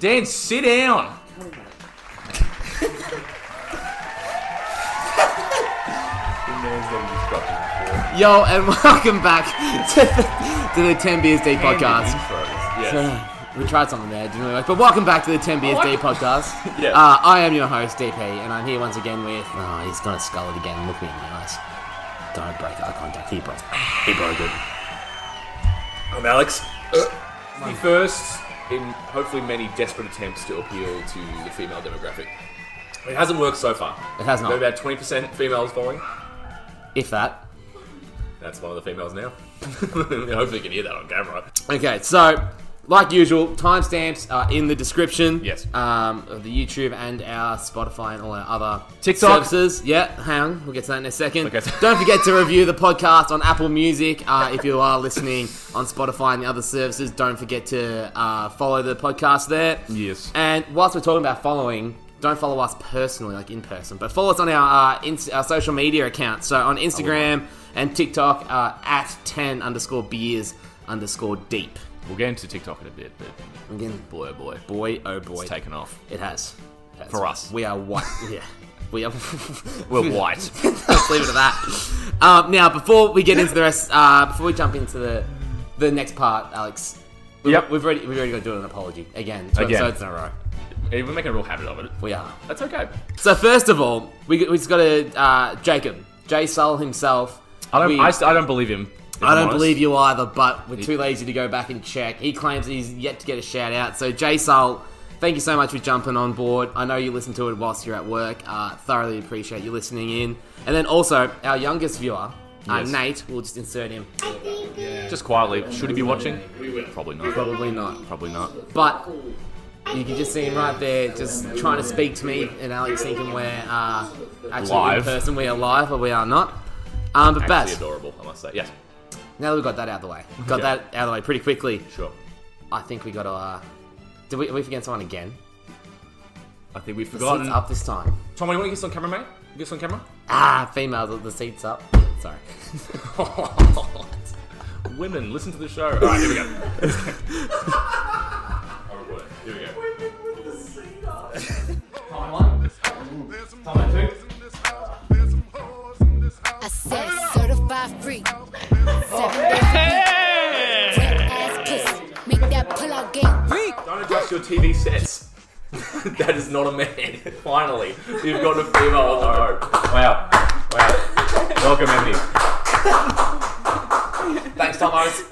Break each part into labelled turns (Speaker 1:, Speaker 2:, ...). Speaker 1: Dan, sit down. Yo, and welcome back to the, to the 10 Beers Deep podcast. So, we tried something there, didn't really work. But welcome back to the 10 Beers Deep podcast.
Speaker 2: Yeah.
Speaker 1: Uh, I am your host, DP, and I'm here once again with. Oh, he's gonna skull it again. Look me in the eyes. Don't break eye contact. He broke.
Speaker 2: He broke it. I'm Alex. Uh, the first in hopefully many desperate attempts to appeal to the female demographic. It hasn't worked so far.
Speaker 1: It has
Speaker 2: We're
Speaker 1: not.
Speaker 2: about 20% females following.
Speaker 1: If that.
Speaker 2: That's one of the females now. Hopefully, you can hear that on camera.
Speaker 1: Okay, so like usual, timestamps are in the description.
Speaker 2: Yes.
Speaker 1: Um, of the YouTube and our Spotify and all our other
Speaker 2: TikTok.
Speaker 1: services. Yeah, hang on, we'll get to that in a second.
Speaker 2: Okay.
Speaker 1: Don't forget to review the podcast on Apple Music. Uh, if you are listening on Spotify and the other services, don't forget to uh, follow the podcast there.
Speaker 2: Yes.
Speaker 1: And whilst we're talking about following, don't follow us personally, like in person, but follow us on our uh, ins- our social media accounts. So on Instagram and TikTok uh, at ten underscore beers underscore deep.
Speaker 2: We'll get into TikTok in a bit, but
Speaker 1: Again,
Speaker 2: boy, oh boy,
Speaker 1: boy, oh boy,
Speaker 2: it's taken off.
Speaker 1: it has. It has.
Speaker 2: For us.
Speaker 1: we are white. yeah, we are.
Speaker 2: We're white.
Speaker 1: Let's leave it at that. Um, now, before we get into the rest, uh, before we jump into the the next part, Alex. We've,
Speaker 2: Yep.
Speaker 1: we've already we've already got to do an apology again. Two
Speaker 2: Again.
Speaker 1: episodes in a row.
Speaker 2: Hey, We're making a real habit of it.
Speaker 1: We are.
Speaker 2: That's okay.
Speaker 1: So first of all, we we just got to uh, Jacob Jay Sull himself.
Speaker 2: I don't.
Speaker 1: We-
Speaker 2: I, st- I don't believe him. if
Speaker 1: I
Speaker 2: I'm
Speaker 1: don't
Speaker 2: honest.
Speaker 1: believe you either, but we're too lazy to go back and check. He claims that he's yet to get a shout out. So Jay Sull, thank you so much for jumping on board. I know you listen to it whilst you're at work. Uh, thoroughly appreciate you listening in. And then also our youngest viewer, uh,
Speaker 2: Yes.
Speaker 1: Nate. We'll just insert him.
Speaker 2: Just quietly. Should he be watching? Probably not.
Speaker 1: Probably not,
Speaker 2: Probably not.
Speaker 1: but. You can just see him right there, just trying to speak to me and Alex, thinking we're uh, actually in
Speaker 2: Live.
Speaker 1: person, we are live or we are not. Um, but
Speaker 2: Actually
Speaker 1: Baz,
Speaker 2: adorable, I must say. Yes.
Speaker 1: Now that we've got that out of the way, got
Speaker 2: Okay.
Speaker 1: that out of the way pretty quickly.
Speaker 2: Sure.
Speaker 1: I think we got to. Uh, did we? Are we forgetting someone again?
Speaker 2: I think we've
Speaker 1: The
Speaker 2: forgotten.
Speaker 1: seats up this time.
Speaker 2: Tom, you want to get us on camera, mate? Get us on camera?
Speaker 1: Ah, female. The, the seats up. Sorry.
Speaker 2: Women, listen to the show. All right, here we go. I'll record it. Here we go.
Speaker 3: I said certified free. Seven days a week. Wet ass pussy. Make that pull out game reek.
Speaker 2: Don't adjust your TV sets. that is not a man. Finally, you've got a female on the road. Wow. Wow. Welcome, Emily.
Speaker 1: Thanks, Tomos.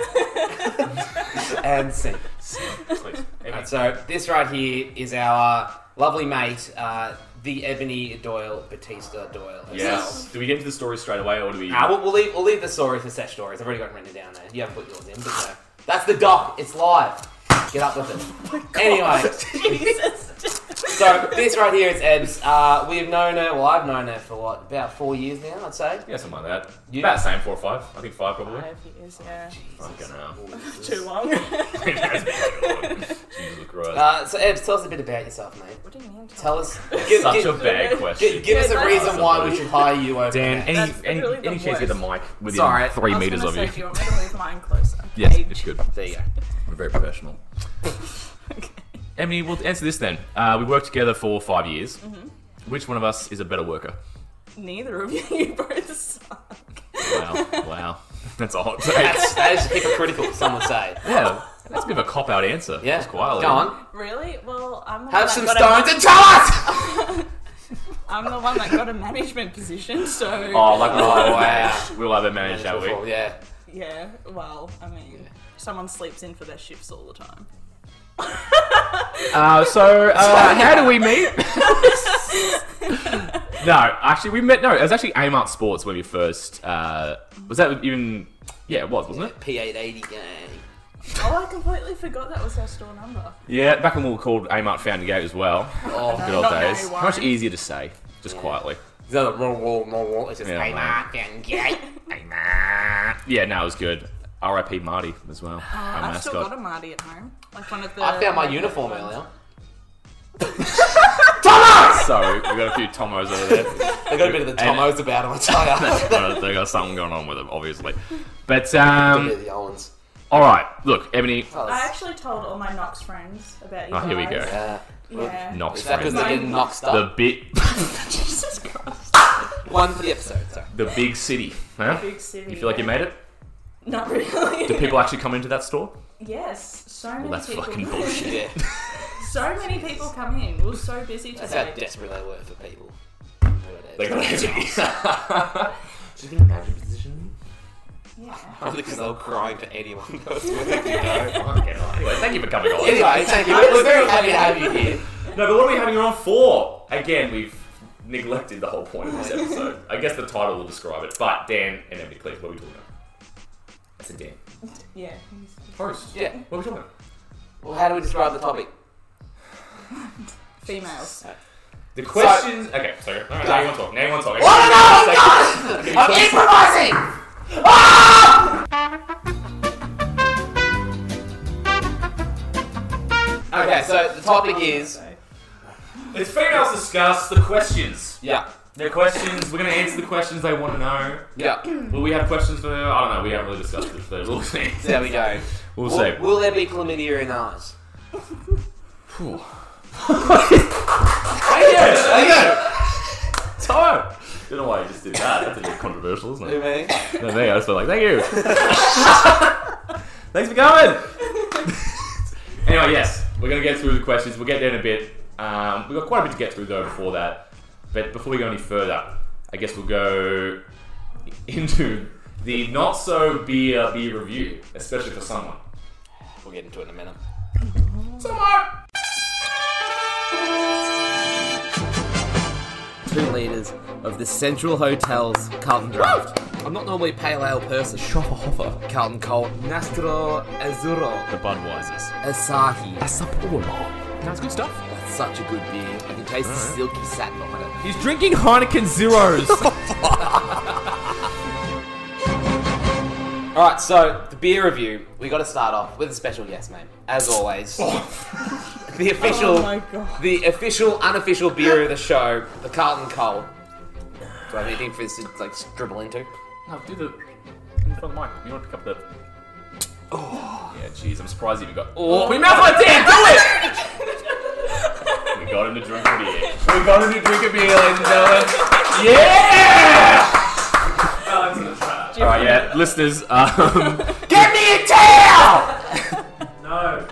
Speaker 1: and scene.
Speaker 2: Please. Emily.
Speaker 1: So this right here is our lovely mate, uh, the Ebony Doyle Batista Doyle. herself.
Speaker 2: Yes. Do we get into the story straight away, or do we?
Speaker 1: Ah, we'll, we'll leave. We'll leave the story for set stories. I've already got it written down there. You haven't put yours in, but no. that's the doc. It's live. Get up with
Speaker 4: Oh
Speaker 1: it. anyway.
Speaker 4: Jesus.
Speaker 1: So this right here is Ebs. Uh, we have known her. Well, I've known her for what about four years now, I'd say.
Speaker 2: Yeah, something like that.
Speaker 1: You-
Speaker 2: About the same, four or five. I think five probably.
Speaker 4: Five years, yeah.
Speaker 2: Fucking hell.
Speaker 4: Too long.
Speaker 2: It has been too long. Jesus Christ.
Speaker 1: Uh, so Ebs, tell us a bit about yourself, mate.
Speaker 4: what do you mean?
Speaker 1: Tell us. Give,
Speaker 2: Such
Speaker 1: give-
Speaker 2: a bad
Speaker 4: give-
Speaker 2: question.
Speaker 1: give, give us a
Speaker 4: Yeah,
Speaker 1: reason why we should hire you over.
Speaker 2: Dan,
Speaker 1: there.
Speaker 2: any,
Speaker 4: That's
Speaker 2: any,
Speaker 4: literally the
Speaker 2: any chance you get the mic within
Speaker 1: Sorry,
Speaker 2: three
Speaker 4: I was
Speaker 2: meters
Speaker 4: gonna
Speaker 2: of
Speaker 4: say,
Speaker 2: you?
Speaker 4: Do you want me to move mine closer?
Speaker 2: Yes,
Speaker 4: Age.
Speaker 2: it's good.
Speaker 1: There you go.
Speaker 2: We're very professional. Emily, we'll answer this then. Uh, we worked together for five years. Which one of us is a better worker?
Speaker 4: Neither of you, you both suck.
Speaker 2: Wow, wow. That's a hot take.
Speaker 1: That's, that is hypocritical, some would say.
Speaker 2: yeah, that's a bit of a cop out answer.
Speaker 1: Yeah.
Speaker 2: Just quietly.
Speaker 1: Go on.
Speaker 4: Really? Well, I'm the one
Speaker 1: Have
Speaker 4: that
Speaker 1: some
Speaker 4: got
Speaker 1: stones
Speaker 4: A,
Speaker 1: and tell us.
Speaker 4: I'm the one that got a management position, so
Speaker 2: Oh, like we'll have
Speaker 1: Oh,
Speaker 2: it
Speaker 1: wow.
Speaker 2: managed. We'll have it managed, shall we?
Speaker 1: Yeah.
Speaker 4: yeah. Well, I mean, someone sleeps in for their shifts all the time.
Speaker 2: Uh, so, uh, how do we meet? no, actually, we met. No, it was actually Aim Out Sports when we first. Uh, was that even? Yeah, it was, wasn't it?
Speaker 1: P880 gang.
Speaker 4: Oh, I completely forgot that was our store number.
Speaker 2: Yeah, back when we were called Aim Out Found Gate as well.
Speaker 1: Oh,
Speaker 2: Good old
Speaker 4: Not very
Speaker 2: days. How
Speaker 4: wise.
Speaker 2: much easier to say, just quietly.
Speaker 1: it's not a roll, roll, roll, roll. It's just
Speaker 2: Yeah,
Speaker 1: hey,
Speaker 2: man.
Speaker 1: Mark and gay.
Speaker 2: Aim Out. Yeah, no, it was good. R.I.P. Marty as well. our
Speaker 4: I've still got a
Speaker 2: mascot.
Speaker 4: Marty at home, like one of the.
Speaker 1: I found my uniform earlier.
Speaker 2: So we got a few Tomos over there.
Speaker 1: I got a bit of the Tomos about him. I tell ya.
Speaker 2: Uh, they got something going on with them, obviously. But um,
Speaker 1: the Owens.
Speaker 2: All right, look, Ebony. Oh,
Speaker 4: I actually told all my Knox friends about you.
Speaker 2: here we go.
Speaker 4: guys.
Speaker 1: Uh,
Speaker 4: Yeah.
Speaker 2: Knox
Speaker 5: Is that because
Speaker 2: friend.
Speaker 5: they
Speaker 4: Mine-
Speaker 5: didn't knock stuff?
Speaker 2: The bit,
Speaker 4: Jesus Christ.
Speaker 5: One for the episode, sorry.
Speaker 2: the big city. Huh?
Speaker 4: Big city.
Speaker 2: You feel like you made it?
Speaker 4: Not really.
Speaker 2: Do people actually come into that store?
Speaker 4: Yes. So many
Speaker 2: that's
Speaker 4: people.
Speaker 2: fucking bullshit.
Speaker 5: Yeah,
Speaker 4: so many people come in. We are so busy
Speaker 5: that's how
Speaker 4: today.
Speaker 5: desperate they were for people.
Speaker 2: They got it.
Speaker 5: She's in a bad position.
Speaker 4: yeah.
Speaker 5: Probably because they were crying for anyone that was with them, you know.
Speaker 2: Okay, well, anyway, thank you for coming along.
Speaker 5: Anyway, thank you. We're very happy to have you here.
Speaker 2: No, but what are we having her on for? Again, we've neglected the whole point of this episode. I guess the title will describe it. But Dan and Emily, please, what are we talking about? That's a Dan.
Speaker 4: Yeah.
Speaker 2: Host.
Speaker 5: Yeah.
Speaker 2: What are we talking about?
Speaker 5: Well, how do we describe the topic?
Speaker 4: Females.
Speaker 2: The questions. okay, sorry. All right, now you want to talk. Now you want to talk.
Speaker 5: Oh no, I'm improvising! Ah! Okay, so the topic is
Speaker 2: It's females discuss the questions.
Speaker 5: yeah,
Speaker 2: The questions. We're gonna answer the questions they want to know.
Speaker 5: yeah.
Speaker 2: Will we have questions for? I don't know. We haven't really discussed it. So we'll see.
Speaker 5: There we go.
Speaker 2: We'll see.
Speaker 5: Will, will there be chlamydia in ours?
Speaker 2: There you go. Time. Don't know why you just did that. That's a bit controversial, isn't it?
Speaker 5: Maybe.
Speaker 2: No, there you go. So like, thank you. Thanks for coming. anyway, yes, we're gonna get through the questions. We'll get there in a bit. Um, we've got quite a bit to get through though before that. But before we go any further, I guess we'll go into the not so beer beer review, especially for someone.
Speaker 5: We'll get into it in a minute.
Speaker 1: two liters of the Central Hotel's Carlton Draft. I'm not normally a pale ale person. Schopperhofer. Carlton Cold. Nastro Azzurro.
Speaker 2: The Budweisers.
Speaker 1: Asahi. That's
Speaker 2: That's good stuff.
Speaker 1: such a good beer. I can taste the silky satin on it.
Speaker 2: He's drinking Heineken Zeros.
Speaker 5: All right, so the beer review. We got to start off with a special guest, mate. As always,
Speaker 2: Oh
Speaker 5: the official,
Speaker 4: Oh my god.
Speaker 5: the official, unofficial beer of the show, the Carlton Cold. Do I have anything for this to like dribble into?
Speaker 2: No, do the in front of the mic. You want to pick up the. Oh. Yeah, jeez, I'm surprised you even got. Oh, we mouth like Dan, do it! we got him to drink a beer. We got him to drink a beer, ladies and gentlemen. Yeah! Alright, Oh, yeah, listeners, um.
Speaker 5: Give me a towel.
Speaker 2: no.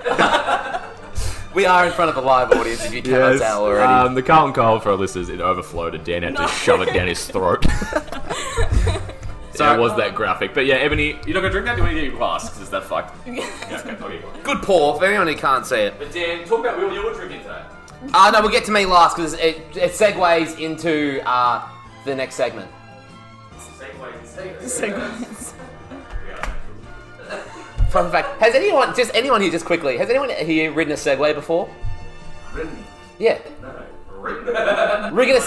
Speaker 5: We are in front of a live audience. If you cannot
Speaker 2: Yes.
Speaker 5: tell already.
Speaker 2: Um, the Carlton Cold for our listeners, it overflowed and Dan had
Speaker 4: No.
Speaker 2: to shove it down his throat. so it was that graphic. But yeah, Ebony, you're not gonna drink that? Do you want to get your glass? Because it's that fucked. yeah, okay, I'll get your glass.
Speaker 1: Good pour for anyone who can't see it.
Speaker 2: But Dan, talk about what you were drinking today.
Speaker 1: Ah, no, we'll get to me last because it, it segues into uh, the next segment.
Speaker 4: Segues.
Speaker 1: Fun fact: Has anyone, just anyone here, just quickly, has anyone here ridden a Segway before? Yeah. Ridden. a, ridden.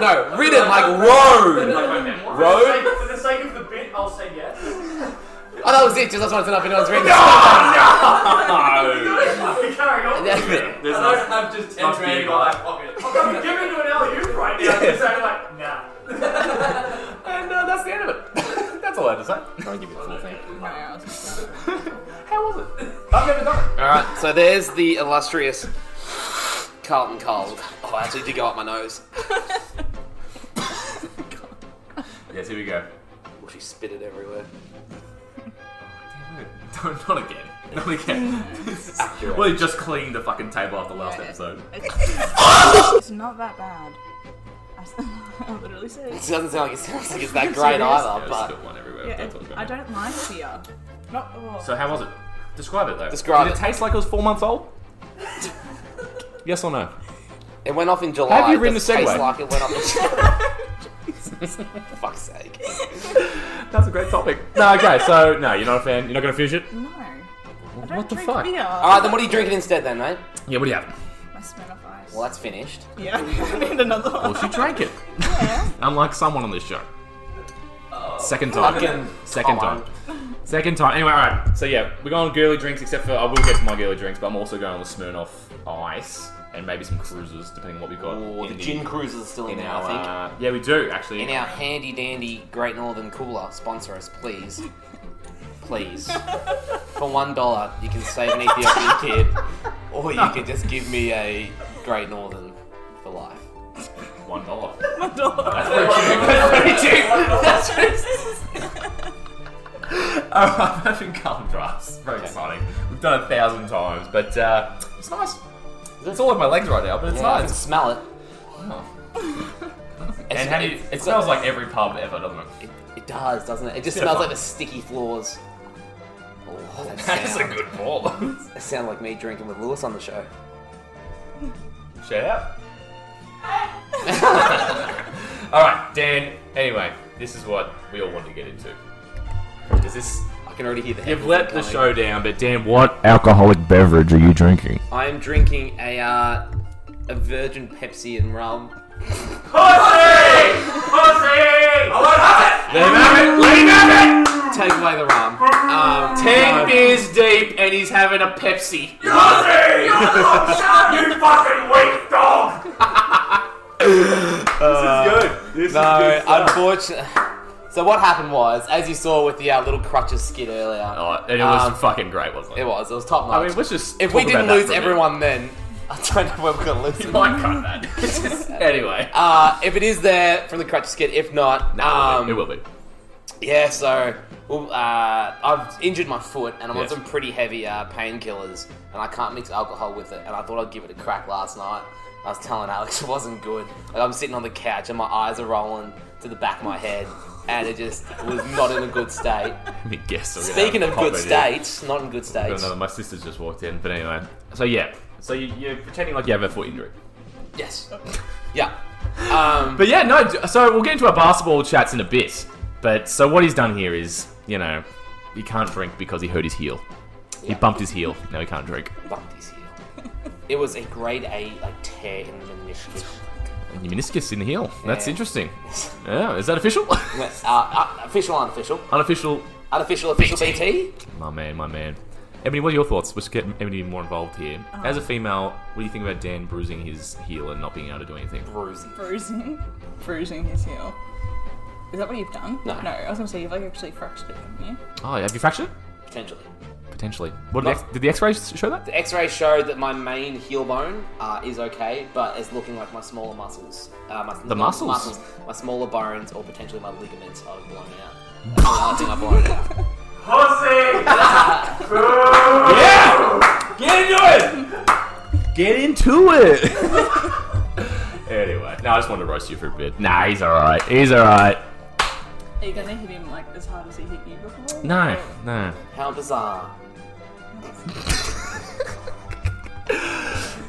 Speaker 1: No, ridden like road.
Speaker 2: Road?
Speaker 6: For the sake of the bit, I'll say yes.
Speaker 1: Oh, that was it. Just that's what I said. I've been on ridden.
Speaker 2: No!
Speaker 6: Carry on.
Speaker 1: That's it.
Speaker 2: There's no.
Speaker 5: I'm just
Speaker 2: Must be entering a guy. my
Speaker 5: pocket.
Speaker 6: I'm giving you an alley-oop right now. and saying like, nah.
Speaker 2: And uh, that's the end of it. that's all I had to say. I'll give you the full thing. How was it? I've never done it.
Speaker 5: All right, so there's the illustrious Carlton Cold. Oh, I actually did go up my nose.
Speaker 2: Yes, here we go.
Speaker 5: Oh, she spit it everywhere.
Speaker 2: Don't, not again. Not again.
Speaker 5: Accurate.
Speaker 2: well, he just cleaned the fucking table after last episode.
Speaker 4: It's not that bad. I s- I literally said.
Speaker 5: It doesn't sound like it sounds like it's that
Speaker 4: I'm
Speaker 5: great
Speaker 4: serious.
Speaker 5: either,
Speaker 2: Yeah, just
Speaker 5: but
Speaker 2: got one everywhere.
Speaker 4: Yeah,
Speaker 2: Don't
Speaker 4: it-
Speaker 2: talk about
Speaker 4: I
Speaker 2: it.
Speaker 4: don't like beer. Not oh,
Speaker 2: So how was it? Describe it though.
Speaker 5: Describe
Speaker 2: Did
Speaker 5: it.
Speaker 2: it taste like it was four months old? yes or no?
Speaker 5: it went off in July.
Speaker 2: Have you ridden
Speaker 5: Doesn't
Speaker 2: a Segway?
Speaker 5: Taste like it went off. in- Fuck's sake.
Speaker 2: That's a great topic. no, okay. So no, you're not a fan. You're not gonna finish it.
Speaker 4: no. I don't
Speaker 2: what the
Speaker 4: drink
Speaker 2: fuck?
Speaker 4: Beer.
Speaker 5: All
Speaker 1: Ah.
Speaker 5: right, then what are you drinking instead, then, mate?
Speaker 2: Yeah. What do you have?
Speaker 4: My smell of ice.
Speaker 5: Well, that's finished.
Speaker 4: Yeah, I need another one.
Speaker 2: Well, she drank it. Unlike someone on this show. Second time.
Speaker 5: Fucking
Speaker 2: Second
Speaker 5: Colin.
Speaker 2: time. Second time. Anyway, alright. So yeah, we're going girly drinks, except for I will get to my girly drinks, but I'm also going with Smirnoff Ice and maybe some cruisers, depending on what we've got.
Speaker 5: Ooh, the
Speaker 2: in
Speaker 5: gin cruisers are still in
Speaker 2: in
Speaker 5: there,
Speaker 2: our,
Speaker 5: I think.
Speaker 2: uh, yeah, we do actually.
Speaker 5: In our handy dandy Great Northern cooler, sponsor us, please.
Speaker 1: please. For one dollar, you can save an Ethiopian kid, or you could just give me a Great Northern for life.
Speaker 2: One dollar. Alright, Virgin Carlton Drafts. Very exciting. We've done it a thousand times, but uh, it's nice. It's all over my legs right now, but it's
Speaker 1: Yeah, I can
Speaker 2: nice.
Speaker 1: smell it.
Speaker 2: And how do you, it smells like every pub ever, doesn't it?
Speaker 1: It, it does, doesn't it? It just
Speaker 2: Yeah.
Speaker 1: smells like the sticky floors. Oh, that
Speaker 2: That's a
Speaker 1: sound,
Speaker 2: good ball.
Speaker 1: that sound like me drinking with Lewis on the show.
Speaker 2: Shout out. Alright, Dan, anyway, this is what we all wanted to get into. Is this.
Speaker 1: I can already hear the.
Speaker 2: You've
Speaker 1: heckles
Speaker 2: let the
Speaker 1: coming.
Speaker 2: show down, but Dan, what?
Speaker 7: alcoholic beverage are you drinking?
Speaker 1: I am drinking a uh, a virgin Pepsi and rum.
Speaker 2: Let him have it! Let him have it!
Speaker 1: Take away the rum. Um,
Speaker 2: Ten
Speaker 1: no.
Speaker 2: beers deep, and he's having a
Speaker 8: Pussy!
Speaker 2: Pepsi.
Speaker 8: You're the wrong shot, you fucking weak dog!
Speaker 1: No, unfortunately. So what happened was, as you saw with the uh, little crutches skit earlier,
Speaker 2: Oh, and it was
Speaker 1: Um,
Speaker 2: fucking great, wasn't it?
Speaker 1: it was it was top notch.
Speaker 2: I mean, let's just.
Speaker 1: if
Speaker 2: talk
Speaker 1: we didn't
Speaker 2: about that
Speaker 1: lose
Speaker 2: for a minute.
Speaker 1: everyone, then I don't know when we're gonna lose.
Speaker 2: You
Speaker 1: them.
Speaker 2: might cut that. It's just- anyway.
Speaker 1: Uh, if it is there from the crutches skit, if not, um,
Speaker 2: it will be.
Speaker 1: Yeah, so well, uh, I've injured my foot and I'm
Speaker 2: Yes.
Speaker 1: on some pretty heavy uh, painkillers and I can't mix alcohol with it. And I thought I'd give it a crack last night. I was telling Alex it wasn't good. Like I'm sitting on the couch and my eyes are rolling to the back of my head and it just was not in a good state.
Speaker 2: Let me guess. we're gonna
Speaker 1: Speaking
Speaker 2: have
Speaker 1: of
Speaker 2: a
Speaker 1: good
Speaker 2: comedy.
Speaker 1: states, not in good
Speaker 2: Got
Speaker 1: states.
Speaker 2: another- My sister's just walked in, but anyway. So yeah. So you, you're pretending like you have a foot injury.
Speaker 1: Yes. Yeah. Um,
Speaker 2: But yeah, no. d- So we'll get into our basketball chats in a bit. But so what he's done here is, you know, he can't drink because he hurt his heel. He
Speaker 1: Yeah.
Speaker 2: bumped his heel. Now he can't drink.
Speaker 1: bumped his heel. It was a grade A like tear in the meniscus.
Speaker 2: And your meniscus in the heel. That's
Speaker 1: Yeah.
Speaker 2: interesting. Yeah. Is that official?
Speaker 1: Uh, uh, official, unofficial,
Speaker 2: Unofficial.
Speaker 1: unofficial, official BT.
Speaker 2: My man, my man. Ebony, what are your thoughts? Let's get Ebony more involved here. As a
Speaker 1: Um.
Speaker 2: female, what do you think about Dan bruising his heel and not being able to do anything?
Speaker 1: Bruising.
Speaker 4: bruising, bruising his heel. Is that what you've done?
Speaker 1: No.
Speaker 4: No, I was gonna say you've like actually fractured it, haven't you?
Speaker 2: Oh, have you fractured? it?
Speaker 1: Potentially.
Speaker 2: Potentially. What did, the X- did the X-rays show that?
Speaker 1: The X-ray showed that my main heel bone uh, is okay, but it's looking like my smaller muscles, uh, my,
Speaker 2: The muscles?
Speaker 1: my smaller bones, or potentially my ligaments are blown out. Oh, I think I've blown out.
Speaker 8: Pussy!
Speaker 2: Yeah! Get into it! Get into it! anyway, no, I just wanted to roast you for a bit. Nah, he's all right. He's all right.
Speaker 4: Are you gonna hit him like as hard as he hit you before?
Speaker 2: No, no.
Speaker 1: How bizarre!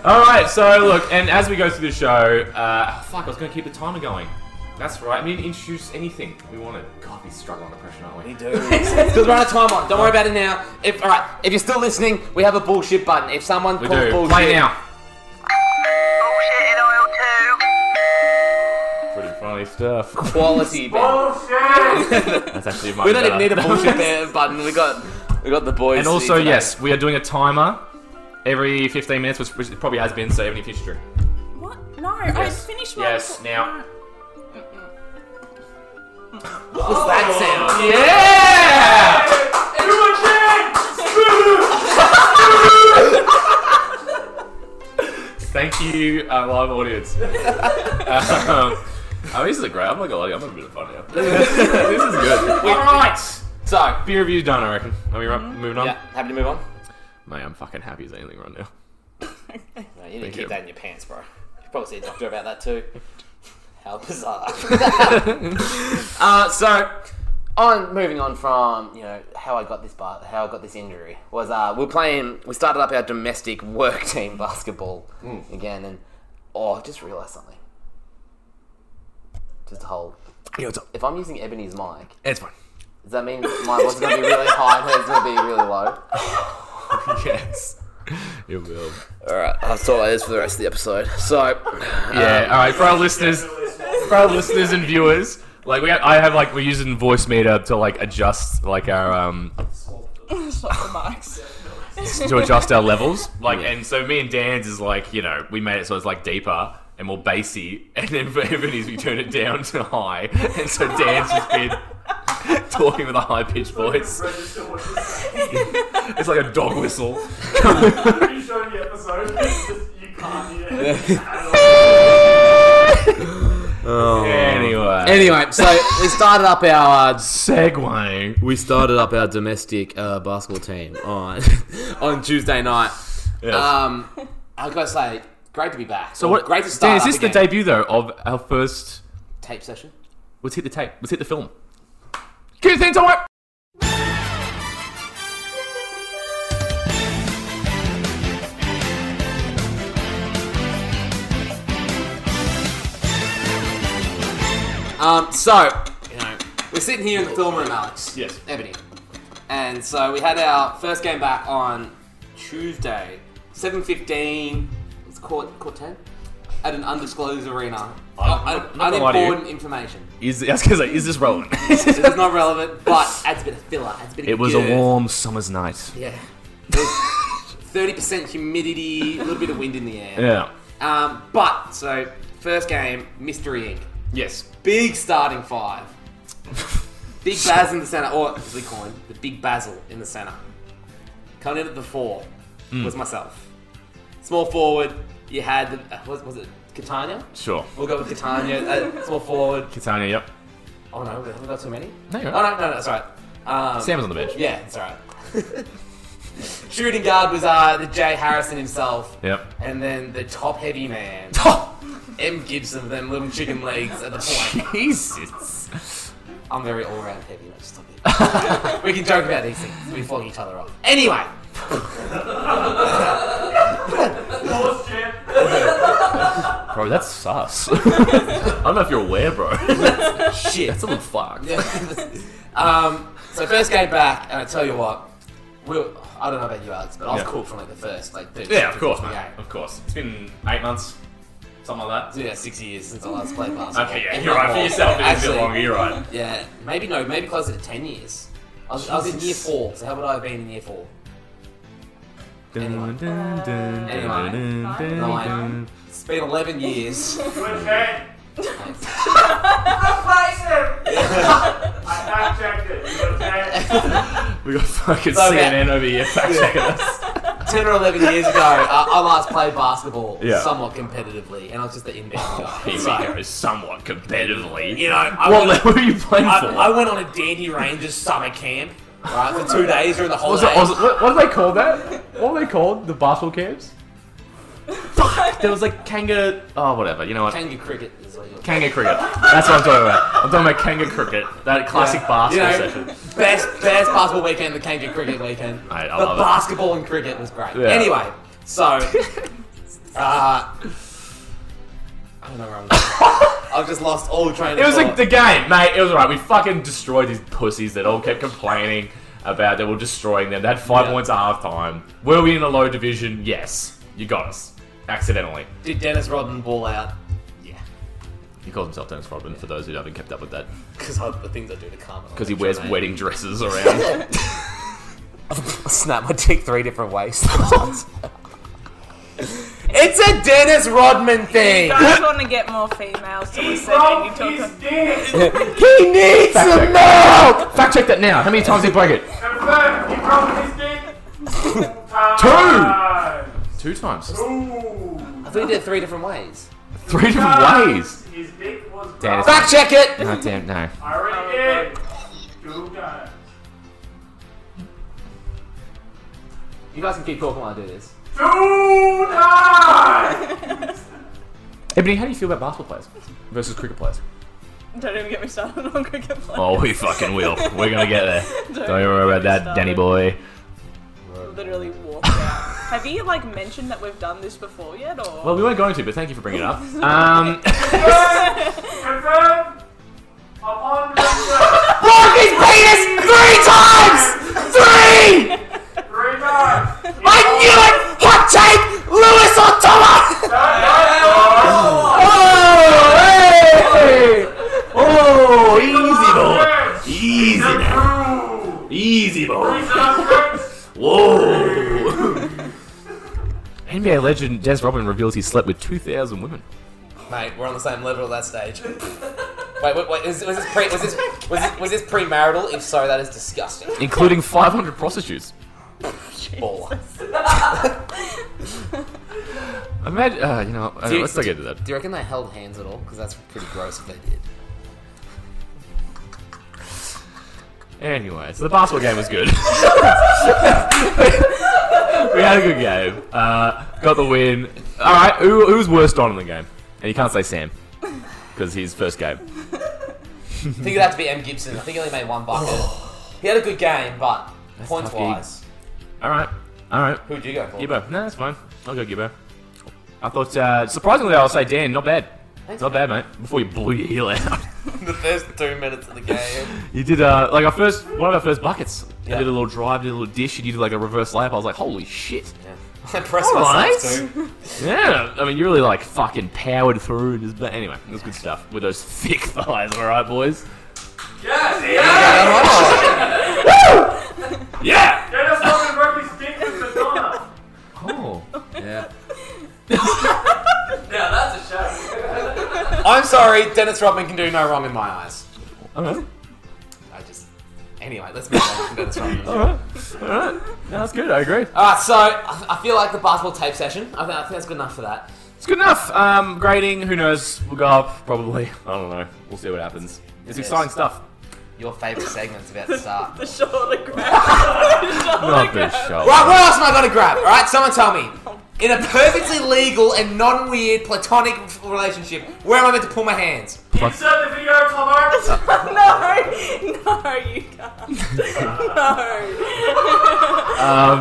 Speaker 2: All right, so look, and as we go through the show, uh, fuck, I was going to keep the timer going. That's right. I mean, introduce anything we wanted. God, we struggle under pressure, aren't we?
Speaker 1: Because we're on a time on. Don't worry about it now. If all right, if you're still listening, we have a bullshit button. If someone
Speaker 2: We
Speaker 1: calls
Speaker 2: do.
Speaker 1: bullshit,
Speaker 2: Play now.
Speaker 9: Bullshit NIL 2.
Speaker 2: Pretty funny stuff.
Speaker 1: quality. button.
Speaker 8: Bullshit!
Speaker 2: That's actually my.
Speaker 1: We don't even need a bullshit bear button. We got we got the boys.
Speaker 2: And also,
Speaker 1: here today.
Speaker 2: yes, we are doing a timer every 15 minutes, which, which it probably has been, so even if history.
Speaker 4: What? No,
Speaker 2: Yes.
Speaker 4: I finished my.
Speaker 2: Yes, now.
Speaker 1: What was that sound?
Speaker 2: Yeah! Thank you, our live audience. um, oh, this is a great. I'm not gonna lie, to you, I'm having a bit of fun now. this is good. All right.
Speaker 1: So
Speaker 2: Beer review's done, I reckon. Are we right, moving on?
Speaker 1: yeah, happy to move on.
Speaker 2: Mate, I'm fucking happy as anything right now.
Speaker 1: No, you need
Speaker 2: Thank
Speaker 1: to keep
Speaker 2: you.
Speaker 1: that in your pants, bro. You probably see a doctor about that too. How bizarre. uh, so, on moving on from you know how I got this bar, how I got this injury was uh, we're playing. We started up our domestic work team basketball again, and oh, I just realised something. Just hold.
Speaker 10: Yeah, what's up?
Speaker 1: If I'm using Ebony's mic,
Speaker 10: It's fine.
Speaker 1: does that mean mine was going to be really high and hers going to be really low?
Speaker 2: yes. It will.
Speaker 1: All right, I'll talk like this for the rest of the episode. So,
Speaker 2: Yeah. all right. For our listeners, for our listeners and viewers, like we, have, I have like we're using voice meter to like adjust like our um
Speaker 4: Stop the mics.
Speaker 2: to adjust our levels. Like,
Speaker 1: Yeah.
Speaker 2: and so me and Dan's is like you know we made it so it's like deeper and more bassy, and then for Ebony's we turn it down to high, and so Dan's just been talking with a high pitched voice.
Speaker 6: Register what you're saying.
Speaker 2: It's like a dog whistle.
Speaker 6: When you show the episode, it's just, you can't hear it.
Speaker 2: Anyway.
Speaker 1: Anyway, so we started up our uh,
Speaker 2: Segway.
Speaker 1: we started up our domestic uh, basketball team on on Tuesday night.
Speaker 2: Yes.
Speaker 1: Um, I gotta say, great to be back.
Speaker 2: so what?
Speaker 1: Great to start.
Speaker 2: Dan, is this
Speaker 1: up
Speaker 2: the
Speaker 1: again.
Speaker 2: debut though of our first?
Speaker 1: tape session?
Speaker 2: Let's hit the tape. Let's hit the film. Cue the theme time.
Speaker 1: Um, so you know, we're sitting here in the film room, Alex.
Speaker 2: Yes.
Speaker 1: Ebony. And so we had our first game back on Tuesday, seven fifteen. It's court court ten at an undisclosed arena.
Speaker 2: I'm
Speaker 1: Un-
Speaker 2: not gonna lie to you.
Speaker 1: unimportant information.
Speaker 2: Is I was gonna say, is this relevant?
Speaker 1: It's not relevant, but adds a bit of filler. Adds a bit of
Speaker 2: it was
Speaker 1: girth.
Speaker 2: a warm summer's night.
Speaker 1: Yeah. Thirty percent humidity, a little bit of wind in the air.
Speaker 2: Yeah.
Speaker 1: Um, but so first game, Mystery Inc.
Speaker 2: Yes.
Speaker 1: Big starting five. Big Baz in the center, or as we call him, the Big Basil in the center. Coming in at the four was myself. Small forward, you had the, uh, was, was it Catania?
Speaker 2: Sure.
Speaker 1: We'll go with Catania. Uh, small forward.
Speaker 2: Catania. Yep.
Speaker 1: Oh no, we haven't got too many.
Speaker 2: No, you're
Speaker 1: Oh
Speaker 2: right.
Speaker 1: no, no, no, that's right. Um,
Speaker 2: Sam was on the bench.
Speaker 1: yeah, that's right. Shooting guard was uh, the Jay Harrison himself.
Speaker 2: Yep.
Speaker 1: And then the top heavy man, M. Gibson, with them little chicken legs at the point.
Speaker 2: Jesus.
Speaker 1: I'm very all round heavy, let's stop it. we can joke about these things, we flog each other off. Anyway,
Speaker 6: Pause, champ.
Speaker 2: Bro, that's sus. I don't know if you're aware, bro.
Speaker 1: shit.
Speaker 2: That's a little fucked.
Speaker 1: um, so, first game back, and I tell you what, we were, I don't know about you, Alex, but I was
Speaker 2: Yeah.
Speaker 1: cool from like the first, like, 30
Speaker 2: Yeah, of course,
Speaker 1: minutes
Speaker 2: man.
Speaker 1: of
Speaker 2: Of course. It's been eight months, something like
Speaker 1: the
Speaker 2: that.
Speaker 1: game. Yeah, six years since I last played basketball.
Speaker 2: Okay, yeah,
Speaker 1: If
Speaker 2: you're
Speaker 1: not
Speaker 2: right. For
Speaker 1: more.
Speaker 2: yourself, it is a
Speaker 1: Actually,
Speaker 2: bit longer. You're right.
Speaker 1: Yeah, maybe no, maybe closer to 10 years. I was, I was in year
Speaker 2: Jesus.
Speaker 1: four, so how would I have been in year four? Anyway. Anyway. Nine. It's been 11 years.
Speaker 6: Good champ.
Speaker 4: Replace him!
Speaker 6: I fact checked it. You got a champ.
Speaker 2: We got fucking
Speaker 1: So bad.
Speaker 2: CNN over here fact checking us.
Speaker 1: 10 or 11 years ago, uh, I last played basketball
Speaker 2: Yeah. Oh,
Speaker 1: somewhat competitively, and I was just the inbound guy.
Speaker 2: Here we
Speaker 1: So,
Speaker 2: go, somewhat competitively.
Speaker 1: you know, I
Speaker 2: what
Speaker 1: went,
Speaker 2: level were you playing
Speaker 1: I,
Speaker 2: for?
Speaker 1: I went on a Dandy Rangers summer camp, right, for two days during the
Speaker 2: was
Speaker 1: holidays.
Speaker 2: it, was it- what, what do they call that? What do they called? The basketball camps? Fuck! There was like Kanga. Oh, whatever. You know what?
Speaker 1: Kangaroo cricket is what you're
Speaker 2: Kanga cricket. That's what I'm talking about. I'm talking about Kanga cricket. That classic basketball
Speaker 1: You know,
Speaker 2: session.
Speaker 1: Best, best basketball weekend, the Kangaroo cricket weekend.
Speaker 2: Mate, I
Speaker 1: the
Speaker 2: love it.
Speaker 1: basketball and cricket was great.
Speaker 2: Yeah.
Speaker 1: Anyway, so uh, I don't know where I'm going. I've just lost all train of
Speaker 2: It was
Speaker 1: thought.
Speaker 2: like the game, mate. It was alright. We fucking destroyed these pussies that all kept complaining about that we were destroying them. They had five
Speaker 1: Yeah.
Speaker 2: points at halftime. Were we in a low division? Yes. You got us. Accidentally.
Speaker 1: Did Dennis Rodman ball out? Yeah,
Speaker 2: He calls himself Dennis Rodman for those who haven't kept up with that.
Speaker 1: because of the things I do to Carmen.
Speaker 2: Because he wears wedding dresses around.
Speaker 1: Snap my dick three different ways. it's a Dennis Rodman thing.
Speaker 4: I just want to get more females to listen and you
Speaker 6: Broke
Speaker 4: talk
Speaker 6: his
Speaker 4: about
Speaker 6: dick.
Speaker 1: he needs some milk.
Speaker 2: Fact check that now. How many times did he break it?
Speaker 6: Confirm. He broke his dick. Time.
Speaker 2: Two times.
Speaker 6: Ooh.
Speaker 1: I thought he did it three different ways.
Speaker 2: Three different ways.
Speaker 6: His dick was
Speaker 2: Damn,
Speaker 6: broke.
Speaker 2: it's-
Speaker 1: Fact check it.
Speaker 2: God damn, no.
Speaker 6: I already did. Two times.
Speaker 1: You guys can keep talking while I do this.
Speaker 6: Two times.
Speaker 2: Ebony, how do you feel about basketball players versus cricket players?
Speaker 4: Don't even get me started on cricket play.
Speaker 2: Oh, we fucking will. We're gonna get there. Don't,
Speaker 4: even
Speaker 2: worry about
Speaker 4: get me
Speaker 2: that, Danny
Speaker 4: started.
Speaker 2: boy.
Speaker 4: Literally walked out. Have you like mentioned that we've done this before yet, or
Speaker 2: Well, we weren't going to, but thank you for bringing it up. Um,
Speaker 6: Confirm. Upon research.
Speaker 1: Fuck his penis three times! Three!
Speaker 6: Three times.
Speaker 1: I knew it! Hot take! Lewis or Thomas! Oh,
Speaker 2: oh,
Speaker 1: hey!
Speaker 2: easy
Speaker 6: Easy now.
Speaker 2: boy, easy boy. Whoa. NBA legend Dennis Robin reveals he slept with 2,000 women.
Speaker 1: Mate, we're on the same level at that stage. Wait, wait, wait. Was, was this pre? Was this was this, was this premarital? If so, that is disgusting.
Speaker 2: including 500 prostitutes.
Speaker 1: Baller.
Speaker 2: Imagine, uh, you know, uh,
Speaker 1: you-
Speaker 2: let's not get into that.
Speaker 1: Do you reckon they held hands at all? Because that's pretty gross if they did.
Speaker 2: Anyway, so the basketball game was good. we had a good game. Uh, got the win. All right, who, who's worst on in the game? And you can't say Sam because his first game.
Speaker 1: I think it'd have to be M. Gibson. I think he only made one bucket. he had a good game, but points
Speaker 2: tough, Gig.
Speaker 1: wise,
Speaker 2: All right, all right.
Speaker 1: who would you go for?
Speaker 2: Gibbo, no, that's fine. I'll go Gibbo. I thought uh, surprisingly, I'll say Dan. Not bad. Not bad, mate. Before you blew your heel out,
Speaker 1: the first two minutes of the game.
Speaker 2: you did uh, like our first one of our first buckets. You
Speaker 1: Yeah.
Speaker 2: did a little drive, did a little dish, and you did like a reverse layup. I was like, holy shit.
Speaker 1: I pressed
Speaker 2: All
Speaker 1: myself
Speaker 2: right.
Speaker 1: too.
Speaker 2: Yeah, I mean, you really like fucking powered through. And just, but anyway, it was good stuff with those thick thighs. All right, boys. Yeah.
Speaker 6: Dennis fucking broke his dick with Madonna.
Speaker 2: Oh.
Speaker 11: Yeah.
Speaker 1: I'm sorry, Dennis Rodman can do no wrong in my eyes.
Speaker 2: All right.
Speaker 1: I just. Anyway, let's move on from Dennis Rodman.
Speaker 2: All right. All right. No, that's good. I agree.
Speaker 1: Alright, so I, I feel like the basketball tape session. I, think I think that's good enough for that.
Speaker 2: It's good enough. Um, grading. Who knows? We'll go up probably. I don't know. We'll see what happens. It's exciting stuff.
Speaker 1: Your favourite segment's about to start.
Speaker 4: The shoulder grab. the shoulder
Speaker 2: Not
Speaker 4: grab.
Speaker 2: this show.
Speaker 1: Right, what else am I gonna grab? Alright, someone tell me. In a perfectly legal and non weird platonic relationship, where am I meant to pull my hands?
Speaker 6: Insert the video, Tomo.
Speaker 4: No, no, you can't.
Speaker 2: Um,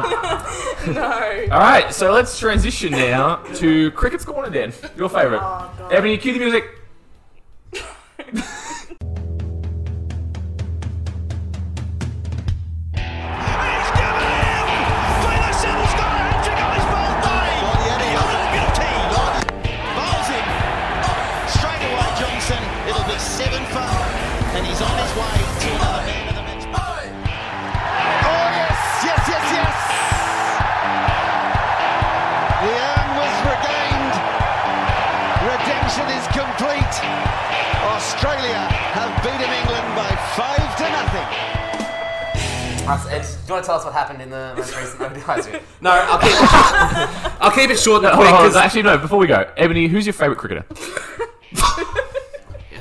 Speaker 4: No. no.
Speaker 2: All right. So let's transition now to cricket's corner. Then your favourite.
Speaker 4: Oh, God.
Speaker 2: Ebony, cue the music.
Speaker 12: Oh! Complete. Australia have beaten England by five to nothing.
Speaker 1: Us- Ed, do you want to tell us what happened in the most recent ODI series? No, I'll keep, I'll keep it short and
Speaker 2: Hold
Speaker 1: quick.
Speaker 2: on, hold on.
Speaker 1: 'cause-
Speaker 2: Actually, Oh, no. Before we go, Ebony, who's your favourite cricketer?
Speaker 1: I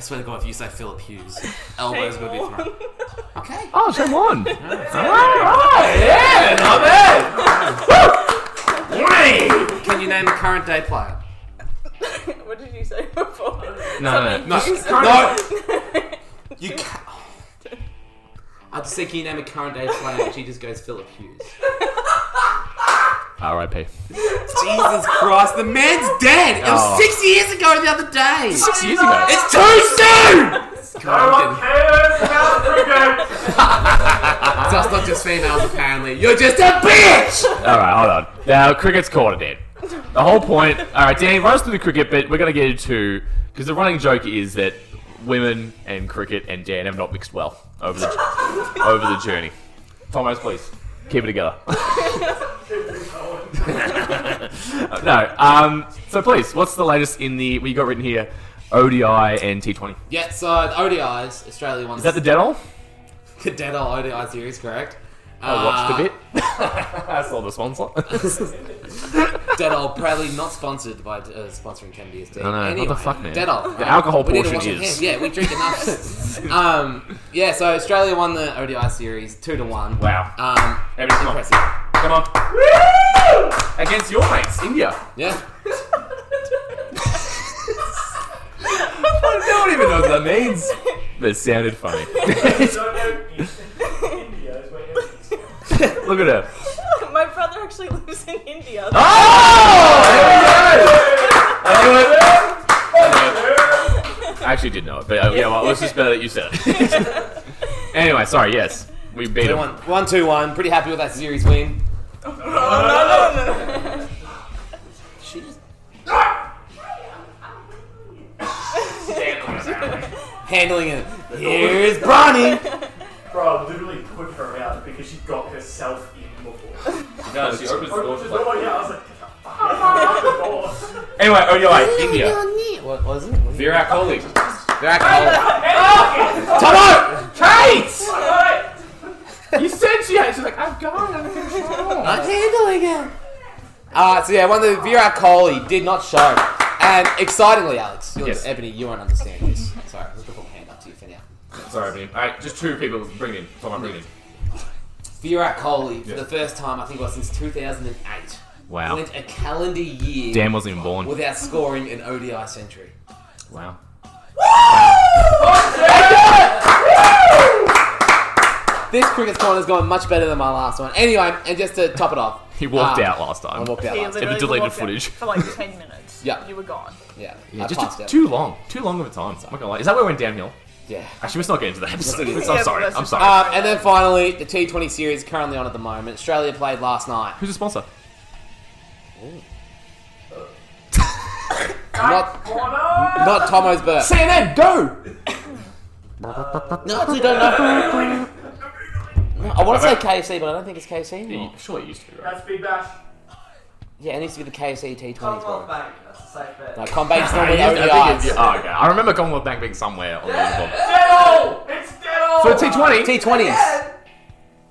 Speaker 1: swear to God, if you say Philip Hughes, elbows going to be thrown. Okay.
Speaker 2: Oh, Shane Warne. All right, yeah, not bad.
Speaker 1: Can you name a current day player?
Speaker 4: What did you say before?
Speaker 2: No, no, no.
Speaker 1: No. You can I just said, can you name a current day player? And she just goes Philip Hughes.
Speaker 2: R.I.P.
Speaker 1: Jesus Christ, the man's dead. It
Speaker 2: Oh.
Speaker 1: was six years ago the other day.
Speaker 2: Six years ago.
Speaker 1: It's too soon.
Speaker 6: No one cares about cricket.
Speaker 1: So it's not just females apparently. You're just a bitch.
Speaker 2: All right, hold on. Now, cricket's corner, Dan. The whole point. All right, Dan, run us through the cricket bit. We're going to get into because the running joke is that women and cricket and Dan have not mixed well over the over the journey. Thomas, please keep it together. no. Um. So, please, what's the latest in the what you got written here? ODI and T20.
Speaker 1: Yeah. So the ODIs, Australia won.
Speaker 2: Is that the dead
Speaker 1: the dead or ODI series? Correct.
Speaker 2: I watched a
Speaker 1: Uh,
Speaker 2: bit. I saw the sponsor.
Speaker 1: Deadol, proudly not sponsored by uh, sponsoring KBSD.
Speaker 2: I know, what the fuck, man?
Speaker 1: Deadol.
Speaker 2: The alcohol
Speaker 1: We need to
Speaker 2: portion
Speaker 1: wash our
Speaker 2: is.
Speaker 1: hands. Yeah, we drink enough. um, yeah, so Australia won the ODI series 2 to 1.
Speaker 2: Wow.
Speaker 1: Um,
Speaker 2: Hey, come on.
Speaker 1: impressive.
Speaker 2: Come on. Against your mates, India.
Speaker 1: Yeah.
Speaker 2: No one even knows what that means. But it sounded funny.
Speaker 6: Don't know. India is where everything's
Speaker 2: Look at her.
Speaker 4: My brother actually lives in India.
Speaker 1: Oh!
Speaker 2: Oh! Here we go! I knew it. I actually did know it, but uh, yeah, well, let's just better that you said it. anyway, sorry, yes. We beat
Speaker 1: They
Speaker 2: him.
Speaker 1: won 1 2 1. Pretty happy with that series win. She just. Handling it. Here's Bronny.
Speaker 6: Bro, literally put her out because she got herself in before.
Speaker 2: No, she opens the door.
Speaker 6: Just no one out. I was like, get the fuck out of the door.
Speaker 2: Anyway, ODI, India.
Speaker 1: What was it?
Speaker 2: Virat Kohli.
Speaker 1: They're actually.
Speaker 6: And
Speaker 1: Tomo! Kate!
Speaker 13: You said she had. She's like, I've got it under control.
Speaker 1: I'm handling it. Uh, so yeah, one of the Virat Kohli did not show. And excitingly, Alex, you'll,
Speaker 13: Yes.
Speaker 1: Ebony, you won't understand this. Sorry, let's put my hand up to you for now.
Speaker 13: Sorry, Ebony. All right, just two people. Bring it in. Someone bring it in.
Speaker 1: Virat Kohli, for
Speaker 13: Yeah.
Speaker 1: the first time, I think it was since 2008,
Speaker 13: Wow.
Speaker 1: went a calendar year
Speaker 13: Dan wasn't even born.
Speaker 1: without scoring an ODI century.
Speaker 13: Wow.
Speaker 1: This cricket corner's gone much better than my last one. Anyway, and just to top it off,
Speaker 2: He walked
Speaker 1: uh,
Speaker 2: out last
Speaker 1: I
Speaker 2: time.
Speaker 1: walked out.
Speaker 4: He
Speaker 1: Last.
Speaker 4: literally
Speaker 2: deleted
Speaker 4: walked out
Speaker 2: footage.
Speaker 4: For like 10 minutes.
Speaker 1: Yeah.
Speaker 4: You were gone.
Speaker 1: Yeah,
Speaker 2: Yeah,
Speaker 1: I
Speaker 2: just
Speaker 1: passed
Speaker 2: took
Speaker 1: out.
Speaker 2: too long. Too long of a time. I'm not gonna lie. Is that where it went downhill?
Speaker 1: Yeah.
Speaker 2: Actually, let's not get into that episode.
Speaker 1: Yes, it is.
Speaker 2: I'm
Speaker 4: Yeah,
Speaker 2: sorry.
Speaker 4: that's
Speaker 2: I'm
Speaker 4: just-
Speaker 2: sorry.
Speaker 1: Um, and then finally, the T20 series currently on at the moment. Australia played last night.
Speaker 2: Who's the sponsor?
Speaker 1: Not, not Tomo's birth.
Speaker 2: CNN, go!
Speaker 1: No, I actually don't know. No, I want to say KFC, but I don't think it's KFC
Speaker 13: Yeah,
Speaker 1: anymore.
Speaker 13: you- Surely it used to be, right?
Speaker 6: That's Big Bash.
Speaker 1: Yeah, it needs to be the KFC T20s,
Speaker 14: Commonwealth
Speaker 1: bro.
Speaker 14: Bank, that's a safe bet.
Speaker 1: No, Combate's
Speaker 13: Ah,
Speaker 1: normally
Speaker 2: I think it-
Speaker 1: ODIs.
Speaker 2: oh, okay. I remember Commonwealth Bank being somewhere on the uniform.
Speaker 6: Deadall! It's Deadall!
Speaker 2: For T20?
Speaker 1: T20s.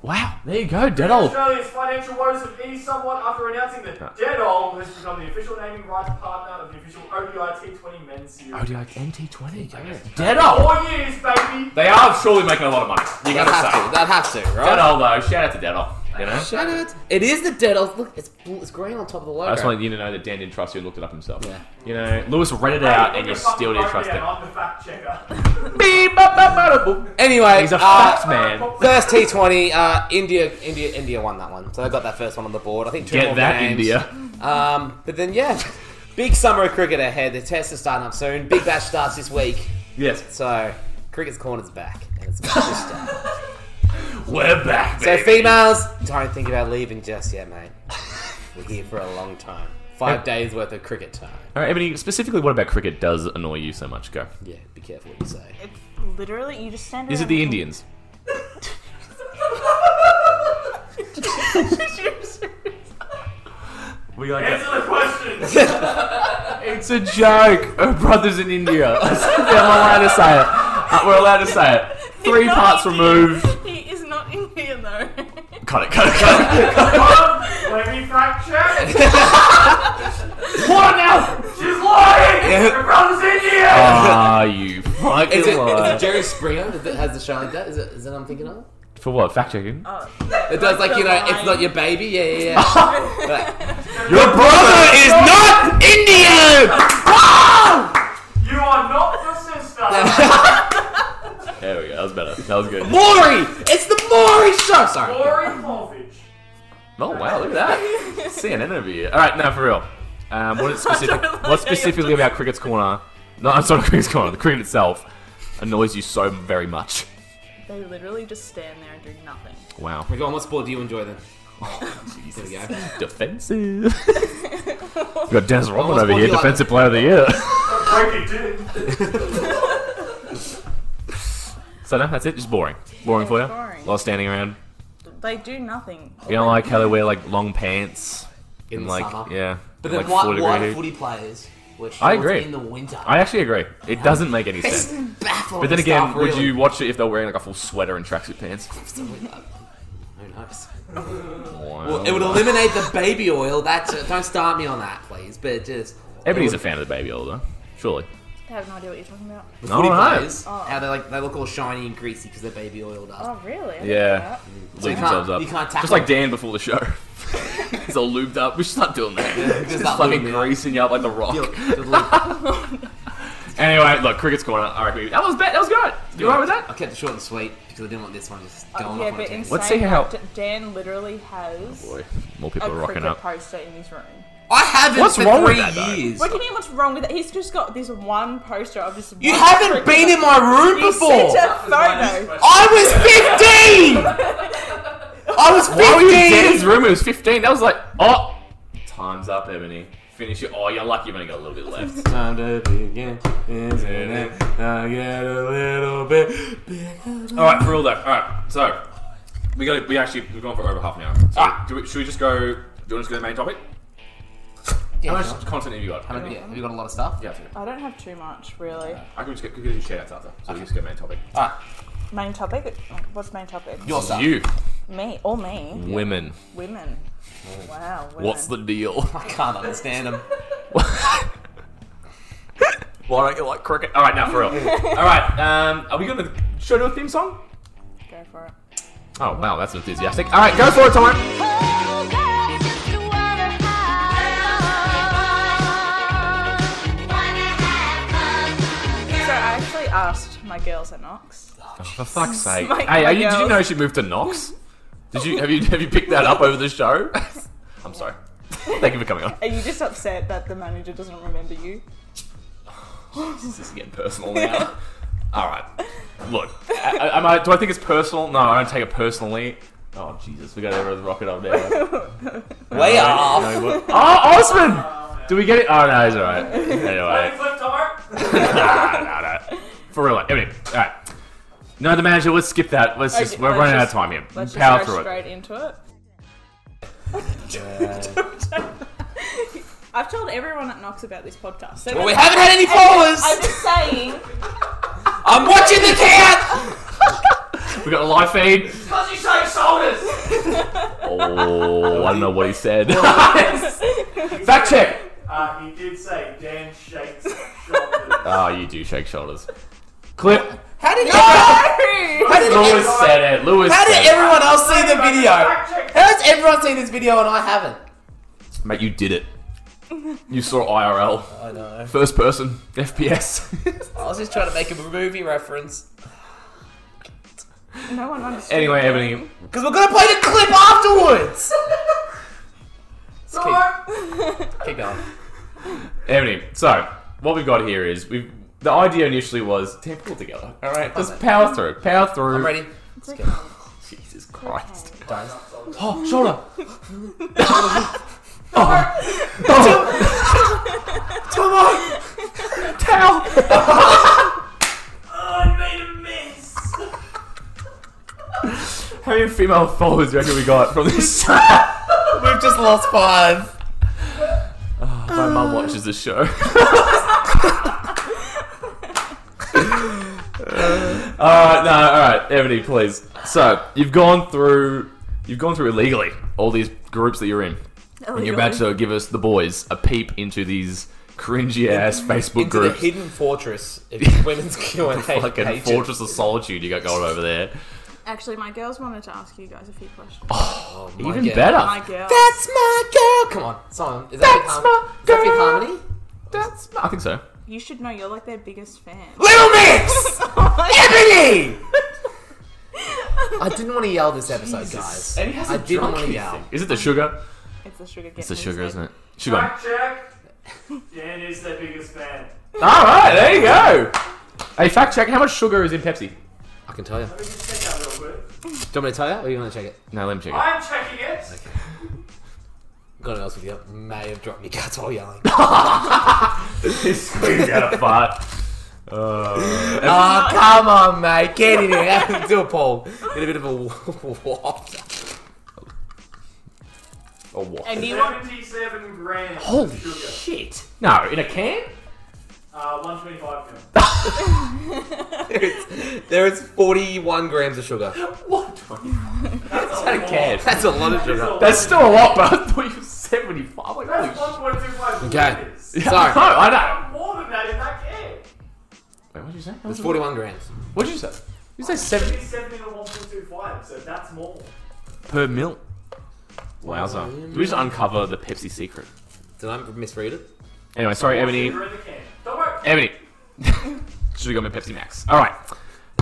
Speaker 2: wow, there you go, dead old.
Speaker 6: Australia's financial woes have eased somewhat after announcing that Deadall has become the official naming rights partner of the official ODI T20 men's series.
Speaker 2: ODI MT20.
Speaker 1: Dead on.
Speaker 6: Four years, baby!
Speaker 13: They are surely making a lot of money. You
Speaker 1: That
Speaker 13: gotta
Speaker 1: has
Speaker 13: say.
Speaker 1: to. That has to, right?
Speaker 13: Dead old though. Shout out to Dead old. You know.
Speaker 1: Shut it. It is the dead off. Look, it's, bl- it's green on top of the logo.
Speaker 13: I just wanted you to know that Dan didn't trust you and looked it up himself.
Speaker 1: Yeah.
Speaker 13: You know, Lewis read it out
Speaker 6: Hey,
Speaker 13: and
Speaker 6: look
Speaker 13: you
Speaker 6: at fucking
Speaker 13: still didn't trust
Speaker 6: Bodie and
Speaker 13: it.
Speaker 6: I'm the fact checker.
Speaker 13: Beep, ba, ba, ba, da, boom.
Speaker 1: Anyway,
Speaker 13: He's a
Speaker 1: uh,
Speaker 13: fact man.
Speaker 1: first T20, uh, India, India, India won that one. So they got that first one on the board. I think two more
Speaker 13: Get that,
Speaker 1: games.
Speaker 13: India.
Speaker 1: Um, but then yeah, big summer of cricket ahead. The test is starting up soon. Big Bash starts this week,
Speaker 13: Yes.
Speaker 1: so cricket's corner's back, and it's about to start.
Speaker 13: We're back,
Speaker 1: So
Speaker 13: baby.
Speaker 1: females, don't think about leaving just yet, mate. We're here for a long time. Five days worth of cricket time.
Speaker 2: All right, Ebony, specifically, what about cricket does annoy you so much? Go.
Speaker 1: Yeah, be careful what you say.
Speaker 4: It's literally, you just stand
Speaker 2: Is it the Indians? We like
Speaker 6: Answer the question!
Speaker 2: It's a joke. Her brother's in India. I'm allowed to say it. Uh, We're allowed to say it. Three parts removed.
Speaker 4: He is not Indian though.
Speaker 2: Cut it, cut it, cut it.
Speaker 6: Let me fact check!
Speaker 2: What now?
Speaker 6: She's lying! Her brother's Indian!
Speaker 2: Ah, you fucking
Speaker 1: Is it, is
Speaker 2: liar.
Speaker 1: it Jerry Springer that has the show like that? Is it, is that I'm thinking of?
Speaker 2: For what? Fact checking?
Speaker 4: Oh.
Speaker 1: It does like, you know, it's not your baby. Yeah, yeah, yeah. But-
Speaker 2: Your brother is not Indian!
Speaker 6: You are not the sister!
Speaker 2: There we go. That was better. That was good.
Speaker 1: Maury! It's the Maury show! Sorry.
Speaker 6: Corey Povich.
Speaker 2: Oh, wow. Look at that. CNN over here. All right, now for real. Um, what, is specific,
Speaker 4: don't like
Speaker 2: what specifically about Cricket's Corner? No, I'm sorry, Cricket's Corner. The cricket itself annoys you so very much.
Speaker 4: They literally just stand there and do nothing.
Speaker 2: Wow.
Speaker 1: Go on, what sport do you enjoy then?
Speaker 2: Jesus.
Speaker 1: There we go.
Speaker 2: defensive. we got Dennis Rodman
Speaker 1: Almost
Speaker 2: over here,
Speaker 1: body like-
Speaker 2: defensive player of the year.
Speaker 6: Break it, dude.
Speaker 2: so no, that's it. Just boring, boring for you.
Speaker 4: boring.
Speaker 2: A lot of standing around.
Speaker 4: They do nothing.
Speaker 2: You don't like how they wear like long pants
Speaker 1: In
Speaker 2: and
Speaker 1: the
Speaker 2: like
Speaker 1: summer.
Speaker 2: yeah.
Speaker 1: But
Speaker 2: and,
Speaker 1: then
Speaker 2: like,
Speaker 1: why,
Speaker 2: 40
Speaker 1: why
Speaker 2: degree heat.
Speaker 1: footy players were
Speaker 2: I
Speaker 1: shorts
Speaker 2: agree.
Speaker 1: in the winter?
Speaker 2: I actually agree. It doesn't make any
Speaker 1: It's
Speaker 2: sense.
Speaker 1: baffling
Speaker 2: But then again,
Speaker 1: stuff,
Speaker 2: would
Speaker 1: really.
Speaker 2: you watch it if they were wearing like a full sweater and tracksuit pants?
Speaker 1: Who knows?
Speaker 2: Wow.
Speaker 1: It would eliminate the baby oil. That's it. Don't start me on that, please. But just
Speaker 2: Everybody's a fan of the baby oil though, surely.
Speaker 4: I have no idea what you're talking about.
Speaker 1: the footy
Speaker 2: Oh, right.
Speaker 1: players. How they like they look all shiny and greasy because they're baby oiled up.
Speaker 4: Oh, really?
Speaker 2: Yeah.
Speaker 1: you
Speaker 2: Lube
Speaker 1: can't-
Speaker 2: themselves up.
Speaker 1: you can't
Speaker 2: Just
Speaker 1: tackle-
Speaker 2: like Dan before the show. He's all lubed up. We should start doing that. just
Speaker 1: start
Speaker 2: fucking
Speaker 1: lubing up.
Speaker 2: greasing you up like the rock.
Speaker 1: Look, good look.
Speaker 2: Anyway, look, cricket's corner. I reckon we- that was bad. That was good. You alright with
Speaker 1: I
Speaker 2: that?
Speaker 1: kept it short and sweet because I didn't want this one just
Speaker 4: Uh,
Speaker 1: going
Speaker 4: yeah,
Speaker 1: off on a
Speaker 4: but
Speaker 1: tangent.
Speaker 4: insane.
Speaker 2: Let's see how-
Speaker 4: D- Dan literally has
Speaker 2: Oh, Boy, more
Speaker 4: a
Speaker 2: people are rocking
Speaker 4: cricket
Speaker 2: up.
Speaker 4: poster in his room.
Speaker 1: I haven't
Speaker 2: What's
Speaker 1: for
Speaker 2: wrong
Speaker 1: three
Speaker 2: with that, though?
Speaker 1: years.
Speaker 4: What do you mean? What's wrong with it? He's just got this one poster of this.
Speaker 1: You haven't been in my room before.
Speaker 4: a photo.
Speaker 1: I was 15. I was 15.
Speaker 2: Why were you in his room? It was 15. That was like, oh, time's up, Ebony. Finish it. Oh, you're lucky you've only got a little bit left.
Speaker 1: Time to begin, isn't it? I get a little bit.
Speaker 13: All right, for all that. All right, so we got
Speaker 2: Ah.
Speaker 13: we actually we've gone for over half an hour. So do we, should we just go? Do you want to just go to the main topic?
Speaker 2: How much content have you got?
Speaker 1: How many- yeah, have you got a lot of stuff?
Speaker 2: Yeah, I do.
Speaker 4: I don't have too much, really.
Speaker 2: I can just get, we can do shout outs after. So we just go main topic.
Speaker 1: Ah,
Speaker 4: Main topic? What's main topic?
Speaker 2: Your stuff.
Speaker 15: You.
Speaker 4: Me. Or me.
Speaker 15: Women.
Speaker 4: Women.
Speaker 1: Mm.
Speaker 4: Wow. Women.
Speaker 15: What's the deal?
Speaker 1: I can't understand them.
Speaker 15: Why don't you like cricket?
Speaker 2: All right, now for real. All right, um, are we gonna should I do a theme song?
Speaker 4: Go for it.
Speaker 2: Oh wow, that's enthusiastic. All right, go for it, Tom.
Speaker 4: So I actually asked my girls at Knox.
Speaker 15: For fuck's sake!
Speaker 4: Smite
Speaker 15: hey,
Speaker 4: my
Speaker 15: are you, did you
Speaker 4: girls.
Speaker 15: know she moved to Knox? Did you have you have you picked that up over the show?
Speaker 2: I'm sorry. Thank you for coming on.
Speaker 4: Are you just upset that the manager doesn't remember you?
Speaker 2: This is getting personal now. All right, look. I, I, am I, do I think it's personal? No, I don't take it personally. Oh Jesus, we got to rock it up now.
Speaker 5: Way off.
Speaker 2: No, what- oh, Osman! Do we get it? Oh no, he's all right. Anyway.
Speaker 6: Flip Tomer.
Speaker 2: nah, nah, nah. For real, anyway. All right. No, the manager. Let's skip that. Let's just.
Speaker 4: Okay,
Speaker 2: We're
Speaker 4: let's
Speaker 2: running
Speaker 4: just-
Speaker 2: out of time here.
Speaker 4: Let's
Speaker 2: Power
Speaker 4: just go
Speaker 2: through it.
Speaker 4: straight into it. I've told everyone at Knox about this podcast. So
Speaker 5: Well, we haven't had any followers.
Speaker 4: I'm just saying.
Speaker 5: I'm watching the count.
Speaker 2: We got a live feed.
Speaker 6: Because you say shoulders.
Speaker 2: Oh, I don't know what he said. Fact check.
Speaker 6: Uh, he did say Dan shakes shoulders.
Speaker 2: Oh, you do shake shoulders. Clip.
Speaker 5: How did,
Speaker 2: Lewis said it. Lewis
Speaker 1: How
Speaker 2: said
Speaker 1: did
Speaker 2: it.
Speaker 1: everyone else see the video? How
Speaker 6: Fact check.
Speaker 1: has everyone seen this video and I haven't?
Speaker 2: Mate, you did it. You saw IRL.
Speaker 1: I know.
Speaker 2: First person, FPS.
Speaker 1: I was just trying to make a movie reference.
Speaker 4: No one understands.
Speaker 2: anyway, Ebony.
Speaker 1: Because we're going to play the clip afterwards!
Speaker 6: Tomer.
Speaker 1: Keep going.
Speaker 2: Ebony, so, what we've got here is we've. The idea initially was team pull together. All right, just power through, power through.
Speaker 1: I'm ready.
Speaker 2: Jesus Christ!
Speaker 1: Guys.
Speaker 2: Oh, shoulder.
Speaker 6: Oh, you made a miss.
Speaker 2: How many female followers do you reckon we got from this?
Speaker 1: We've just lost five.
Speaker 2: Oh, My mum watches this show. Alright, no, alright, Ebony, please. So, you've gone through you've gone through illegally all these groups that you're in. And you're about to give us the boys a peep into these cringy ass Facebook
Speaker 1: Into
Speaker 2: groups.
Speaker 1: the hidden fortress of women's Q&A
Speaker 2: Fucking
Speaker 1: pages.
Speaker 2: Fortress of Solitude you got going over there.
Speaker 4: Actually, my girls wanted to ask you guys a few questions.
Speaker 1: Oh, my
Speaker 2: Even
Speaker 1: God.
Speaker 4: My
Speaker 2: better.
Speaker 4: girls.
Speaker 1: That's my girl! Come on, song. Is that
Speaker 2: That's
Speaker 1: Fifth
Speaker 2: my
Speaker 1: Harmony? Is that Fifth
Speaker 2: girl.
Speaker 1: Harmony?
Speaker 2: That's I think so.
Speaker 4: You should know you're like their biggest fan.
Speaker 1: Little Mix! Ebony! I didn't want to yell this episode, guys.
Speaker 2: And he
Speaker 1: I didn't want to yell.
Speaker 2: Is it the sugar?
Speaker 4: It's the sugar.
Speaker 2: It's the sugar, isn't it? Sugar.
Speaker 6: Fact check. Dan is their biggest fan.
Speaker 2: Alright, there you go. Hey, fact check, how much sugar is in Pepsi?
Speaker 1: I can tell you. Do
Speaker 6: Let me just check that real quick.
Speaker 1: you want me to tell you or you want to check it?
Speaker 2: No, let me check it.
Speaker 6: I'm checking it.
Speaker 1: Got it else with you. May have dropped me guts while yelling.
Speaker 2: He squeezed out a fart. Uh,
Speaker 1: Ah, come on, mate. Get in here. Do a poll. Get a bit of a waft.
Speaker 2: or what?
Speaker 4: And you want?
Speaker 6: Seventy-seven grams.
Speaker 2: Holy
Speaker 6: of sugar.
Speaker 2: shit! No, in a can?
Speaker 6: Uh, one twenty-five grams.
Speaker 1: There is 41 grams of sugar.
Speaker 2: What?
Speaker 6: That's
Speaker 2: In a can.
Speaker 1: That's a lot of
Speaker 6: That's
Speaker 1: sugar.
Speaker 6: a
Speaker 2: That's
Speaker 6: lot.
Speaker 2: still a lot, but I thought you were 75. Like, holy
Speaker 6: That's
Speaker 2: shit.
Speaker 6: one point two five
Speaker 1: Okay.
Speaker 6: liters.
Speaker 2: No,
Speaker 1: Sorry.
Speaker 2: I know.
Speaker 6: More than that in that can.
Speaker 2: Wait, what did you say?
Speaker 1: It's 41 grams.
Speaker 2: What did you say? You say 70
Speaker 6: Seventy-seven in a one point two five, so that's more.
Speaker 2: per mil. Wowza. Did we just uncover the Pepsi secret?
Speaker 1: Did I misread it?
Speaker 2: Anyway, sorry, Ebony.
Speaker 6: Sugar in the can. Don't worry.
Speaker 2: Ebony. Should have got my Pepsi Max. Alright.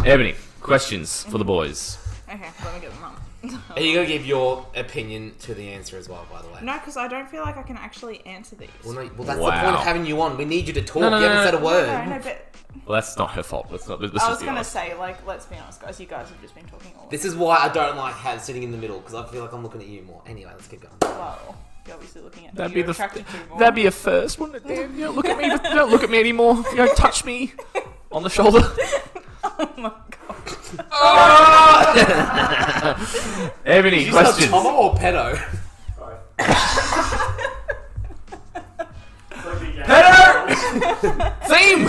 Speaker 2: Ebony, questions for the boys.
Speaker 4: Okay, let me get them up.
Speaker 2: Oh.
Speaker 1: Are you going to give your opinion to the answer as well, by the way?
Speaker 4: No, because I don't feel like I can actually answer these.
Speaker 1: Well, no, well that's the
Speaker 2: Wow.
Speaker 1: point of having you on. We need you to talk.
Speaker 2: No, no,
Speaker 1: you haven't
Speaker 2: no,
Speaker 1: said a
Speaker 2: no.
Speaker 1: word.
Speaker 4: No, no, but
Speaker 2: Well, that's not her fault. That's not. This is
Speaker 4: I was
Speaker 2: the
Speaker 4: gonna
Speaker 2: honest.
Speaker 4: say, like, let's be honest, guys. You guys have just been talking all.
Speaker 1: This is why I don't like ha sitting in the middle because I feel like I'm looking at you more. Anyway, let's keep going.
Speaker 4: Wow. You're obviously looking at. who
Speaker 2: That'd be
Speaker 4: you're
Speaker 2: the
Speaker 4: attracted to more.
Speaker 2: that'd be a first, wouldn't it, Dan? You don't look at me. You don't look at me anymore. You don't touch me on the shoulder.
Speaker 4: Oh my god.
Speaker 2: Ebony,
Speaker 1: Tomo or pedo?
Speaker 6: Sorry.
Speaker 2: Header! Same!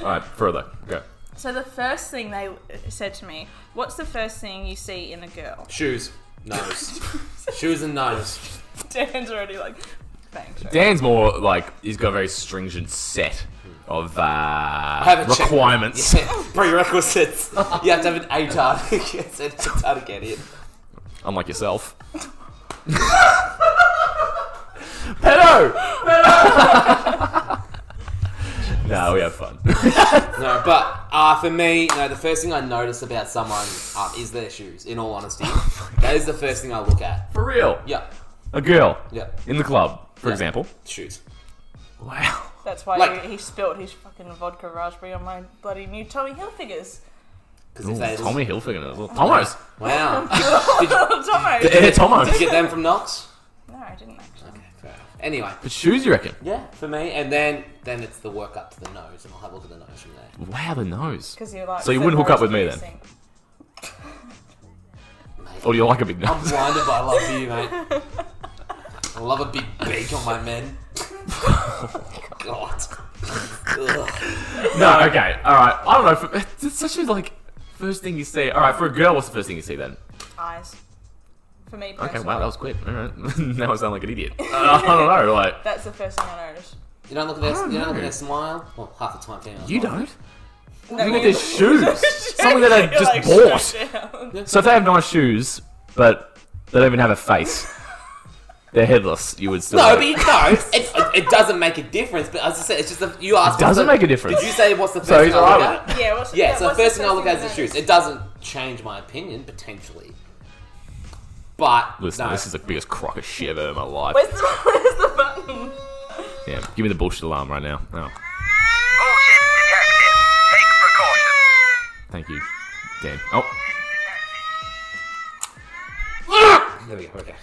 Speaker 2: Alright, further. Go.
Speaker 4: So the first thing they uh, said to me, "What's the first thing you see in a girl?"
Speaker 1: Shoes. Nose. Shoes and nose.
Speaker 4: Dan's already like, thanks. right?
Speaker 2: Dan's more like, he's got a very stringent set of uh,
Speaker 1: have a check-
Speaker 2: requirements.
Speaker 1: Yeah, prerequisites. You have to have an ATAR to get it. ATAR to get it.
Speaker 2: Unlike yourself.
Speaker 15: Pedo!
Speaker 2: No, we have fun.
Speaker 1: No, but uh, for me, no, the first thing I notice about someone um, is their shoes, in all honesty.
Speaker 2: Oh
Speaker 1: that is the first thing I look at.
Speaker 2: For real.
Speaker 1: Yeah,
Speaker 2: A girl
Speaker 1: yeah,
Speaker 2: in the club, for
Speaker 1: Yeah.
Speaker 2: example.
Speaker 1: shoes.
Speaker 2: Wow.
Speaker 4: That's why
Speaker 1: Like-
Speaker 4: he, he spilled his fucking vodka raspberry on my bloody new Tommy Hilfigers.
Speaker 1: Because if
Speaker 2: Ooh,
Speaker 1: they
Speaker 2: Tommy Hilfiger. as well. Tomo's.
Speaker 1: Wow.
Speaker 4: Tomo.
Speaker 2: Yeah, Tomo's.
Speaker 1: Did you get them from Knox?
Speaker 4: No, I didn't actually.
Speaker 1: Fair enough. Anyway,
Speaker 2: But shoes, you reckon?
Speaker 1: yeah, for me, and then then it's the work up to the nose, and I'll have a look at the nose from there.
Speaker 2: Wow, the nose.
Speaker 4: Because you're like.
Speaker 2: So you wouldn't hook up with me
Speaker 4: Morris
Speaker 2: then?
Speaker 4: precinct.
Speaker 2: Or do you Oh, like a big
Speaker 1: I'm
Speaker 2: nose?
Speaker 1: blinded by love for you, mate. I love a big beak on my men. God. Ugh.
Speaker 2: no, okay, all right. I don't know. For, it's such a like first thing you see. All right, for a girl, what's the first thing you see then?
Speaker 4: Eyes. For me.
Speaker 2: Okay,
Speaker 4: personally,
Speaker 2: wow, that was quick. All right, now I sound like an idiot. Uh, I don't know. Like
Speaker 4: That's the first thing I noticed.
Speaker 1: You don't look at their,
Speaker 2: don't
Speaker 1: you don't look
Speaker 2: know.
Speaker 1: at their smile. Well, half the time, female.
Speaker 2: you don't.
Speaker 4: No,
Speaker 2: Look at
Speaker 4: you-
Speaker 2: their shoes. Something that I
Speaker 4: You're
Speaker 2: just
Speaker 4: like,
Speaker 2: bought.
Speaker 4: "Shut down."
Speaker 2: So if they have nice shoes, but they don't even have a face, they're headless. You would still.
Speaker 1: No,
Speaker 2: have-
Speaker 1: but you know, it, it, it doesn't make a difference. But as I said, it's just a, you asked.
Speaker 2: doesn't
Speaker 1: what's the-
Speaker 2: make a difference.
Speaker 1: Did you say what's the first
Speaker 2: So he's
Speaker 1: thing I
Speaker 2: alright
Speaker 1: look at?
Speaker 4: Yeah. What's,
Speaker 1: Yeah, so
Speaker 4: what's
Speaker 1: the first thing I look at is the
Speaker 4: you
Speaker 1: shoes.
Speaker 4: notice?
Speaker 1: It doesn't change my opinion potentially, but
Speaker 2: Listen,
Speaker 1: no.
Speaker 2: this is the biggest crock of shit I've ever in my life.
Speaker 4: Where's the, where's the button?
Speaker 2: Yeah, give me the bullshit alarm right now. Oh,
Speaker 7: Bullshit detected. Take precautions.
Speaker 2: thank you, Dan. Oh,
Speaker 1: there we go. Okay.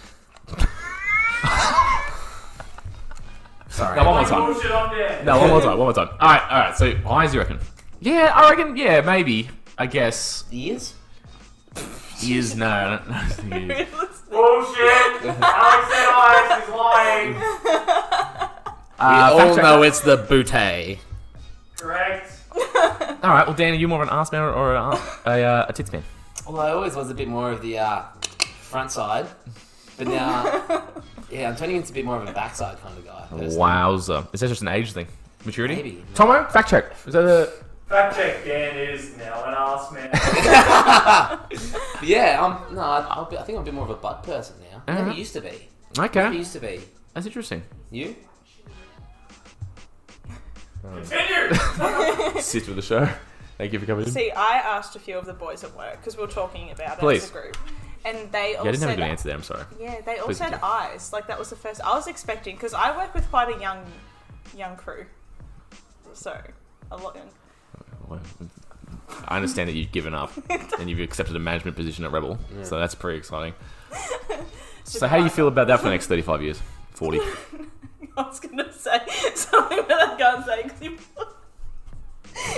Speaker 2: no, one more time.
Speaker 6: Bullshit on there.
Speaker 2: No, one more time, one more time. All right, all right. So eyes, you reckon? Yeah, I reckon. Yeah, maybe. I guess
Speaker 1: Ears.
Speaker 2: ears. No, I don't, I don't think ears.
Speaker 6: Bullshit. Alex said eyes. He's lying.
Speaker 2: Uh, fact check.
Speaker 1: it's the bootay.
Speaker 6: Correct.
Speaker 2: All right. Well, Dan, are you more of an ass man or, or a, a, uh, a tits man?
Speaker 1: Well, I always was a bit more of the uh, front side, but now, yeah, I'm turning into a bit more of a backside kind of guy. personally.
Speaker 2: Wowza! Is that just an age thing? Maturity?
Speaker 1: Maybe.
Speaker 2: Tomo, fact check. Is that a?
Speaker 6: Fact check. Dan is now an ass man.
Speaker 1: But yeah, I'm. No, I, I'll be, I think I'm a bit more of a butt person now. I never
Speaker 2: Alright.
Speaker 1: used to be. I
Speaker 2: Okay,
Speaker 1: used to be.
Speaker 2: that's interesting.
Speaker 1: You?
Speaker 6: Continue.
Speaker 2: Sit with the show. Thank you for coming in.
Speaker 4: See, I asked a few of the boys at work because we were talking about it
Speaker 2: Please.
Speaker 4: as a group, and they all
Speaker 2: yeah, I didn't have a
Speaker 4: said,
Speaker 2: good answer there. I'm sorry.
Speaker 4: "Yeah, they all
Speaker 2: Please
Speaker 4: said
Speaker 2: do.
Speaker 4: eyes." Like that was the first I was expecting because I work with quite a young, young crew, so a lot. young-
Speaker 2: Well, I understand that you've given up and you've accepted a management position at Rebel, so that's pretty exciting. so, how do you feel about that for the next 35 years? 40.
Speaker 4: I was gonna say something that I can't say because you.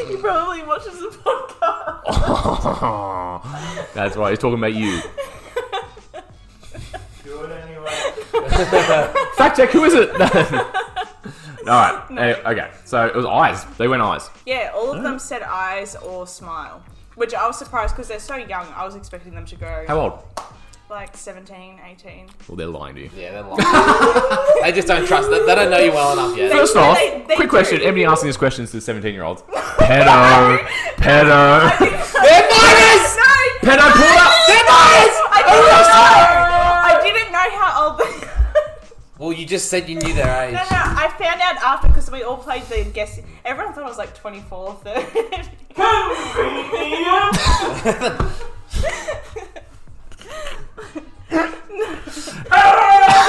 Speaker 4: He probably watches the podcast.
Speaker 2: That's right. He's talking about you.
Speaker 6: Do it anyway.
Speaker 2: Fact check. Who is it? All right. eh, okay. So it was eyes. They went eyes.
Speaker 4: Yeah, all of them said eyes or smile, which I was surprised because they're so young. I was expecting them to go
Speaker 2: How old?
Speaker 4: like 17, 18.
Speaker 2: Well, they're lying to you.
Speaker 1: Yeah, they're lying. they just don't trust. They, they don't know you well enough yet.
Speaker 2: First off,
Speaker 4: They- they
Speaker 2: quick
Speaker 4: do.
Speaker 2: question. Everybody asking these questions to 17 year olds. Pedo. Pedo.
Speaker 1: They're minors!
Speaker 4: No, no,
Speaker 2: Pedo, pull up.
Speaker 1: They're minors!
Speaker 4: I didn't know. I didn't know how old. They...
Speaker 1: Well, you just said you knew their
Speaker 4: no, no,
Speaker 1: age.
Speaker 4: I found out after because we all played the guess. Everyone thought I was like 24, 30.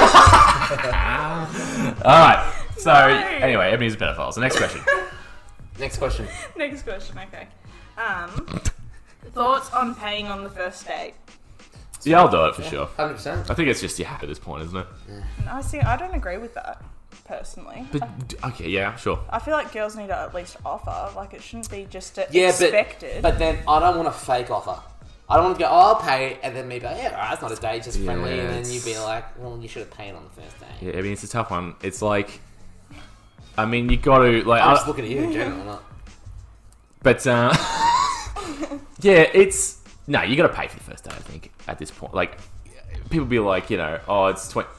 Speaker 2: All right. So anyway, Ebony's a pedophile. So next question.
Speaker 1: Next question.
Speaker 4: Next question. Okay. Um, thoughts on paying on the first date?
Speaker 2: Yeah, I'll do it for sure.
Speaker 1: 100%.
Speaker 2: I think it's just you have at this point, isn't it?
Speaker 4: I see. I don't agree with that personally.
Speaker 2: But d- okay, yeah, sure.
Speaker 4: I feel like girls need to at least offer. Like it shouldn't be just a
Speaker 1: Yeah,
Speaker 4: expected.
Speaker 1: but, but then I don't want a fake offer. I don't want to go, oh, I'll pay, and then me be like, yeah, alright, it's not a date, just friendly,
Speaker 2: Yeah,
Speaker 1: and then
Speaker 2: it's-
Speaker 1: you'd be like, well, you should have paid on the first date.
Speaker 2: Yeah, I mean it's a tough one. It's like I mean, you got to like.
Speaker 1: I'm
Speaker 2: I-
Speaker 1: just looking at you in general. Not.
Speaker 2: But uh, yeah, it's no. You got to pay for the first day. I think at this point, like people be like, you know, oh, it's twenty.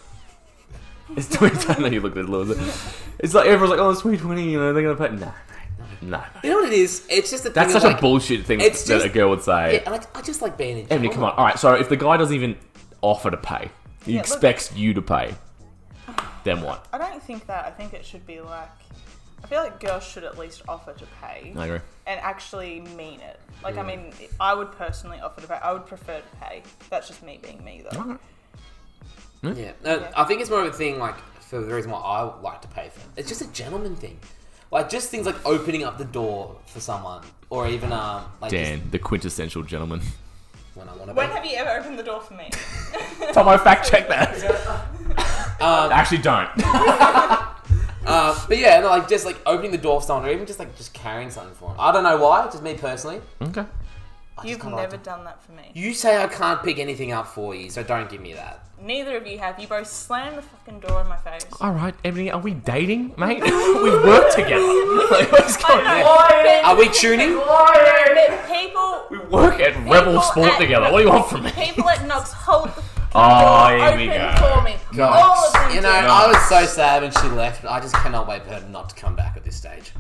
Speaker 2: It's twenty. I know you look at the loser. It's like everyone's like, oh, it's twenty twenty. You know, they're gonna pay. No, no, no.
Speaker 1: You know what it is? It's just the
Speaker 2: That's
Speaker 1: thing of,
Speaker 2: such
Speaker 1: like,
Speaker 2: a bullshit thing
Speaker 1: it's
Speaker 2: that
Speaker 1: just-
Speaker 2: a girl would say.
Speaker 1: Yeah, I like, I just like being in.
Speaker 2: Emily,
Speaker 1: general.
Speaker 2: come on. All right, so if the guy doesn't even offer to pay, he
Speaker 4: Yeah, look-
Speaker 2: expects you to pay. Then what?
Speaker 4: I don't think that. I think it should be like. I feel like girls should at least offer to pay.
Speaker 2: I agree.
Speaker 4: And actually mean it. Like, I mean, I would personally offer to pay. I would prefer to pay. That's just me being me, though.
Speaker 1: Yeah, no, I think it's more of a thing like for the reason why I like to pay for it. It's just a gentleman thing, like just things like opening up the door for someone, or even um like just
Speaker 2: Dan, the quintessential gentleman.
Speaker 1: when I want to.
Speaker 4: When have you ever opened the door for me?
Speaker 2: Tomo, fact check that. Actually, don't.
Speaker 1: Uh, but yeah, no, like just like opening the door for someone, or even just like just carrying something for them. I don't know why, just me personally.
Speaker 2: okay.
Speaker 1: I just
Speaker 4: You've
Speaker 1: kinda like
Speaker 4: never
Speaker 1: to-
Speaker 4: done that for me.
Speaker 1: You say I can't pick anything up for you, so don't give me that.
Speaker 4: Neither of you have. You both slammed the fucking door in my face.
Speaker 2: All right, Emily, are we dating, mate? we work together. Like, what's going
Speaker 4: I
Speaker 2: on?
Speaker 4: know,
Speaker 1: Are we tuning?
Speaker 4: but- but people.
Speaker 2: We work at Rebel
Speaker 4: People
Speaker 2: Sport
Speaker 4: at-
Speaker 2: together. What do you want from me?
Speaker 4: People at Knox hold the
Speaker 2: Oh,
Speaker 4: door
Speaker 2: here we
Speaker 4: open for
Speaker 2: go.
Speaker 4: me. All of them
Speaker 1: You know,
Speaker 4: did.
Speaker 1: I was so sad when she left, but I just cannot wait for her not to come back at this stage.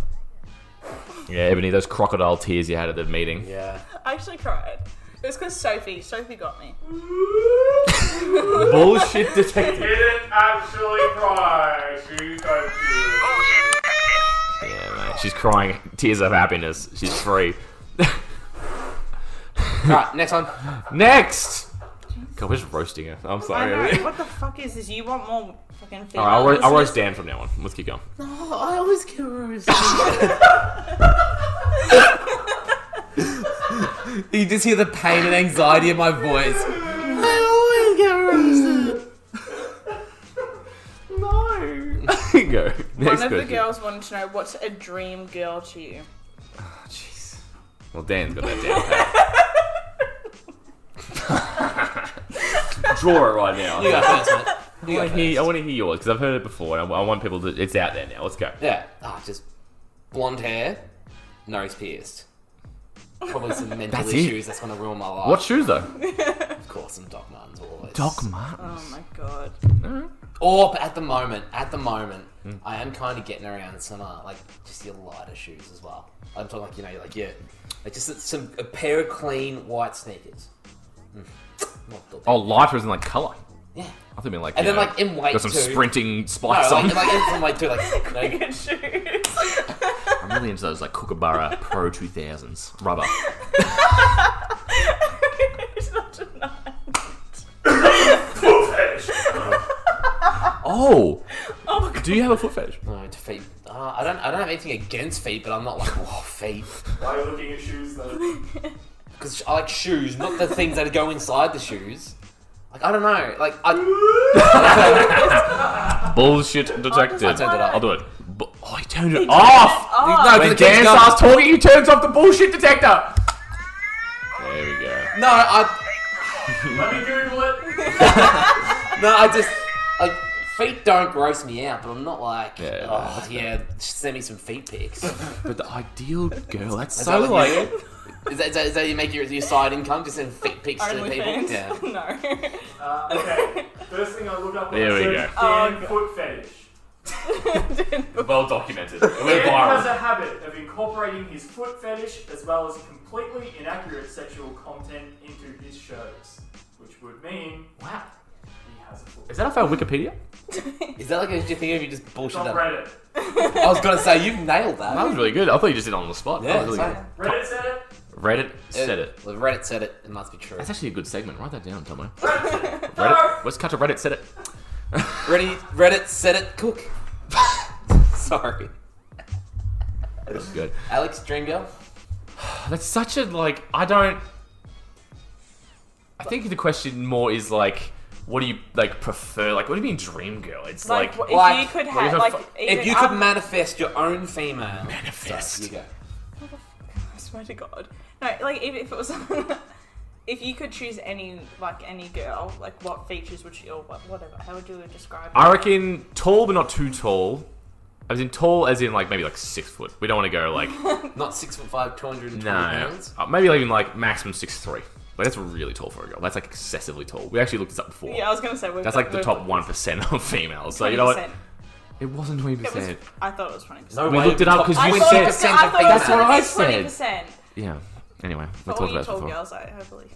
Speaker 2: Yeah, Ebony, those crocodile tears you had at the meeting.
Speaker 1: Yeah.
Speaker 4: I actually cried. It was because Sophie. Sophie got me.
Speaker 2: Oh, Bullshit detective.
Speaker 6: Didn't actually cry. She got you.
Speaker 2: Yeah, mate. She's crying tears of happiness. She's free.
Speaker 1: Alright, next one.
Speaker 2: Next! God, we're just roasting her. I'm
Speaker 4: I
Speaker 2: sorry.
Speaker 4: know.
Speaker 2: Emily.
Speaker 4: What the fuck is this? You want more fucking female?
Speaker 2: Alright, I'll, ro- I'll roast
Speaker 4: listeners?
Speaker 2: Dan from now on. Let's keep going.
Speaker 1: Oh, I always get rose. you just hear the pain and anxiety in my voice. I always get roasted.
Speaker 2: go. Next
Speaker 4: One of the
Speaker 2: question.
Speaker 4: girls wanted to know what's a dream girl to you.
Speaker 2: Jeez. Well, Dan's got that down. pat. Draw it right now.
Speaker 1: You go first, mate.
Speaker 2: I want
Speaker 1: You go
Speaker 2: to
Speaker 1: first.
Speaker 2: hear, I want to hear yours because I've heard it before. And I, I want people to. It's out there now. Let's go.
Speaker 1: Yeah. Ah, just blonde hair, nose pierced. Probably some mental
Speaker 2: That's it.
Speaker 1: issues that's gonna ruin my life.
Speaker 2: What shoes though?
Speaker 1: Of course, some Doc Martens will always.
Speaker 2: Martens.
Speaker 4: Oh my god.
Speaker 1: Or but at the moment, at the moment,
Speaker 2: Hmm.
Speaker 1: I am kind of getting around some uh, like just your lighter shoes as well. I'm talking like you know like yeah, like just some a pair of clean white sneakers. Mm. Not the-
Speaker 2: Oh, lighter isn't like color.
Speaker 1: Yeah.
Speaker 2: I think like.
Speaker 1: And
Speaker 2: you
Speaker 1: then,
Speaker 2: know,
Speaker 1: like, in white
Speaker 2: Got some
Speaker 1: too.
Speaker 2: sprinting
Speaker 1: No,
Speaker 2: spikes on.
Speaker 1: like, like, it's from, like, dude, like, no,
Speaker 4: Good shoes.
Speaker 2: I'm really into those like Kookaburra Pro 2000s rubber.
Speaker 4: it's not tonight.
Speaker 2: Oh,
Speaker 4: Oh my god.
Speaker 2: do you have a foot fetish?
Speaker 1: no, to feet. Uh, I don't, I don't have anything against feet, but I'm not like, oh, feet,
Speaker 6: Why are you looking at shoes though?
Speaker 1: because I like shoes, not the things that go inside the shoes. Like, I don't know, like, I.
Speaker 2: Bullshit detective.
Speaker 4: I turned it off.
Speaker 2: I'll do it. Bu- oh, he turned it off.
Speaker 4: Oh,
Speaker 1: No,
Speaker 2: When
Speaker 1: the kid's
Speaker 2: Dan
Speaker 1: gone.
Speaker 2: starts talking, he turns off the bullshit detector. There we go.
Speaker 1: No, I.
Speaker 6: Let me Google it.
Speaker 1: No, I just like feet don't gross me out, but I'm not like,
Speaker 2: Yeah, yeah,
Speaker 1: oh yeah, just send me some feet pics. Is
Speaker 2: But the ideal girl, that's
Speaker 1: that
Speaker 2: so
Speaker 1: what
Speaker 2: like.
Speaker 1: you do? Is that, is that, is that you make your, your side income? Just send feet pics to people.
Speaker 4: OnlyFans?
Speaker 1: Yeah.
Speaker 4: no.
Speaker 6: Uh, okay. First thing I look up when
Speaker 2: There
Speaker 6: I
Speaker 2: we
Speaker 6: search
Speaker 2: go.
Speaker 6: Dan foot fetish.
Speaker 2: Well documented. It went
Speaker 6: Dan has
Speaker 2: viral.
Speaker 6: a habit of incorporating his foot fetish as well as completely inaccurate sexual content into his shows, which would mean
Speaker 2: Wow.
Speaker 6: he has a foot.
Speaker 2: Is that off our Wikipedia?
Speaker 1: Is that like a you think if you just
Speaker 6: It's
Speaker 1: bullshit
Speaker 6: on
Speaker 1: that?
Speaker 6: Reddit.
Speaker 1: I was gonna say you've nailed that.
Speaker 2: That was really good. I thought you just did it on the spot.
Speaker 1: yeah,
Speaker 2: That was really
Speaker 1: so-
Speaker 6: Reddit said it.
Speaker 2: good. Reddit said it.
Speaker 1: Well, Reddit said it. It must be true.
Speaker 2: That's actually a good segment. Write that down, Tomo. Reddit. Let's catch a Reddit said it.
Speaker 1: Ready? Reddit said it. Cook. Sorry,
Speaker 2: That was good.
Speaker 1: Alex Dreamgirl.
Speaker 2: That's such a like. I don't. I think the question more is like, what do you like prefer? Like, what do you mean, dream girl? It's like,
Speaker 4: Like, if you
Speaker 1: like,
Speaker 4: could
Speaker 2: what if
Speaker 4: have,
Speaker 2: I
Speaker 4: like, um,
Speaker 2: fu-
Speaker 1: If
Speaker 4: even-
Speaker 1: you could
Speaker 4: I'm-
Speaker 1: manifest your own female,
Speaker 2: manifest.
Speaker 1: you go.
Speaker 4: I swear to God. No, like if, if it was, if you could choose any like any girl, like what features would you or what, whatever? How would you describe?
Speaker 2: I reckon tall but not too tall. I was in tall, as in like maybe like six foot. We don't want to go like
Speaker 1: Not six foot five, two hundred and
Speaker 2: no,
Speaker 1: twenty pounds.
Speaker 2: Uh, maybe even like maximum six three. Like that's really tall for a girl. That's like excessively tall. We actually looked this up before.
Speaker 4: Yeah, I was gonna say we've
Speaker 2: that's
Speaker 4: got-
Speaker 2: like the
Speaker 4: we've-
Speaker 2: top one percent of females. So you know what?
Speaker 4: 20%.
Speaker 2: It wasn't twenty
Speaker 4: It was,
Speaker 2: percent.
Speaker 4: I thought it was twenty percent.
Speaker 1: No
Speaker 2: We
Speaker 1: way,
Speaker 2: looked it
Speaker 1: the
Speaker 2: up
Speaker 1: top
Speaker 2: 'cause you
Speaker 4: I
Speaker 1: 20%
Speaker 4: thought it
Speaker 2: said-
Speaker 1: of
Speaker 4: was, I thought it was
Speaker 2: That's what I
Speaker 4: Twenty
Speaker 2: said.
Speaker 4: percent.
Speaker 2: Yeah. Anyway, we
Speaker 4: For
Speaker 2: talked
Speaker 4: all you
Speaker 2: about this
Speaker 4: tall
Speaker 2: before.
Speaker 4: girls, I hopefully.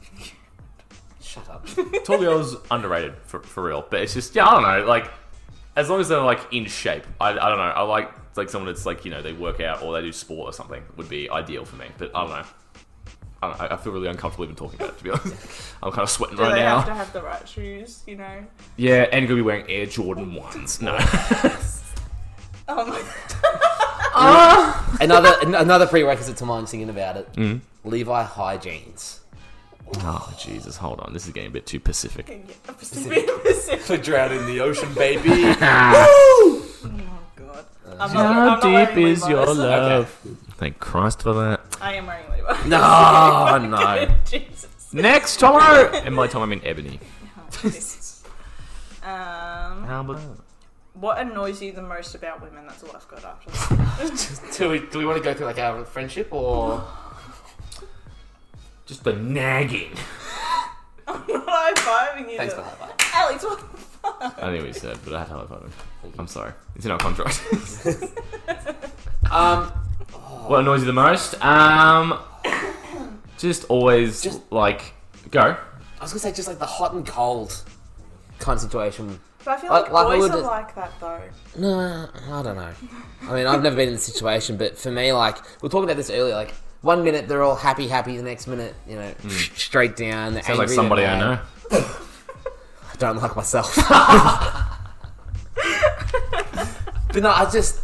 Speaker 1: Shut up.
Speaker 2: tall girls underrated for, for real, but it's just yeah, I don't know. Like as long as they're like in shape, I, I don't know. I like like someone that's like you know they work out or they do sport or something would be ideal for me. But I don't know. I, don't know. I feel really uncomfortable even talking about it. To be honest, I'm kind of sweating
Speaker 4: Do
Speaker 2: right
Speaker 4: they
Speaker 2: now.
Speaker 4: have to have the right shoes? You know.
Speaker 2: Yeah, and gonna be wearing Air Jordan ones. No.
Speaker 4: Oh my.
Speaker 1: another an- another prerequisite to mine thinking about it.
Speaker 2: Mm.
Speaker 1: Levi high jeans.
Speaker 2: oh Jesus, hold on. This is getting a bit too Pacific.
Speaker 4: Pacific. Pacific.
Speaker 1: Drown in the ocean, baby.
Speaker 2: Ah.
Speaker 4: God.
Speaker 2: Uh,
Speaker 4: I'm not, I'm not wearing Levi's.
Speaker 2: Thank Christ for that.
Speaker 4: I am wearing Levi's.
Speaker 2: No, no.
Speaker 4: Jesus.
Speaker 2: Next tomorrow, and by the time I'm in Ebony.
Speaker 4: Um,
Speaker 2: How about?
Speaker 4: what annoys you the most about women? That's all I've got after. that.
Speaker 1: do we do we want to go through like our friendship or
Speaker 2: Just the nagging.
Speaker 4: I'm not high-fiving you.
Speaker 1: thanks for
Speaker 4: though.
Speaker 1: that? bye.
Speaker 4: Alex, what the fuck?
Speaker 2: I don't know what you said, but I had to high five him. I'm sorry. It's in our contract.
Speaker 1: Um,
Speaker 2: what annoys you the most? Um, just always
Speaker 1: Just-
Speaker 2: like go.
Speaker 1: I was gonna say just like the hot and cold kind of situation.
Speaker 4: But I feel
Speaker 1: Like-
Speaker 4: like,
Speaker 1: like I
Speaker 4: boys
Speaker 1: would-
Speaker 4: are like that though.
Speaker 1: Nah, I don't know. I mean, I've never been in this situation, but for me, like we were talking about this earlier, like. One minute they're all happy, happy. The next minute, you know, straight down.
Speaker 2: Hmm. Sounds like somebody I know.
Speaker 1: I don't like myself. but no, I just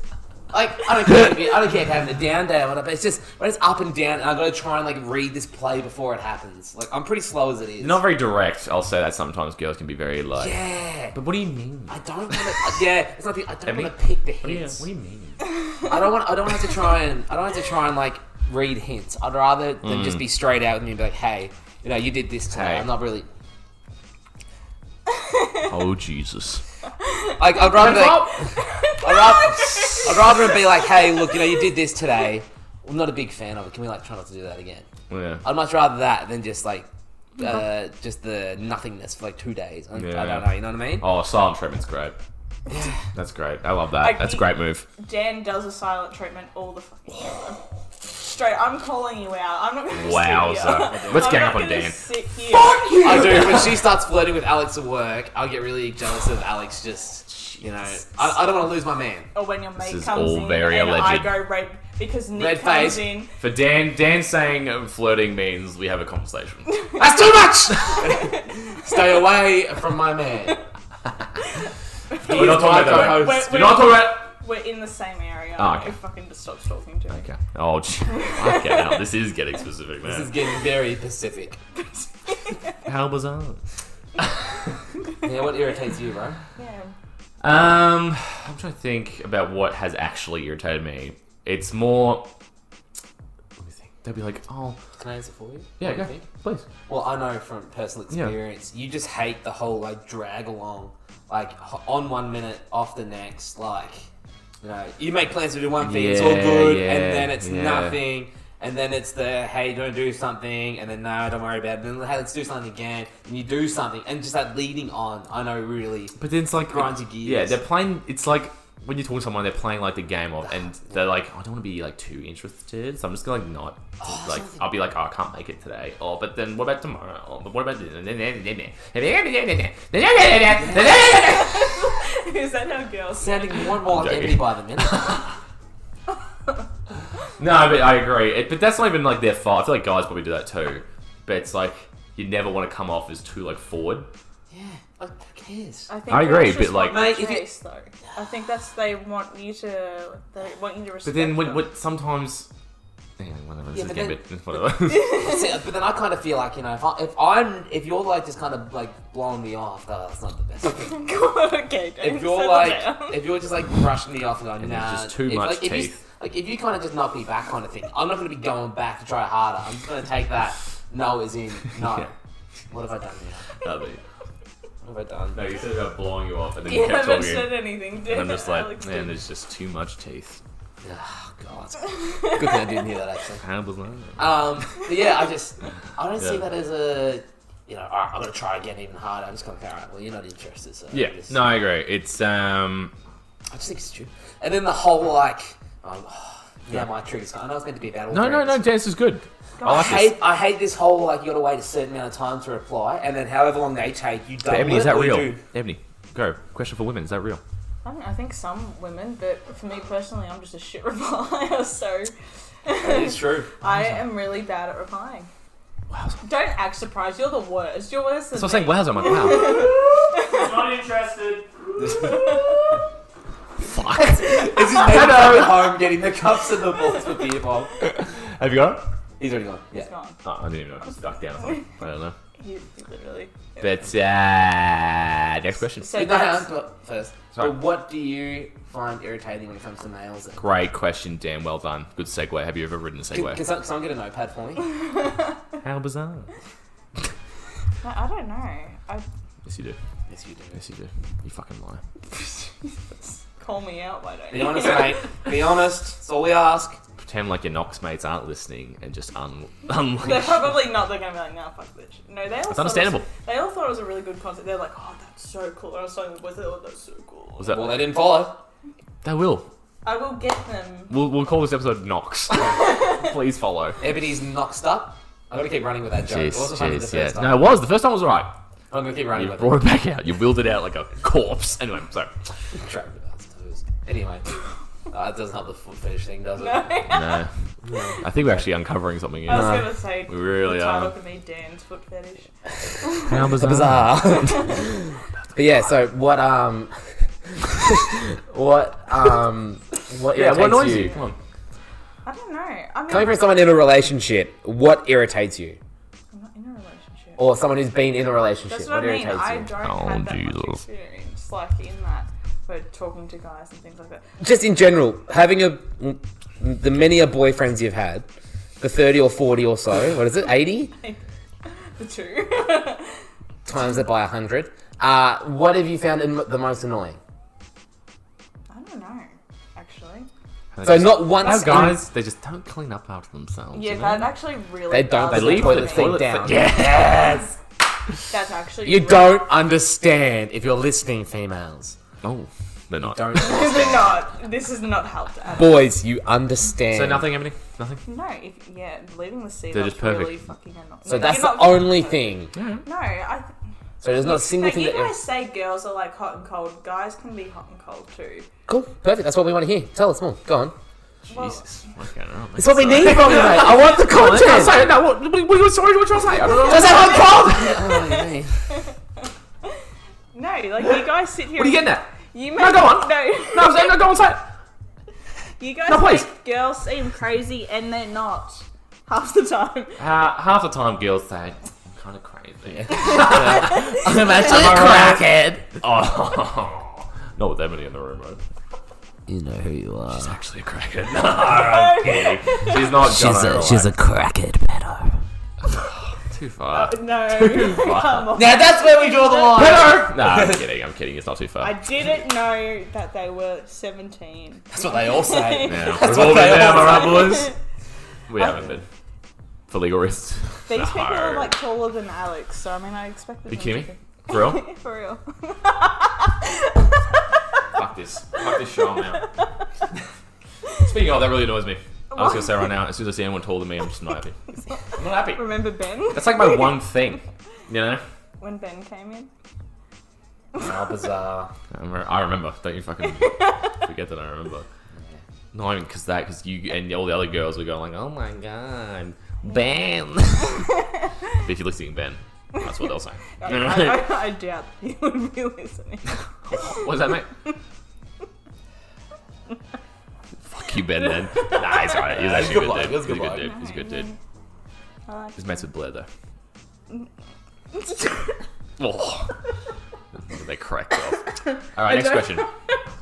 Speaker 1: like I don't care. If you, I don't care if having a down day or whatever. It's just when it's up and down, and I gotta try and like read this play before it happens. Like I'm pretty slow as it is.
Speaker 2: They're not very direct. I'll say that sometimes girls can be very like.
Speaker 1: yeah,
Speaker 2: But what do you mean?
Speaker 1: I don't want to. Yeah, it's not the. I don't
Speaker 2: Emily?
Speaker 1: want to pick the
Speaker 2: What do you, what
Speaker 1: hints.
Speaker 2: do you mean?
Speaker 1: I don't want. I don't have to try and. I don't have to try and like read hints. I'd rather than just be straight out with me and be like, hey, you know, you did this today.
Speaker 2: Mm. Hey.
Speaker 1: I'm not really.
Speaker 2: oh Jesus!
Speaker 1: Like I'd rather. be like, I'd rather, I'd rather it be like, hey, look, you know, you did this today. I'm not a big fan of it. Can we like try not to do that again?
Speaker 2: Yeah.
Speaker 1: I'd much rather that than just like, uh, just the nothingness for like two days. I, I
Speaker 2: Yeah.
Speaker 1: don't know. You know what I mean?
Speaker 2: Oh, silent treatment's great. That's great. I love that.
Speaker 4: Like,
Speaker 2: That's a
Speaker 4: you-
Speaker 2: great move.
Speaker 4: Dan does a silent treatment all the fucking time. Straight, I'm calling you out. I'm not going to
Speaker 2: Wow,
Speaker 4: sit
Speaker 2: so-
Speaker 4: here.
Speaker 2: let's
Speaker 4: I'm
Speaker 2: gang
Speaker 4: not
Speaker 2: up on
Speaker 4: gonna
Speaker 2: Dan.
Speaker 4: Sit here. Fuck you!
Speaker 1: I do. When she starts flirting with Alex at work, I'll get really jealous of Alex. Just you know, I, I don't want to lose my man.
Speaker 4: Or when your mate
Speaker 2: is
Speaker 4: comes
Speaker 2: all
Speaker 4: in
Speaker 2: very
Speaker 4: and
Speaker 2: alleged.
Speaker 4: I go rape because Nick
Speaker 1: Red
Speaker 4: comes
Speaker 1: face.
Speaker 4: in.
Speaker 2: For Dan, Dan saying um, flirting means we have a conversation.
Speaker 1: That's too much. Stay away from my man.
Speaker 2: We're not talking about that.
Speaker 1: co-host.
Speaker 2: We're not talking about.
Speaker 4: We're in the same area.
Speaker 2: Oh, okay.
Speaker 4: It fucking just stops talking to me.
Speaker 2: Okay. Oh, gee. okay. Now this is getting specific, man.
Speaker 1: This is getting very Pacific.
Speaker 2: how bizarre.
Speaker 1: Yeah, what irritates you, bro?
Speaker 4: Yeah.
Speaker 2: Um, I'm trying to think about what has actually irritated me. It's more. Let me think. They'll be like, oh,
Speaker 1: Can I answer for you?
Speaker 2: yeah,
Speaker 1: What do
Speaker 2: go,
Speaker 1: you think?
Speaker 2: please.
Speaker 1: Well, I know from personal
Speaker 2: Yeah.
Speaker 1: experience, you just hate the whole like drag along, like h- on one minute, off the next. Like, you know, you make plans to do one thing, it's all
Speaker 2: Yeah,
Speaker 1: good,
Speaker 2: yeah,
Speaker 1: and then it's
Speaker 2: yeah.
Speaker 1: nothing, and then it's the hey, don't do something, and then no, don't worry about it, and then hey, let's do something again, and you do something, and just that leading on, I know really.
Speaker 2: But then it's like
Speaker 1: Grinds your gears.
Speaker 2: Yeah, they're playing. It's like when you're talking to someone, they're playing like the game of, and they're like, I don't want to be like too interested, so I'm just gonna like not. like I'll be like, oh, I can't make it today. Oh, but then what about tomorrow? Oh, but what about? this?
Speaker 4: Is that how girls?
Speaker 1: Sounding more and more like
Speaker 2: joking.
Speaker 1: Ebony by the minute.
Speaker 2: No, but I agree. It, but that's not even like their fault. I feel like guys probably do that too. But it's like you never want to come off as too like forward.
Speaker 1: yeah, like, who cares?
Speaker 4: I, think
Speaker 2: I
Speaker 4: that's
Speaker 2: agree,
Speaker 4: just
Speaker 2: but,
Speaker 4: what
Speaker 2: like-
Speaker 4: makes
Speaker 1: Mate, if you-
Speaker 4: race, though. I think that's they want you to. They want you to
Speaker 2: But
Speaker 4: respect.
Speaker 2: then when,
Speaker 4: them.
Speaker 2: what sometimes. Anyway, whatever. This
Speaker 1: Yeah,
Speaker 2: is
Speaker 1: but
Speaker 2: getting a
Speaker 1: then-
Speaker 2: bit whatever.
Speaker 1: See, but then I kind of feel like you know if, I, if I'm if you're like just kind of like blowing me off, oh, that's not the best.
Speaker 4: God, okay, don't
Speaker 1: if you're
Speaker 4: settle
Speaker 1: like,
Speaker 4: down.
Speaker 1: if you're just like brushing me off and going,
Speaker 2: there's
Speaker 1: nah,
Speaker 2: just too
Speaker 1: if,
Speaker 2: much
Speaker 1: like, If you,
Speaker 2: teeth.
Speaker 1: like if you kind of just knock me back kind of thing, I'm not going to be going back to try harder. I'm just going to take that no as in no.
Speaker 2: Yeah.
Speaker 1: What have I done here?
Speaker 2: That'd be-
Speaker 1: What We're done.
Speaker 16: No, you said about blowing you off, and then
Speaker 4: You
Speaker 16: you kept
Speaker 4: haven't
Speaker 16: talking.
Speaker 4: said anything, dude.
Speaker 16: and I'm just like,
Speaker 4: Alex
Speaker 16: man,
Speaker 4: did.
Speaker 16: there's just too much teeth.
Speaker 1: Oh, God. Good thing I didn't hear that accent.
Speaker 16: Hannibal's not.
Speaker 1: Um, but yeah, I just I don't see
Speaker 16: Yeah.
Speaker 1: that as a you know all right, I'm gonna try again even harder. I'm just gonna go, all right, well you're not interested, so
Speaker 2: Yeah,
Speaker 1: just-
Speaker 2: no, I agree. It's um,
Speaker 1: I just think it's stupid. And then the whole like, um, yeah, my triggers. I know it's meant to be a battle.
Speaker 2: no, no, no.
Speaker 1: breaks.
Speaker 2: Dance is good. I
Speaker 1: I,
Speaker 2: like
Speaker 1: hate
Speaker 2: this.
Speaker 1: I hate this whole like you got to wait a certain amount of time to reply, and then however long they take, you
Speaker 2: But
Speaker 1: double
Speaker 2: Ebony, is
Speaker 1: it,
Speaker 2: that
Speaker 1: or you
Speaker 2: real?
Speaker 1: do-
Speaker 2: Ebony, go. Question for women: Is that real?
Speaker 4: I, don't know, I think some women, but for me personally, I'm just a shit replier, so.
Speaker 1: It's true.
Speaker 4: I am really bad at replying. Don't act surprised. You're the worst. You're worse than
Speaker 2: So I'm
Speaker 4: me.
Speaker 2: saying, wow, I'm like, wow.
Speaker 6: Not interested.
Speaker 1: This is at home getting the cups and the balls for beer pong.
Speaker 2: Have you got it?
Speaker 1: He's already gone. Yeah.
Speaker 4: It's gone.
Speaker 2: Oh, I didn't even know. I just ducked down. I, was like, I don't know.
Speaker 4: You, you literally.
Speaker 2: But uh, next question.
Speaker 4: So
Speaker 1: No,
Speaker 4: that's-
Speaker 1: no, no, first.
Speaker 2: Sorry.
Speaker 1: But what do you find irritating when it comes to nails?
Speaker 2: Great question, Dan. Well done. Good segue. Have you ever ridden a
Speaker 1: Can, can
Speaker 2: segue?
Speaker 1: some- someone get a notepad for me?
Speaker 2: How bizarre.
Speaker 4: No, I don't know. I
Speaker 2: Yes, you do.
Speaker 1: yes, you do.
Speaker 2: Yes, you do. You fucking lie.
Speaker 4: call me out. Why don't
Speaker 1: Be
Speaker 4: you?
Speaker 1: honest, mate. Be honest. That's all we ask.
Speaker 2: Pretend like your Knox mates aren't listening and just un- unleash.
Speaker 4: They're probably not. They're gonna be like, nah, fuck this. shit." No, they all. It's
Speaker 2: understandable.
Speaker 4: they all thought it was a really good concept. They're like, oh, that's so cool. And I was telling the boys, they're like, that's so cool.
Speaker 2: Was that?
Speaker 1: Well, they didn't follow.
Speaker 2: They will.
Speaker 4: I will get them.
Speaker 2: We'll, we'll call this episode Knox. Please follow.
Speaker 1: Ebony's knocked up. I'm gonna keep running with that joke.
Speaker 2: Jeez,
Speaker 1: it wasn't funny the
Speaker 2: jeez,
Speaker 1: first
Speaker 2: yeah.
Speaker 1: time.
Speaker 2: No, it was. The first time was alright.
Speaker 1: I'm gonna keep
Speaker 2: You
Speaker 1: running with
Speaker 2: brought it back out. You wheeled it out like a corpse. Anyway, I'm sorry.
Speaker 1: it. Trapped with us toes. Anyway, uh, it doesn't help the foot fetish thing, does it?
Speaker 2: No. I think we're actually uncovering something
Speaker 4: I
Speaker 2: here.
Speaker 4: was gonna say.
Speaker 2: We really
Speaker 4: the title
Speaker 2: are.
Speaker 4: can be Dan's foot fetish.
Speaker 2: How
Speaker 1: Bizarre. but yeah, so what? Um, what? Um, what?
Speaker 2: Yeah, what
Speaker 1: irritates
Speaker 2: annoys
Speaker 1: you?
Speaker 2: you? Come on.
Speaker 4: I don't know. I mean,
Speaker 1: Coming from someone in a relationship, what irritates you?
Speaker 4: I'm not in a relationship.
Speaker 1: Or someone who's been in a relationship,
Speaker 4: That's what, I mean.
Speaker 1: irritates
Speaker 4: I
Speaker 1: you?
Speaker 4: don't
Speaker 2: Oh,
Speaker 4: have that much
Speaker 2: Jesus.
Speaker 4: experience, like in that, for talking to guys and things like that.
Speaker 1: Just in general, having a the many a boyfriends you've had, the thirty or forty or so. What is it? Eighty
Speaker 4: The two.
Speaker 1: times it by hundred. Uh, what have you found in the most annoying?
Speaker 4: I don't know, actually.
Speaker 1: So not once.
Speaker 2: Those
Speaker 1: in-
Speaker 2: guys, they just don't clean up after themselves.
Speaker 4: Yeah,
Speaker 2: you know?
Speaker 4: that actually really.
Speaker 1: They don't.
Speaker 4: does
Speaker 1: They leave
Speaker 4: annoy
Speaker 1: the
Speaker 4: me.
Speaker 1: thing down.
Speaker 2: Yes!
Speaker 4: That's actually.
Speaker 1: You
Speaker 4: really-
Speaker 1: don't understand if you're listening, females.
Speaker 2: Oh, they're not.
Speaker 1: Don't.
Speaker 4: This is not. This is not helped at all.
Speaker 1: Boys, you understand.
Speaker 2: So nothing, Emily? Nothing?
Speaker 4: No, if, yeah, leaving the sea.
Speaker 2: They're
Speaker 4: that's
Speaker 2: just perfect.
Speaker 4: Really fucking annoying.
Speaker 1: So that's the only thing.
Speaker 4: No, I.
Speaker 1: So there's not a
Speaker 4: No,
Speaker 1: single thing
Speaker 4: you
Speaker 1: that.
Speaker 4: guys say girls are like hot and cold. Guys can be hot and cold too.
Speaker 1: Cool, perfect. That's what we want to hear. Tell us more. Go on.
Speaker 2: Jesus. What's going on?
Speaker 1: That's what we need from you, mate. I want the content.
Speaker 2: Sorry, no, what, what, what, what, sorry, what you want to say? I don't know.
Speaker 1: Does that look cold? Oh, yeah.
Speaker 4: No, like you guys sit here.
Speaker 2: What are you getting at?
Speaker 4: You
Speaker 2: No,
Speaker 4: make,
Speaker 2: go on.
Speaker 4: No,
Speaker 2: No, I'm saying, no, go on, say it.
Speaker 4: you guys
Speaker 2: No, please.
Speaker 4: make girls seem crazy and they're not half the time.
Speaker 2: Uh, half the time, girls say, I'm kind of crazy.
Speaker 1: I'm actually a crackhead.
Speaker 2: Oh, not with Emily in the room, right?
Speaker 1: You know who you are.
Speaker 2: She's actually a crackhead. No, I'm kidding. She's not. She's a, she's a
Speaker 1: crackhead pedo.
Speaker 2: too far.
Speaker 4: No, come on.
Speaker 1: Now that's where we draw the line.
Speaker 2: Pedo. No, I'm kidding. I'm kidding. It's not too far.
Speaker 4: I didn't know that they were 17.
Speaker 1: That's what they all say.
Speaker 2: Yeah, we've all been
Speaker 1: they
Speaker 2: down,
Speaker 1: all
Speaker 2: alright, boys. We haven't been for legal reasons.
Speaker 4: These
Speaker 2: No.
Speaker 4: people are like taller than Alex, so I mean, I expected.
Speaker 2: You
Speaker 4: them
Speaker 2: kidding me?
Speaker 4: to
Speaker 2: For real?
Speaker 4: be- For real.
Speaker 2: Fuck this. Fuck this show. I'm out. Speaking of, that really annoys me. I was gonna say right now, as soon as I see anyone taller than me, I'm just not happy. I'm not happy.
Speaker 4: Remember Ben?
Speaker 2: That's like my one thing. You know?
Speaker 4: When Ben came in?
Speaker 1: How bizarre.
Speaker 2: I remember. I remember. Don't you fucking forget that I remember. No, even because that, because you and all the other girls were going like, "Oh my god, Ben." but if you're listening, Ben, that's what they'll say.
Speaker 4: I, I, I doubt that he would be listening.
Speaker 2: What's that, mate? Fuck you, Ben. Then nah, he's alright. He's actually a good, dude. He's a good dude. He's a good dude.
Speaker 4: I like
Speaker 2: He's mates with Blair though.
Speaker 4: Uh,
Speaker 2: Oh, they cracked off. All right, next
Speaker 4: don't-
Speaker 2: question.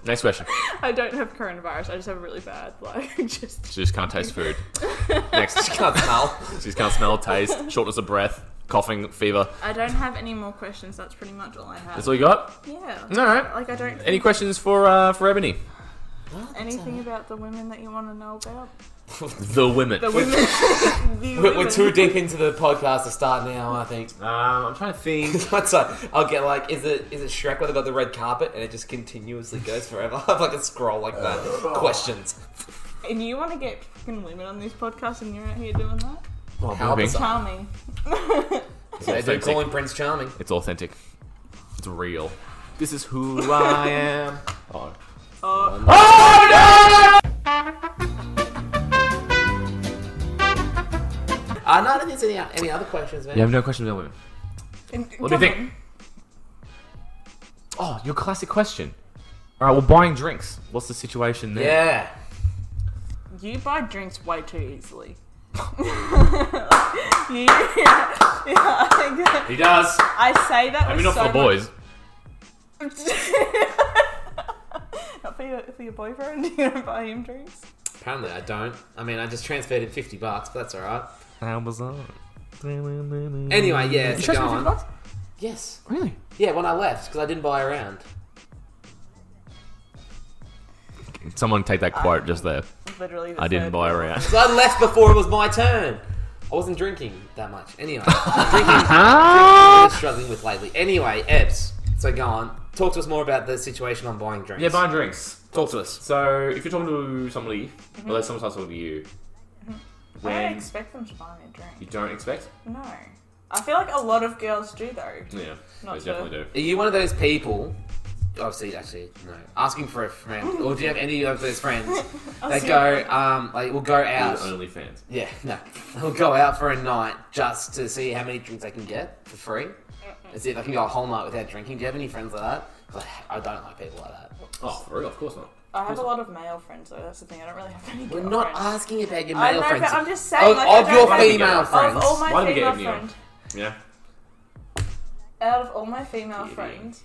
Speaker 2: Next question.
Speaker 4: I don't have coronavirus. I just have a really bad like just
Speaker 2: She just can't taste food. Next, she
Speaker 1: Can't smell.
Speaker 2: She just can't smell, taste, shortness of breath. coughing fever.
Speaker 4: I don't have any more questions. That's pretty much all I have.
Speaker 2: That's all you got.
Speaker 4: Yeah.
Speaker 2: All right.
Speaker 4: Like I don't.
Speaker 2: Any questions for uh, for Ebony?
Speaker 4: Anything about the women that you want to know about?
Speaker 2: The women.
Speaker 4: The women. the
Speaker 1: We're, we're
Speaker 4: women.
Speaker 1: too deep into the podcast to start now. I think.
Speaker 2: Um, I'm trying to think.
Speaker 1: That's like, I'll get like, is it is it Shrek where they got the red carpet and it just continuously goes forever? I have like a scroll like that. Questions.
Speaker 4: And you want to get fucking women on this podcast, and you're out here doing that?
Speaker 2: Oh,
Speaker 1: How
Speaker 2: moving.
Speaker 1: bizarre.
Speaker 4: Charming.
Speaker 1: They do
Speaker 2: Authentic.
Speaker 1: call him Prince Charming.
Speaker 2: It's authentic. It's real. This is who I am. Oh.
Speaker 1: Uh, no, I don't think there's any, any other questions, man.
Speaker 2: You have no questions about women.
Speaker 4: And-
Speaker 2: What do you
Speaker 4: come
Speaker 2: think?
Speaker 4: on.
Speaker 2: Oh, your classic question. All right, well, buying drinks. What's the situation there?
Speaker 1: Yeah.
Speaker 4: You buy drinks way too easily. you, yeah, yeah, I think-
Speaker 2: He does.
Speaker 4: I say that
Speaker 2: I
Speaker 4: with
Speaker 2: mean, not
Speaker 4: so
Speaker 2: for the boys.
Speaker 4: much- Not for your, for your boyfriend, you don't buy him drinks.
Speaker 1: Apparently, I don't. I mean, I just transferred him 50 bucks, but that's alright.
Speaker 2: How bizarre.
Speaker 1: Anyway, yeah, so go on.
Speaker 2: bucks?
Speaker 1: Yes.
Speaker 2: Really?
Speaker 1: Yeah, when I left, because I didn't buy around.
Speaker 2: Someone take that quote just there.
Speaker 4: Literally, the
Speaker 2: I didn't
Speaker 4: third
Speaker 2: buy
Speaker 4: one.
Speaker 2: around.
Speaker 1: So I left before it was my turn. I wasn't drinking that much. Anyway, drinking
Speaker 2: Ah!
Speaker 1: I'm struggling with lately. Anyway, Ebbs. So go on. Talk to us more about the situation on buying drinks.
Speaker 2: Yeah, buying drinks.
Speaker 1: Talk to us.
Speaker 2: So, if you're talking to somebody, or they sometimes talking to you,
Speaker 4: Mm-hmm. I don't
Speaker 2: when
Speaker 4: expect them to buy me a drink.
Speaker 2: you don't expect,
Speaker 4: No. I feel like a lot of girls do though.
Speaker 2: yeah,
Speaker 4: Not
Speaker 2: they
Speaker 4: to-
Speaker 2: definitely do.
Speaker 1: Are you one of those people? Obviously, actually, no. Asking for a friend, or do you have any of those friends
Speaker 4: Oh,
Speaker 1: that go, um, like, will go out?
Speaker 2: Only fans.
Speaker 1: Yeah, no. They'll go out for a night just to see how many drinks they can get for free, and see if they can go a whole night without drinking. Do you have any friends like that? 'Cause I I don't like people like that.
Speaker 2: Oh, for real? Of course not.
Speaker 4: I have a lot of male friends though. That's the thing. I don't really have any.
Speaker 1: We're
Speaker 4: girl
Speaker 1: not
Speaker 4: friends.
Speaker 1: asking about your
Speaker 4: I
Speaker 1: male
Speaker 4: know,
Speaker 1: friends.
Speaker 4: but I'm just saying.
Speaker 1: Of-
Speaker 4: like,
Speaker 1: of
Speaker 4: I
Speaker 1: your
Speaker 4: don't have-
Speaker 1: female friends.
Speaker 4: Of all my
Speaker 2: Why did we
Speaker 4: female
Speaker 2: get Emmy on?
Speaker 4: friends.
Speaker 2: Yeah.
Speaker 4: Out of all my female
Speaker 2: Yeah.
Speaker 4: friends,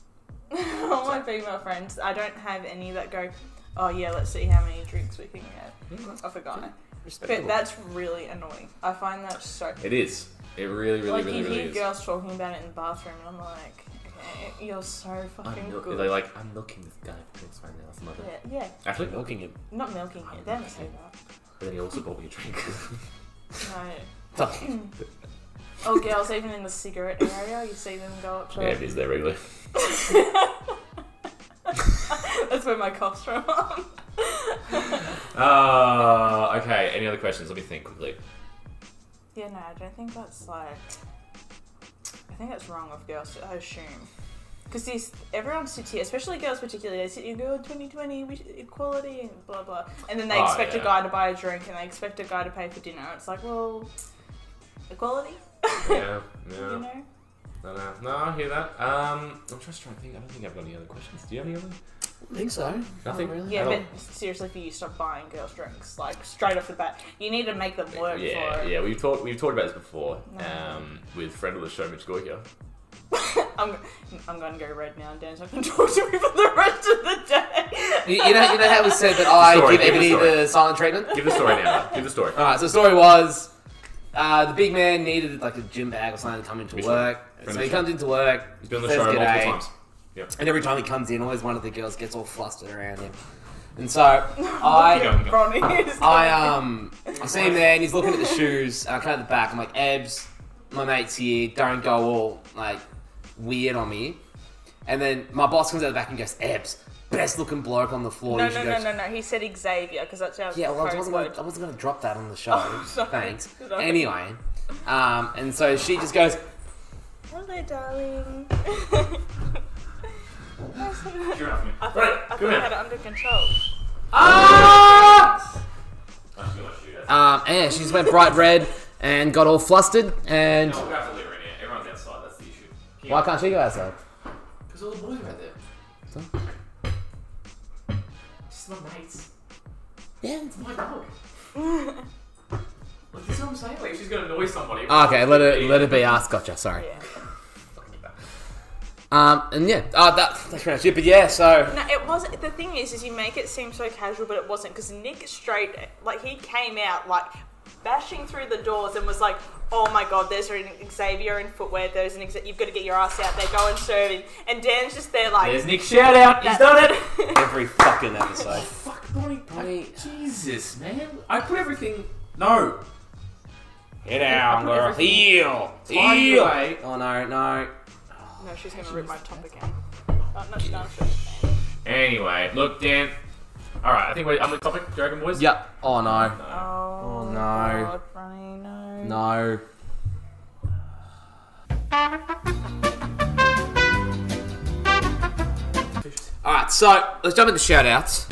Speaker 4: all my female friends, I don't have any that go. Oh yeah, let's see how many drinks we can
Speaker 2: Hmm.
Speaker 4: get. I forgot. But that's really annoying. I find that so.
Speaker 2: It is. It really, really,
Speaker 4: like
Speaker 2: really,
Speaker 4: you
Speaker 2: really
Speaker 4: hear
Speaker 2: is.
Speaker 4: girls talking about it in the bathroom, and I'm like, okay, you're so fucking
Speaker 2: I'm milk-
Speaker 4: good.
Speaker 2: they're like, I'm milking this guy for drinks right now. That's mother.
Speaker 4: yeah, yeah,
Speaker 2: Actually, milking him.
Speaker 4: not milking it. They don't say that.
Speaker 2: But then he also bought me a drink.
Speaker 4: No. Oh, girls, even in the cigarette area, you see them go up to.
Speaker 2: yeah, it is there regularly.
Speaker 4: That's where my cough's from.
Speaker 2: Uh, okay, any other questions? Let me think quickly.
Speaker 4: yeah, no, I don't think that's like. I think that's wrong of girls. I assume. Because these, everyone sits here, especially girls particularly, they sit here and go, "Oh, 2020, we should- equality, and blah, blah. And then they
Speaker 2: Oh,
Speaker 4: expect
Speaker 2: yeah.
Speaker 4: a guy to buy a drink and they expect a guy to pay for dinner. It's like, well, equality?
Speaker 2: Yeah,
Speaker 4: You
Speaker 2: yeah.
Speaker 4: know?
Speaker 2: No, no, no, I hear that. Um, I'm just trying to think. I don't think I've got any other questions. Do you have any other?
Speaker 1: I think so. Oh,
Speaker 2: Nothing?
Speaker 1: really.
Speaker 4: Yeah,
Speaker 2: At all?
Speaker 4: but seriously, for you, stop buying girls drinks. Like, straight off the bat. You need to make them work
Speaker 2: Yeah,
Speaker 4: for it.
Speaker 2: yeah, we've talked we've talked about this before. Um, with friend of the show Mitch Goyker.
Speaker 4: I'm, I'm gonna go red now, and Dan's not gonna talk to me for the rest of the day.
Speaker 1: You, you know, you know how we said that I
Speaker 2: Story,
Speaker 1: give
Speaker 2: give
Speaker 1: Ebony
Speaker 2: the story.
Speaker 1: the silent treatment.
Speaker 2: Give the story now. Give the story.
Speaker 1: All right, so the story was uh, the big man needed like a gym bag or something to come into
Speaker 2: Which
Speaker 1: work.
Speaker 2: one?
Speaker 1: So he comes into work.
Speaker 2: He's been on the
Speaker 1: says
Speaker 2: show multiple
Speaker 1: g'day,
Speaker 2: times.
Speaker 1: And every time he comes in, always one of the girls gets all flustered around him. And so I,
Speaker 4: Ronnie is.
Speaker 1: I um, I see him there, and he's looking at the shoes. And I come at the back. I'm like, Ebs, my mate's here. Don't go all like weird on me. And then my boss comes out the back and goes, Ebs, best looking bloke on the floor.
Speaker 4: no,
Speaker 1: you should
Speaker 4: no,
Speaker 1: go
Speaker 4: no, no, no. He said Xavier because that's our
Speaker 1: Yeah, well, I
Speaker 4: code
Speaker 1: wasn't, gonna,
Speaker 4: word.
Speaker 1: I wasn't gonna drop that on the show.
Speaker 4: Oh, sorry.
Speaker 1: Thanks.
Speaker 4: Sorry.
Speaker 1: Anyway, um, and so she just goes,
Speaker 4: Hello, darling.
Speaker 6: You're after me.
Speaker 4: I thought,
Speaker 2: Right,
Speaker 4: I,
Speaker 2: come
Speaker 4: thought I
Speaker 2: here.
Speaker 4: had it under control.
Speaker 1: ah!
Speaker 6: I'm just gonna shoot it.
Speaker 1: Um, and yeah, she just went bright red and got all flustered. And
Speaker 6: No, we're gonna have to leave right now. Everyone's outside. That's the issue.
Speaker 1: why can't she go outside?
Speaker 6: Because all the boys are out there. This is my mates.
Speaker 1: Yeah.
Speaker 6: My dog. Like, this is what I'm saying. Like, she's gonna annoy somebody.
Speaker 1: Okay, let it let it be. Asked, gotcha. Sorry.
Speaker 4: Yeah.
Speaker 1: Um, and yeah, uh, that, that's pretty much it. But yeah, so
Speaker 4: No, it wasn't. The thing is, is you make it seem so casual, but it wasn't. Because Nick straight, like he came out like bashing through the doors and was like, "Oh my God, there's an Xavier in footwear. There's an Xavier. You've got to get your ass out there. Go and serve him." And Dan's just there like,
Speaker 2: There's Nick shout out. He's done it.
Speaker 5: Every fucking episode.
Speaker 2: Fuck Bonnie. Bonnie. Jesus, man. I put everything. No.
Speaker 5: Get down, girl. Heel.
Speaker 2: Find your
Speaker 5: Heel.
Speaker 2: way.
Speaker 5: Oh no, no.
Speaker 4: "No, she's gonna rip my top again." Oh, no, she's not sure.
Speaker 2: Anyway, look, Dan. All right, I think we're on the topic. Dragon Boys.
Speaker 5: Yep. Oh no.
Speaker 4: Oh,
Speaker 5: Oh
Speaker 4: God,
Speaker 5: no.
Speaker 4: Ronnie, no.
Speaker 5: No.
Speaker 1: Alright, so let's jump into shout outs.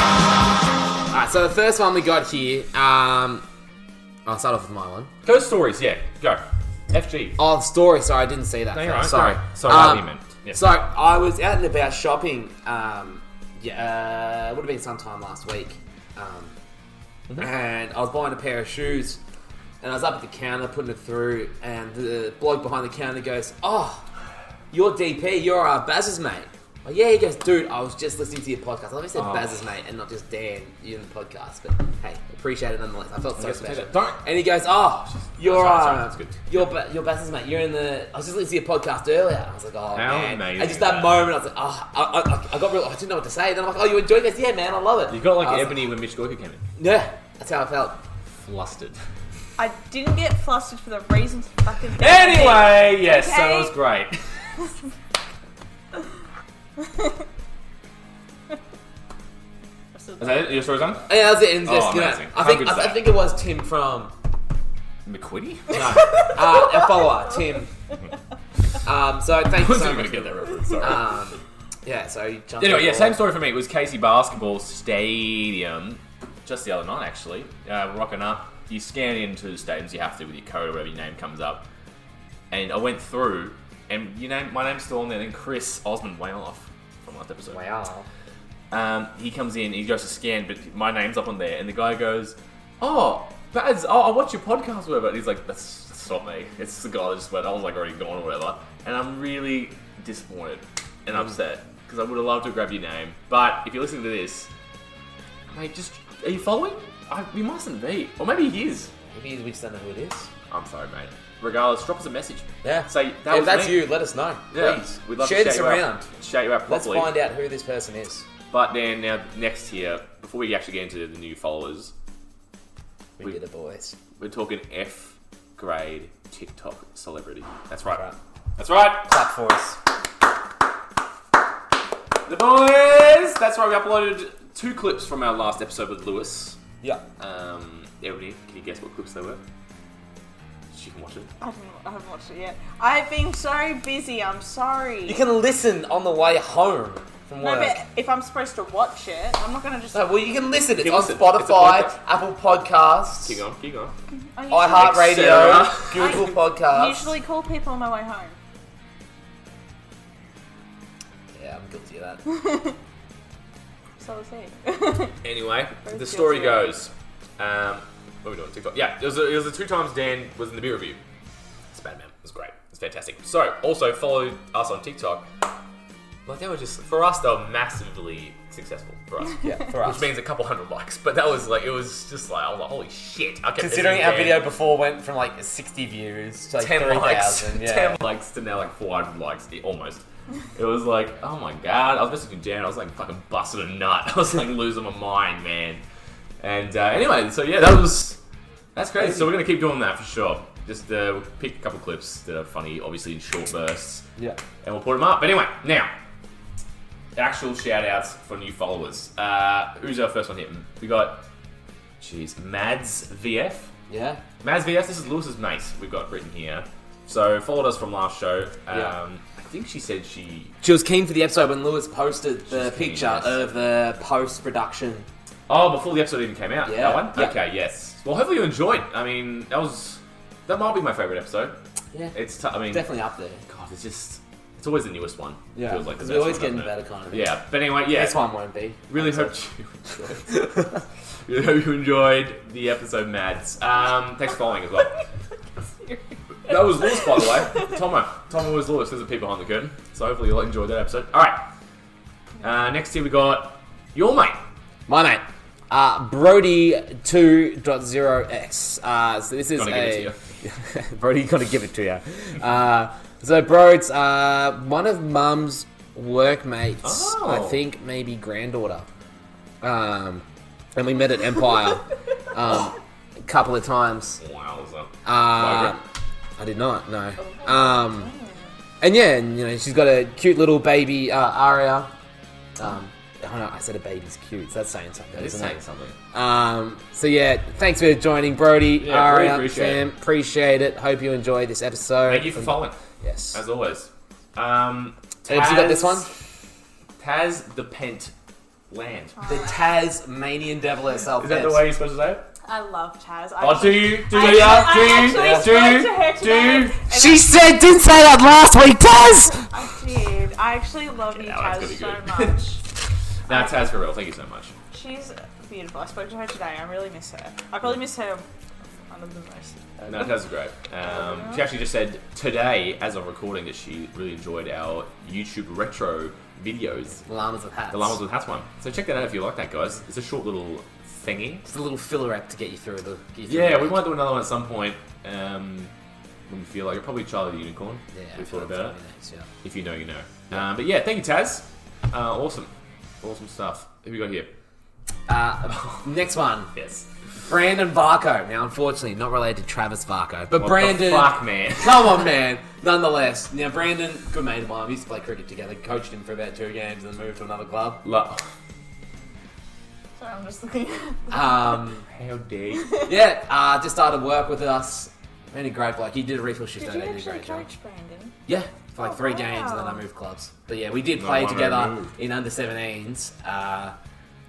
Speaker 1: Alright, so the first one we got here, um, I'll start off with my one.
Speaker 2: Ghost stories. Yeah. Go. FG.
Speaker 1: Oh, the story. Sorry, I didn't see that.
Speaker 2: No, you're
Speaker 1: first.
Speaker 2: right.
Speaker 1: Sorry. Um,
Speaker 2: Sorry. Sorry, I didn't mean it. Yeah.
Speaker 1: So I was out and about shopping. Um, yeah, uh, would have been sometime last week, um,
Speaker 2: Mm-hmm.
Speaker 1: and I was buying a pair of shoes, and I was up at the counter putting it through, and the bloke behind the counter goes, "Oh, you're DP. You're uh, Baz's mate." Oh, yeah, he goes, dude. I was just listening to your podcast. I always said
Speaker 2: Oh.
Speaker 1: Baz's mate, and not just Dan. You in the podcast, but hey, appreciate it nonetheless. I felt so
Speaker 2: Yes,
Speaker 1: special.
Speaker 2: take that. Don't.
Speaker 1: And he goes, "Oh, you're
Speaker 2: Sorry, sorry,
Speaker 1: uh,
Speaker 2: that's good.
Speaker 1: you're ba- you're business mate. You're in the. I was just listening to your podcast earlier. And I was like, oh man.
Speaker 2: amazing
Speaker 1: And just that
Speaker 2: that-
Speaker 1: moment, I was like, oh, I, I, I got real. I didn't know what to say. Then I'm like, oh, you enjoyed this? Yeah, man, I love it.
Speaker 2: You got
Speaker 1: I
Speaker 2: like
Speaker 1: was
Speaker 2: Ebony when Mitch Gorka came in.
Speaker 1: yeah, that's how I felt.
Speaker 2: Flustered.
Speaker 4: I didn't get flustered for the reasons fucking.
Speaker 2: Anyway, yes, so
Speaker 4: Okay.
Speaker 2: it was great. Is that it? Your story's on?
Speaker 1: Yeah, that was it. And
Speaker 2: Oh,
Speaker 1: just, you know,
Speaker 2: amazing.
Speaker 1: I
Speaker 2: How
Speaker 1: think
Speaker 2: good
Speaker 1: I,
Speaker 2: is
Speaker 1: I
Speaker 2: that?
Speaker 1: think it was Tim from
Speaker 2: McQuitty?
Speaker 1: no, uh, a follower, Tim. Um, so thank you
Speaker 2: Wasn't
Speaker 1: so
Speaker 2: even
Speaker 1: much.
Speaker 2: gonna get that reference, sorry.
Speaker 1: Um, yeah, so you jumped
Speaker 2: anyway, yeah,
Speaker 1: forward.
Speaker 2: same story for me. It was Casey Basketball Stadium just the other night, actually. Uh, rocking up. You scan into the stadiums you have to with your code or whatever your name comes up. And I went through, and your name, my name's still on there. Then Chris Osmond Whaloff from last episode.
Speaker 1: Wow.
Speaker 2: Um, he comes in, he goes to scan, but my name's up on there, and the guy goes, "Oh, Baz, oh, I watch your podcast, or whatever." And he's like, "That's, that's not me. It's the guy that just went. I was like already gone, or whatever." And I'm really disappointed and
Speaker 1: Hmm.
Speaker 2: upset because I would have loved to grab your name, but if you're listening to this, mate, just are you following? I, we mustn't be, or maybe he is.
Speaker 1: Maybe we just don't know who it is.
Speaker 2: I'm sorry, mate. Regardless, drop us a message.
Speaker 1: Yeah.
Speaker 2: Say that
Speaker 1: if
Speaker 2: was
Speaker 1: that's
Speaker 2: me.
Speaker 1: you, let us know,
Speaker 2: Yeah.
Speaker 1: please.
Speaker 2: We'd love
Speaker 1: Share
Speaker 2: to
Speaker 1: this
Speaker 2: shout you
Speaker 1: around.
Speaker 2: Out, shout you out
Speaker 1: Let's
Speaker 2: properly.
Speaker 1: find out who this person is.
Speaker 2: But then now next here, before we actually get into the new followers,
Speaker 1: We,
Speaker 2: We-
Speaker 1: did it, boys.
Speaker 2: we're talking F grade TikTok celebrity. That's right.
Speaker 1: Right.
Speaker 2: That's right.
Speaker 1: Clap for us.
Speaker 2: The boys. That's right. We uploaded two clips from our last episode with Lewis.
Speaker 1: Yeah.
Speaker 2: Um, everybody, can you guess what clips they were? She can watch it.
Speaker 4: I, haven't, I haven't watched it yet. I've been so busy. I'm sorry.
Speaker 1: You can listen on the way home from
Speaker 4: no,
Speaker 1: work. Uh,
Speaker 4: but if I'm supposed to watch it, I'm not gonna just.
Speaker 1: No, well, you can listen. It's
Speaker 2: You
Speaker 1: on
Speaker 2: listen. It's a
Speaker 1: Spotify,
Speaker 2: podcast.
Speaker 1: Apple Podcasts,
Speaker 2: Keep going. Keep going.
Speaker 4: I usually-
Speaker 1: iHeartRadio,
Speaker 2: Sarah.
Speaker 1: Google
Speaker 4: I
Speaker 1: Podcasts.
Speaker 4: Usually call people on my way home.
Speaker 1: Yeah, I'm guilty of that.
Speaker 4: So is he.
Speaker 2: Anyway,
Speaker 4: Very
Speaker 2: the story
Speaker 4: guilty.
Speaker 2: goes. Um, what are we doing? TikTok. Yeah, it was, a, it was the two times Dan was in the beer review. It's bad, man. It was great. It's fantastic. So, also follow us on TikTok. Like, they were just, for us, they were massively successful for us.
Speaker 1: yeah, for us.
Speaker 2: Which means a couple hundred likes, but that was like, it was just like, I was like, holy shit. Okay, this
Speaker 1: Considering
Speaker 2: is
Speaker 1: our
Speaker 2: Dan.
Speaker 1: video before went from like 60 views to like
Speaker 2: 10 likes,
Speaker 1: 3,000. Yeah.
Speaker 2: 10 likes to now like 400 likes, i- almost. It was like, oh my god, I was messaging Dan, I was like fucking busting a nut. I was like losing my mind, man. And uh, anyway, so yeah, that was, that's crazy. So we're gonna keep doing that for sure. Just uh, we'll pick a couple clips that are funny, obviously in short bursts,
Speaker 1: Yeah.
Speaker 2: and we'll put them up. But anyway, now, actual shout outs for new followers. Uh, who's our first one here? We got, jeez, Mads VF.
Speaker 1: Yeah.
Speaker 2: Maz VS, this is Lewis's mate we've got written here. So followed us from last show. Um,
Speaker 1: Yeah.
Speaker 2: I think she said she
Speaker 1: She was keen for the episode when Lewis posted the
Speaker 2: She's keen,
Speaker 1: picture
Speaker 2: yes.
Speaker 1: of the post production.
Speaker 2: Oh, before the episode even came out.
Speaker 1: Yeah.
Speaker 2: That one?
Speaker 1: Yeah.
Speaker 2: Okay, yes. Well hopefully you enjoyed. I mean, that was that might be my favourite episode.
Speaker 1: Yeah.
Speaker 2: It's t- I mean
Speaker 1: Definitely up there.
Speaker 2: God, it's just it's always the newest one.
Speaker 1: Yeah.
Speaker 2: Feels like the
Speaker 1: Because we're
Speaker 2: best
Speaker 1: always
Speaker 2: one,
Speaker 1: getting
Speaker 2: doesn't
Speaker 1: better,
Speaker 2: it?
Speaker 1: kind of.
Speaker 2: Yeah. But anyway, yeah.
Speaker 1: This one won't be.
Speaker 2: Really hope you really hope you enjoyed the episode, Mads. Um, thanks for following as well. That was Lewis, by the way. Tomo. Tomo was Lewis. There's a peep behind the curtain. So hopefully you'll enjoy that episode. All right. Uh, next here we got your mate,
Speaker 1: My mate, uh, Brody 2.0x. Uh, so this is
Speaker 2: Gotta give it
Speaker 1: a.
Speaker 2: to you.
Speaker 1: Brody, gotta give it to you. Uh, so, bro, it's uh, one of mum's workmates, I
Speaker 2: Oh.
Speaker 1: think maybe granddaughter. Um, and we met at Empire um, a couple of times.
Speaker 2: Wowza.
Speaker 1: Uh, I did not, no. Um, and yeah, and, you know, she's got a cute little baby, uh, Aria. Um, I don't know, I said a baby's cute, so that's saying something,
Speaker 2: That is
Speaker 1: isn't it?
Speaker 2: saying something.
Speaker 1: Um, so yeah, thanks for joining, Brody,
Speaker 2: Yeah, really
Speaker 1: Aria,
Speaker 2: appreciate
Speaker 1: Sam. Appreciate it. Hope you enjoy this episode.
Speaker 2: Thank you for following,
Speaker 1: Yes.
Speaker 2: as always. Um,
Speaker 1: And have you got this one?
Speaker 2: Taz the Pent Land.
Speaker 1: The Tasmanian Devil herself.
Speaker 2: Is that the
Speaker 1: yes.
Speaker 2: way you're supposed to say it?
Speaker 4: I love Taz. I
Speaker 2: Oh, do you? Do
Speaker 4: I,
Speaker 2: you?
Speaker 4: I
Speaker 2: do
Speaker 4: actually
Speaker 2: you?
Speaker 4: spoke to her
Speaker 2: Do
Speaker 4: today.
Speaker 2: you?
Speaker 4: and
Speaker 1: She said, didn't say that last week, Taz!
Speaker 4: I did. I actually love you,
Speaker 2: that
Speaker 4: Taz,
Speaker 2: one's
Speaker 4: so
Speaker 2: gonna be good.
Speaker 4: much.
Speaker 2: Nah, Taz for real. Thank you so much.
Speaker 4: She's beautiful. I spoke to her today. I really miss her. I probably miss her one of the most.
Speaker 2: No, Taz is great. Um, she actually just said today, as of recording, that she really enjoyed our YouTube retro videos,
Speaker 1: Llamas with hats.
Speaker 2: the Llamas with Hats one. So check that out if you like that, guys. It's a short little thingy.
Speaker 1: It's a little filler act to get you through the. Get you through
Speaker 2: Yeah,
Speaker 1: the-
Speaker 2: we might do another one at some point um, when we feel like it. Probably Charlie the Unicorn.
Speaker 1: Yeah, I
Speaker 2: we
Speaker 1: feel
Speaker 2: thought
Speaker 1: like
Speaker 2: about it.
Speaker 1: that's gonna be next, yeah.
Speaker 2: If you know, you know. Um, but yeah, thank you, Taz. Uh, awesome, awesome stuff. Who we got here?
Speaker 1: Uh, next one,
Speaker 2: Yes.
Speaker 1: Brandon Varco. Now, unfortunately, not related to Travis Varco, but
Speaker 2: What
Speaker 1: Brandon.
Speaker 2: the fuck, man.
Speaker 1: Come on, man. Nonetheless, now Brandon, good mate of mine, we used to play cricket together. Coached him for about two games, and then moved to another club.
Speaker 2: Lo-
Speaker 4: Sorry, I'm just looking.
Speaker 1: Um,
Speaker 2: How dare you?
Speaker 1: yeah, uh, just started work with us. And a great bloke. He did a refill shift.
Speaker 4: did
Speaker 1: that
Speaker 4: you
Speaker 1: day, did a
Speaker 4: actually
Speaker 1: great job.
Speaker 4: coach Brandon?
Speaker 1: Yeah, for like
Speaker 4: Oh,
Speaker 1: three games, and then
Speaker 4: wow.
Speaker 1: I moved clubs. But yeah, we did
Speaker 2: No
Speaker 1: play
Speaker 2: wonder I
Speaker 1: together
Speaker 2: moved.
Speaker 1: in under 17s. Uh,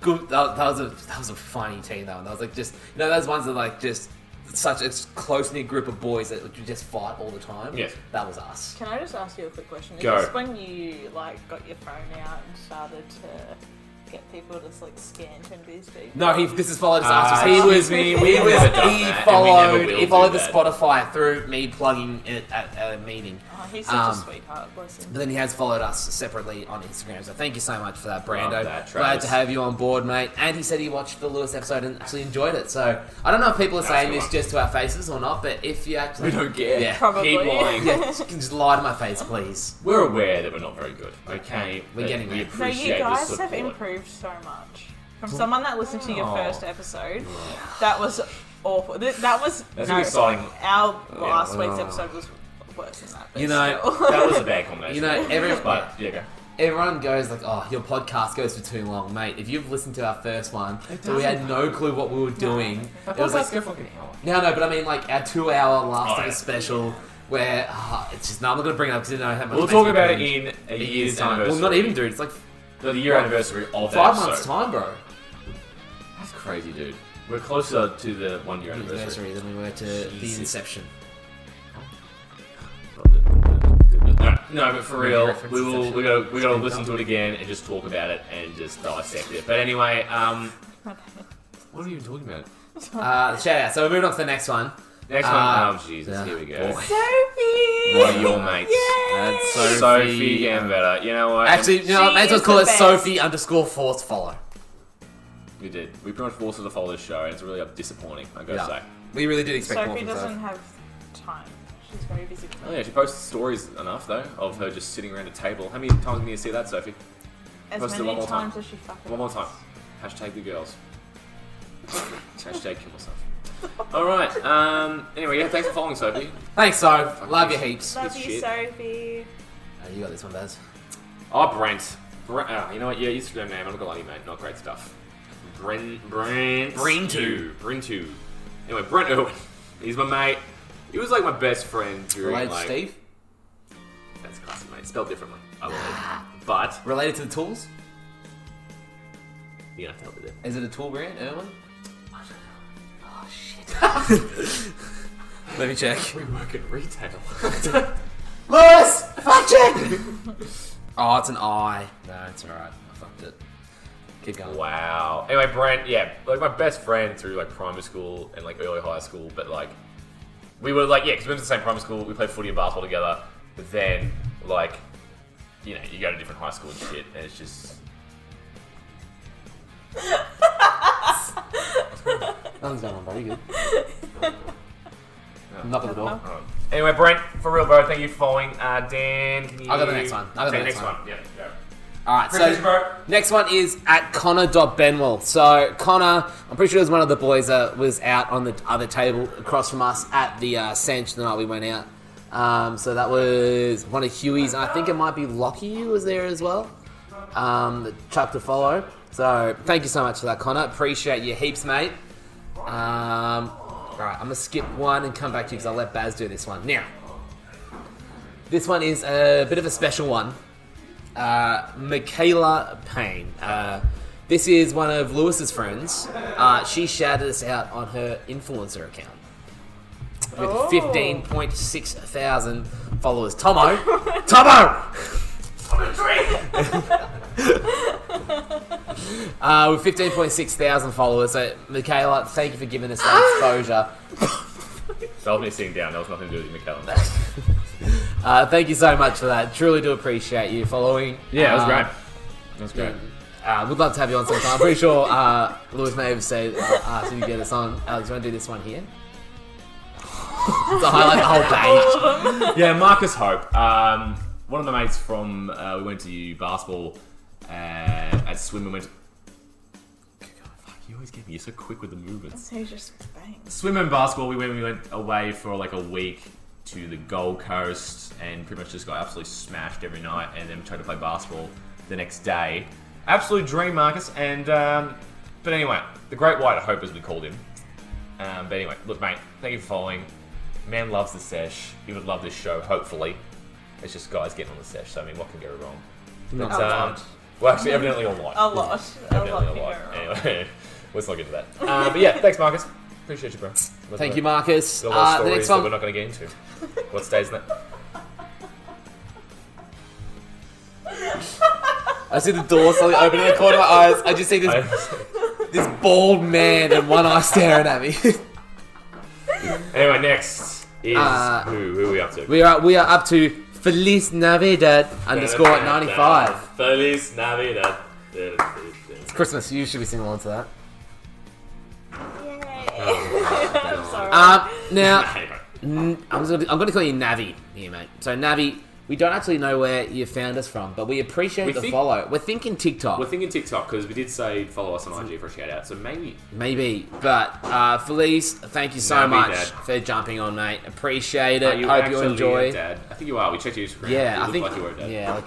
Speaker 1: good. That, that was a that was a funny team though. And that was like just you know those ones that like just such a close knit group of boys that would just fight all the time.
Speaker 2: Yes.
Speaker 1: that was us.
Speaker 4: Can I just ask you a quick question? Is
Speaker 2: Go.
Speaker 4: this when you like got your phone out and started to get people to like scant and do stuff?
Speaker 1: No, he, this is followed us
Speaker 2: Ah,
Speaker 1: after. He was,
Speaker 2: excuse
Speaker 1: he
Speaker 2: me, we've
Speaker 1: was, he
Speaker 2: never done that, and we never
Speaker 1: followed,
Speaker 2: will
Speaker 1: he
Speaker 2: do
Speaker 1: followed the
Speaker 2: that.
Speaker 1: Spotify through me plugging it at, at a meeting.
Speaker 4: Oh, he's such
Speaker 1: Um,
Speaker 4: a sweetheart, bless him.
Speaker 1: But then he has followed us separately on Instagram, so thank you so much for that, Brando.
Speaker 2: Love that,
Speaker 1: Glad
Speaker 2: Travis.
Speaker 1: to have you on board, mate. And he said he watched the Lewis episode and actually enjoyed it. So I don't know if people are
Speaker 2: That's
Speaker 1: saying
Speaker 2: good
Speaker 1: this
Speaker 2: one.
Speaker 1: just to our faces or not, but if you
Speaker 2: We
Speaker 1: actually
Speaker 2: don't care.
Speaker 1: yeah,
Speaker 4: Probably.
Speaker 2: Keep lying.
Speaker 1: you can just lie to my face, please.
Speaker 2: We're aware that we're not very good. Okay,
Speaker 1: We're
Speaker 2: But
Speaker 1: getting
Speaker 2: we
Speaker 1: there.
Speaker 4: No, you
Speaker 2: appreciate the
Speaker 4: guys
Speaker 2: support. Oh.
Speaker 4: have improved so much. From someone that listened to your first episode, that was awful. Th- That was
Speaker 2: That's
Speaker 4: no,
Speaker 2: an exciting.
Speaker 4: our last week's episode was worse than that. but
Speaker 1: You know-
Speaker 4: still.
Speaker 2: oh. That was a bad combination.
Speaker 1: You know, every,
Speaker 2: but yeah, go.
Speaker 1: everyone goes like, "Oh, your podcast goes for too long, mate." If you've listened to our first one, so we had no clue what we were doing. It was like
Speaker 2: go for an hour.
Speaker 1: No, no, but I mean like our two-hour last
Speaker 2: Oh,
Speaker 1: of
Speaker 2: yeah.
Speaker 1: a special, where uh, it's just no, I'm not going to bring it up because I don't have much.
Speaker 2: We'll
Speaker 1: space
Speaker 2: talk
Speaker 1: to
Speaker 2: about it
Speaker 1: cringe.
Speaker 2: in a
Speaker 1: A
Speaker 2: year's,
Speaker 1: year's time.
Speaker 2: anniversary.
Speaker 1: Well, not even, dude. It's like
Speaker 2: the year anniversary of that
Speaker 1: five months
Speaker 2: episode.
Speaker 1: time, bro.
Speaker 2: That's crazy, dude. We're closer to the one year anniversary.
Speaker 1: Anniversary than we were to
Speaker 2: Jesus.
Speaker 1: the inception.
Speaker 2: No, but for real, we will. We got. to We got to listen to it again and just talk about it and just dissect it. But anyway, um, what are you even talking about?
Speaker 4: Oh.
Speaker 1: Uh, shout out. So we're moving on to the next one.
Speaker 2: Next
Speaker 1: Uh,
Speaker 2: one. Oh Jesus, here we go.
Speaker 1: Boy.
Speaker 2: One
Speaker 4: Sophie!
Speaker 2: of your mates,
Speaker 4: Uh,
Speaker 1: That's Sophie.
Speaker 2: Sophie Gambetta. You know what?
Speaker 1: uh, Actually, you know, what,
Speaker 4: She
Speaker 1: may as well
Speaker 4: is
Speaker 1: call
Speaker 4: the
Speaker 1: it
Speaker 4: best.
Speaker 1: Sophie underscore force follow.
Speaker 2: we did. We pretty much forced her to follow this show, and it's really disappointing. I gotta
Speaker 1: Yeah.
Speaker 2: say.
Speaker 1: We really did expect more
Speaker 4: Sophie
Speaker 1: from
Speaker 4: doesn't
Speaker 1: her.
Speaker 4: have time. She's very busy. with
Speaker 2: Oh
Speaker 4: work.
Speaker 2: yeah, she posts stories enough though of her just sitting around a table. How many times can you see that, Sophie?
Speaker 4: As
Speaker 2: Post it
Speaker 4: many
Speaker 2: one more time.
Speaker 4: times as she fucking
Speaker 2: One more time. Hashtag the girls. Hashtag kill myself. All right. Um. Anyway, yeah. Thanks for following, Sophie.
Speaker 1: Thanks, Soph. Love you heaps.
Speaker 4: Love
Speaker 2: Good
Speaker 4: you,
Speaker 2: shit.
Speaker 4: Sophie.
Speaker 1: Oh, you got this one, Baz.
Speaker 2: Oh, Brent. Brent. Oh, you know what? Your Instagram name. I'm not gonna lie to you, mate. Not great stuff. Brent. Brent.
Speaker 1: Brent.
Speaker 2: two. Brent two. Anyway, Brent Irwin. He's my mate. He was like my best friend during
Speaker 1: Related to
Speaker 2: like.
Speaker 1: Steve?
Speaker 2: That's classic, mate. Spelled differently. I love it. But
Speaker 1: Related to the tools?
Speaker 2: you're gonna have to help me there.
Speaker 1: Is it a tool brand, Irwin? Oh, Let me check.
Speaker 2: We work in retail.
Speaker 1: Lewis! Fact check! oh, it's an I. No, it's alright. I fucked it. Keep going.
Speaker 2: Wow. Anyway, Brent, yeah, like my best friend through like primary school and like early high school, but like we were like yeah, because we went to the same primary school, we played footy and basketball together. But then like you know you go to different high school and shit, and it's just
Speaker 1: Nothing's going on, buddy. Good. Knock at the door.
Speaker 2: Alright. um, Anyway, Brent, for real, bro, thank you for following. Uh, Dan, can you?
Speaker 1: I got the next one. I got the
Speaker 2: Okay,
Speaker 1: next one.
Speaker 2: Yeah, yeah.
Speaker 1: All right,
Speaker 2: Appreciate you, bro.
Speaker 1: so next one is at Connor.Benwell. So Connor, I'm pretty sure it was one of the boys that was out on the other table across from us at the uh, Sanch the night we went out. Um, so that was one of Huey's. I think it might be Lockie was there as well. Um, that chucked a follow. So thank you so much for that, Connor. Appreciate you heaps, mate. Um, all right, I'm gonna skip one and come back to you because I let Baz do this one. Now, this one is a bit of a special one. Uh, Michaela Payne. Uh, this is one of Lewis's friends. Uh, she shouted us out on her influencer account with
Speaker 4: Oh.
Speaker 1: 15.6 thousand followers. Tomo, Tomo. Uh, with 15.6 thousand followers. So, Michaela, thank you for giving us that exposure.
Speaker 2: So I was me sitting down. That was nothing to do with Mikel.
Speaker 1: Uh, thank you so much for that. Truly do appreciate you following.
Speaker 2: Yeah, that was
Speaker 1: Uh,
Speaker 2: great. Um, That was great.
Speaker 1: Uh, we'd love to have you on sometime. I'm pretty sure uh, Lewis may have said, uh, asked you to get us on. Alex, you want to do this one here? to highlight the whole page.
Speaker 2: yeah, Marcus Hope. Um, one of my mates from uh, we went to basketball uh, at swim. We went. God, fuck, you always get me. You're so quick with the movements.
Speaker 4: So you just bang.
Speaker 2: Swim and basketball. We went. We went away for like a week to the Gold Coast and pretty much just got absolutely smashed every night. And then we tried to play basketball the next day. Absolute dream, Marcus. And um, but anyway, the Great White Hope, as we called him. Um, but anyway, look, mate. Thank you for following. Man loves the sesh. He would love this show. Hopefully, it's just guys getting on the sesh. So I mean, what can go wrong? But, um, well, actually, evidently a lot.
Speaker 4: A lot. A lot
Speaker 2: Evidently
Speaker 4: can
Speaker 2: a
Speaker 4: go
Speaker 2: lot.
Speaker 4: wrong.
Speaker 2: Anyway, let's not get to that. Uh, but yeah, thanks, Marcus. Appreciate you, bro.
Speaker 1: Thank you, Marcus.
Speaker 2: Got a lot
Speaker 1: Uh,
Speaker 2: of
Speaker 1: the
Speaker 2: stories
Speaker 1: next
Speaker 2: that we're
Speaker 1: one.
Speaker 2: not going to get into. What stays in that?
Speaker 1: I see the door slowly open in the corner of my eyes. I just see this, this bald man and one eye staring at me.
Speaker 2: anyway, next is
Speaker 1: Uh,
Speaker 2: who? Who are we up to?
Speaker 1: we are we are up to Feliz Navidad underscore 95.
Speaker 2: Feliz Navidad. That
Speaker 1: Christmas, you should be singing along to that.
Speaker 4: I'm sorry.
Speaker 1: Um, now, N- I'm going to I'm gonna call you Navi here, mate. So, Navi, we don't actually know where you found us from, but we appreciate
Speaker 2: We
Speaker 1: the
Speaker 2: think-
Speaker 1: follow. We're thinking TikTok,
Speaker 2: We're thinking TikTok because we did say follow us on IG for a shout out, so maybe
Speaker 1: maybe. But, uh, Felice, thank you so
Speaker 2: Navi,
Speaker 1: much
Speaker 2: Dad.
Speaker 1: for jumping on, mate. Appreciate
Speaker 2: Are
Speaker 1: it. Hope you
Speaker 2: actually
Speaker 1: enjoy.
Speaker 2: a Dad. I think you are. We checked your Instagram.
Speaker 1: Yeah,
Speaker 2: you
Speaker 1: I
Speaker 2: look
Speaker 1: think.
Speaker 2: like you were a dad.
Speaker 1: yeah, like.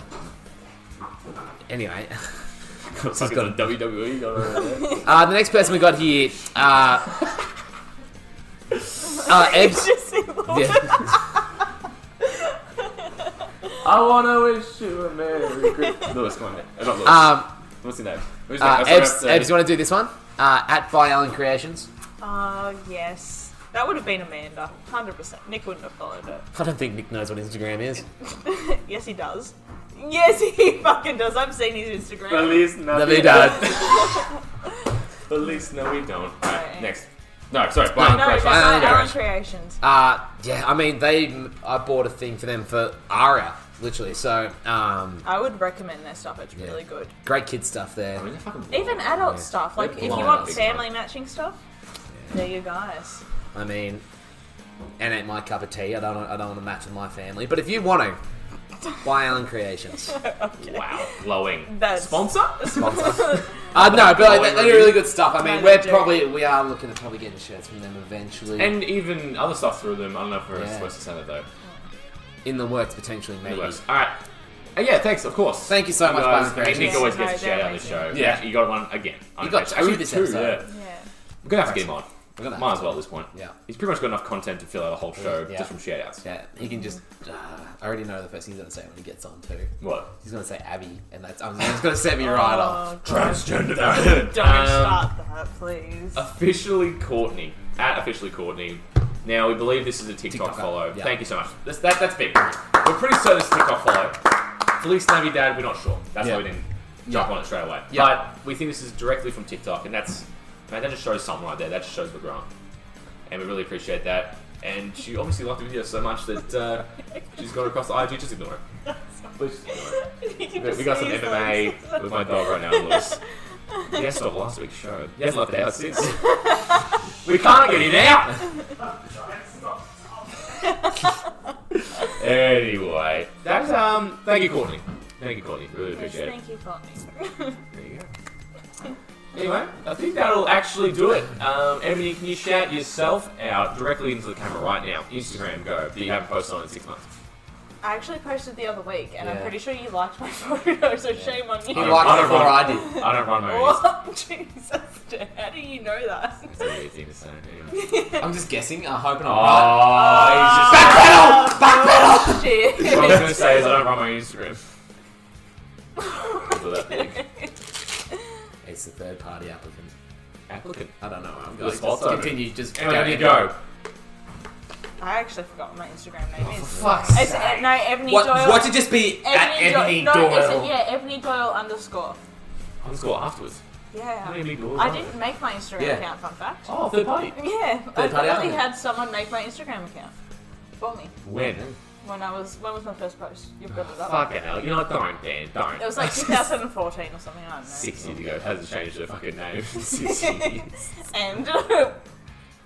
Speaker 1: Anyway,
Speaker 2: Looks like it's a E. WWE. going on over there.
Speaker 1: uh, the next person we got here, uh, uh, Ebs.
Speaker 4: Just see what-
Speaker 1: Yeah.
Speaker 15: I wanna wish you a merry Christmas.
Speaker 2: Lewis, come on, mate. Uh, Not Lewis.
Speaker 1: Um,
Speaker 2: What's your name? Who's
Speaker 1: uh,
Speaker 2: next? That's
Speaker 1: Ebs,
Speaker 2: what I have to-
Speaker 1: Ebs, you want to do this one? Uh, at By Allen Creations.
Speaker 4: Oh, yes. That would have been Amanda. 100%. Nick wouldn't have followed it.
Speaker 1: I don't think Nick knows what Instagram is.
Speaker 4: Yes, he does. Yes, he fucking does. I've seen his Instagram.
Speaker 2: Feliz
Speaker 1: Navidad.
Speaker 2: Feliz no, we don't.
Speaker 4: Sorry.
Speaker 2: Alright, next. No, sorry.
Speaker 1: No,
Speaker 2: Brian,
Speaker 4: No,
Speaker 2: Brian,
Speaker 1: Creations.
Speaker 4: just
Speaker 2: Brian.
Speaker 1: Alan
Speaker 4: like Alan
Speaker 1: Creations.
Speaker 4: Creations.
Speaker 1: Uh, yeah, I mean, they. I bought a thing for them for Aria, literally. So, um,
Speaker 4: I would recommend their stuff. It's really good.
Speaker 1: great kid stuff there.
Speaker 2: I mean, they're fucking blonde.
Speaker 4: Even adult stuff. Like, if you
Speaker 2: blonde
Speaker 4: want
Speaker 2: up, big
Speaker 4: family matching stuff, they're your guys.
Speaker 1: I mean, and ain't my cup of tea. I don't. I don't want to match with my family. But if you want to, buy Allen Creations.
Speaker 2: Wow, glowing.
Speaker 4: That's-
Speaker 2: Sponsor?
Speaker 1: Uh, no, but like, they, they do really good stuff. I mean, we're
Speaker 4: Manager.
Speaker 1: probably we are looking at probably getting shirts from them eventually.
Speaker 2: And even other stuff through them. I don't know if we're
Speaker 1: Yeah.
Speaker 2: supposed to say that though.
Speaker 1: in the works potentially, maybe.
Speaker 2: Alright. Uh, yeah, thanks, of course.
Speaker 1: Thank you so much,
Speaker 2: guys.
Speaker 1: Brian Creations.
Speaker 2: Nick always
Speaker 4: Yeah,
Speaker 2: gets a
Speaker 4: no,
Speaker 2: shout
Speaker 4: they're
Speaker 2: out on this show.
Speaker 4: amazing.
Speaker 1: Yeah.
Speaker 2: You got one again.
Speaker 1: You got
Speaker 2: Unabashed.
Speaker 1: two this episode.
Speaker 2: yeah.
Speaker 4: Yeah.
Speaker 2: We're gonna have to get him on.
Speaker 1: We're gonna
Speaker 2: Might
Speaker 1: have
Speaker 2: as well at this point.
Speaker 1: Yeah.
Speaker 2: He's pretty much got enough content to fill out a whole show
Speaker 1: Yeah.
Speaker 2: just from shout outs.
Speaker 1: Yeah, he can just. Uh, I already know the first thing he's gonna say when he gets on too.
Speaker 2: What?
Speaker 1: He's gonna say Abby, and that's I'm just gonna set me right off.
Speaker 4: Oh, God,
Speaker 2: Transgender.
Speaker 4: don't
Speaker 2: Um,
Speaker 4: start that, please.
Speaker 2: Officially Courtney. At officially Courtney. Now we believe this is a TikTok,
Speaker 1: TikTok,
Speaker 2: follow.
Speaker 1: yeah.
Speaker 2: Thank you so much. That's, that, that's big. We're pretty certain it's a TikTok follow. Felice Navi Dad, we're not sure. That's
Speaker 1: Yeah.
Speaker 2: why we didn't jump
Speaker 1: Yeah.
Speaker 2: on it straight away.
Speaker 1: Yeah.
Speaker 2: But we think this is directly from TikTok, and that's man, that just shows something right there. That just shows we're growing, and we really appreciate that. And she obviously liked the video so much that uh, she's gone across the IG. Just ignore it. Please just ignore it.
Speaker 4: You can
Speaker 2: We-
Speaker 4: just
Speaker 2: We got some
Speaker 4: see his
Speaker 2: MMA
Speaker 4: legs.
Speaker 2: with my dog right now, Lewis. He has stopped last week's show. He hasn't left out since. we can't get him out! anyway, that's, um, thank you, Courtney. Thank you, Courtney. Really
Speaker 4: Yes,
Speaker 2: appreciate it.
Speaker 4: thank you, Courtney.
Speaker 2: There you go. Anyway, I think that'll actually do it. Um, Ebony, can you shout yourself out directly into the camera right now? Instagram, go. That you haven't posted on in six months.
Speaker 4: I actually posted the other week, and I'm
Speaker 5: Yeah.
Speaker 4: pretty sure you liked my photo, so shame on you.
Speaker 5: He liked
Speaker 2: I
Speaker 5: it
Speaker 2: don't
Speaker 5: before
Speaker 2: want-
Speaker 5: I did.
Speaker 2: I don't run my Instagram.
Speaker 4: What? Jesus, Dan, how do you know that?
Speaker 2: It's a weird thing to say. Anyway.
Speaker 5: I'm just guessing.
Speaker 1: Uh,
Speaker 5: I'm hoping I'm right.
Speaker 2: Oh, he's just.
Speaker 4: Oh, shit.
Speaker 2: What I was going to say is I don't run my Instagram. Because of that big
Speaker 1: It's a third party applicant.
Speaker 2: applicant.
Speaker 1: I don't know where I'm
Speaker 2: The
Speaker 1: going.
Speaker 2: spot's
Speaker 1: Just
Speaker 2: open.
Speaker 1: continue. Just
Speaker 2: Anyway, there you
Speaker 1: go.
Speaker 2: go.
Speaker 4: I actually forgot what my Instagram name is.
Speaker 1: Fuck's
Speaker 4: It's
Speaker 1: sake.
Speaker 4: uh, no Ebony
Speaker 1: What,
Speaker 4: Doyle.
Speaker 1: what to just be at Ebony
Speaker 4: Ebony Doyle. No, it's,
Speaker 1: Doyle?
Speaker 4: yeah, Ebony Doyle underscore.
Speaker 2: Underscore afterwards. How many
Speaker 4: Yeah.
Speaker 2: big doors
Speaker 4: I
Speaker 2: are there?
Speaker 4: didn't make my Instagram
Speaker 1: Yeah.
Speaker 4: account. Fun fact.
Speaker 2: Oh, third party.
Speaker 4: Yeah, I
Speaker 1: Third party
Speaker 4: literally
Speaker 1: admin.
Speaker 4: had someone make my Instagram account for me
Speaker 2: When?
Speaker 4: when I was when was my first post. You've got it up.
Speaker 2: Fucking hell. You know what? Don't, Dan. Don't.
Speaker 4: It was like 2014 or something. I don't know.
Speaker 2: Six years ago. It hasn't changed their fucking name. in Six years.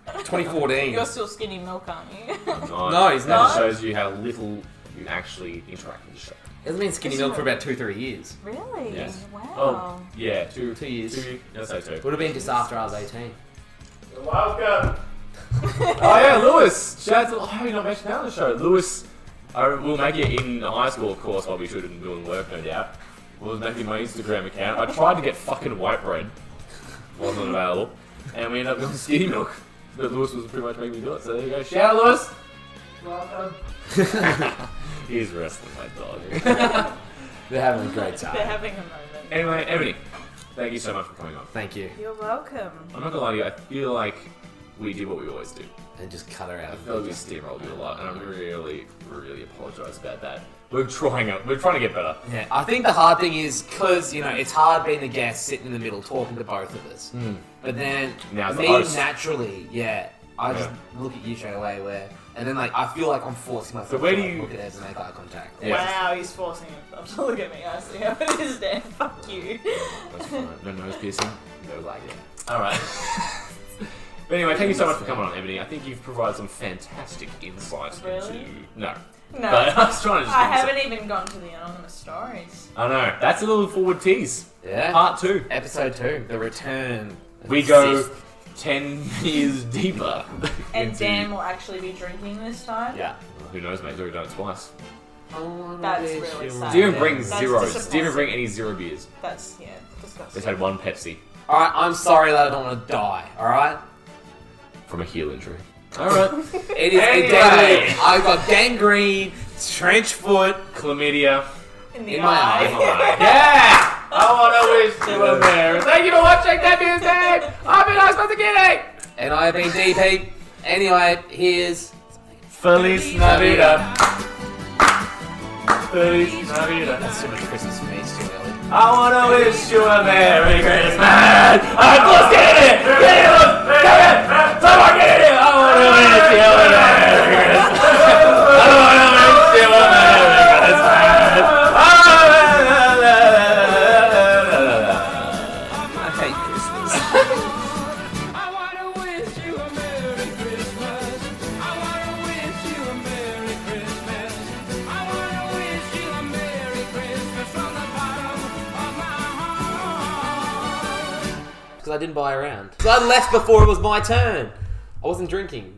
Speaker 4: And
Speaker 1: 2014.
Speaker 4: E. you're still skinny milk, aren't you?
Speaker 2: Not.
Speaker 1: No, he's
Speaker 2: That
Speaker 1: not.
Speaker 2: shows you how little you actually interact with the show.
Speaker 1: It's been skinny milk for about two, three years.
Speaker 4: really?
Speaker 2: Yes.
Speaker 4: Wow.
Speaker 2: Oh, yeah. Two,
Speaker 1: Two years.
Speaker 2: two. Let's say two.
Speaker 1: Would have been just after I was 18.
Speaker 6: Welcome.
Speaker 2: Oh yeah, Lewis. Shout out to oh, you not mentioned that on the show. Lewis, I, we'll make it in high school, of course, while we should and doing work, no doubt. We'll make it my Instagram account. I tried to get fucking white bread, wasn't available, and we ended up going skinny milk. But Lewis was pretty much making me do it. So there you go. Shout out, Lewis.
Speaker 6: Welcome.
Speaker 2: He's wrestling my dog.
Speaker 1: They're having a great
Speaker 4: They're
Speaker 1: time.
Speaker 4: having a moment.
Speaker 2: anyway, Ebony, thank you so much for coming on.
Speaker 1: Thank you.
Speaker 4: You're welcome.
Speaker 2: I'm not gonna lie to you. I feel like we did what we always do.
Speaker 1: And just cut her out.
Speaker 2: I feel like we steamrolled you a lot, and I really, really apologise about that. We're trying. it- We're trying to get better.
Speaker 1: Yeah, I think the hard thing is because you know it's hard being the guest sitting in the middle talking to both of us. But then
Speaker 2: Hmm. Now as the
Speaker 1: me
Speaker 2: host.
Speaker 1: naturally, yeah, I just look at you straight away. Where and then like I feel like I'm forcing myself.
Speaker 2: But where
Speaker 1: to,
Speaker 2: do
Speaker 1: like,
Speaker 2: you-
Speaker 1: look at Ed and make eye contact?
Speaker 2: Yeah.
Speaker 4: Wow, he's forcing himself to look at me. I see how it is, Dan. Fuck you.
Speaker 2: That's fine. No nose piercing. No like
Speaker 1: it.
Speaker 2: it. All right. but anyway, thank you so much for coming on, Ebony. I think you've provided some fantastic insights
Speaker 4: Really?
Speaker 2: into no.
Speaker 4: No,
Speaker 2: But I was trying to. Just
Speaker 4: I
Speaker 2: give you some-
Speaker 4: haven't even gone to the anonymous stories.
Speaker 2: I know. That's a little forward tease.
Speaker 1: Yeah.
Speaker 2: Part two.
Speaker 1: Episode two, the return. of
Speaker 2: We
Speaker 1: the
Speaker 2: go
Speaker 1: Sith.
Speaker 2: ten years deeper.
Speaker 4: And
Speaker 2: into-
Speaker 4: Dan will actually be drinking this time.
Speaker 1: Yeah.
Speaker 2: Who knows, mate? We've already done it twice.
Speaker 4: That's really sad.
Speaker 2: Didn't even
Speaker 1: Yeah.
Speaker 2: bring
Speaker 4: That's
Speaker 2: zeros. Didn't even
Speaker 4: disappointing.
Speaker 2: bring any zero beers.
Speaker 4: That's yeah,
Speaker 2: Just
Speaker 4: disgusting.
Speaker 2: had one Pepsi
Speaker 1: All right, I'm sorry that I don't want to die. All right.
Speaker 2: from a heel injury. All right.
Speaker 1: It is
Speaker 2: Anyway.
Speaker 1: a deadly. I've got gangrene, trench foot.
Speaker 2: Chlamydia.
Speaker 4: In the
Speaker 1: in my eye.
Speaker 2: yeah! I want to wish you were there. Thank you for watching that music! I've been Ice Monster Kitty!
Speaker 1: And I've been DP. Anyway, here's.
Speaker 2: Feliz Navidad! Feliz Navidad!
Speaker 1: That's too much Christmas for me. It's too early.
Speaker 2: I wanna wish you a Merry Christmas! I'm close getting it! Get it! Get it! Someone get it! I wanna wish you a Merry Christmas! I wanna wish you a Merry Christmas!
Speaker 1: I hate Christmas. Because I didn't buy around. So I left before it was my turn. I wasn't drinking.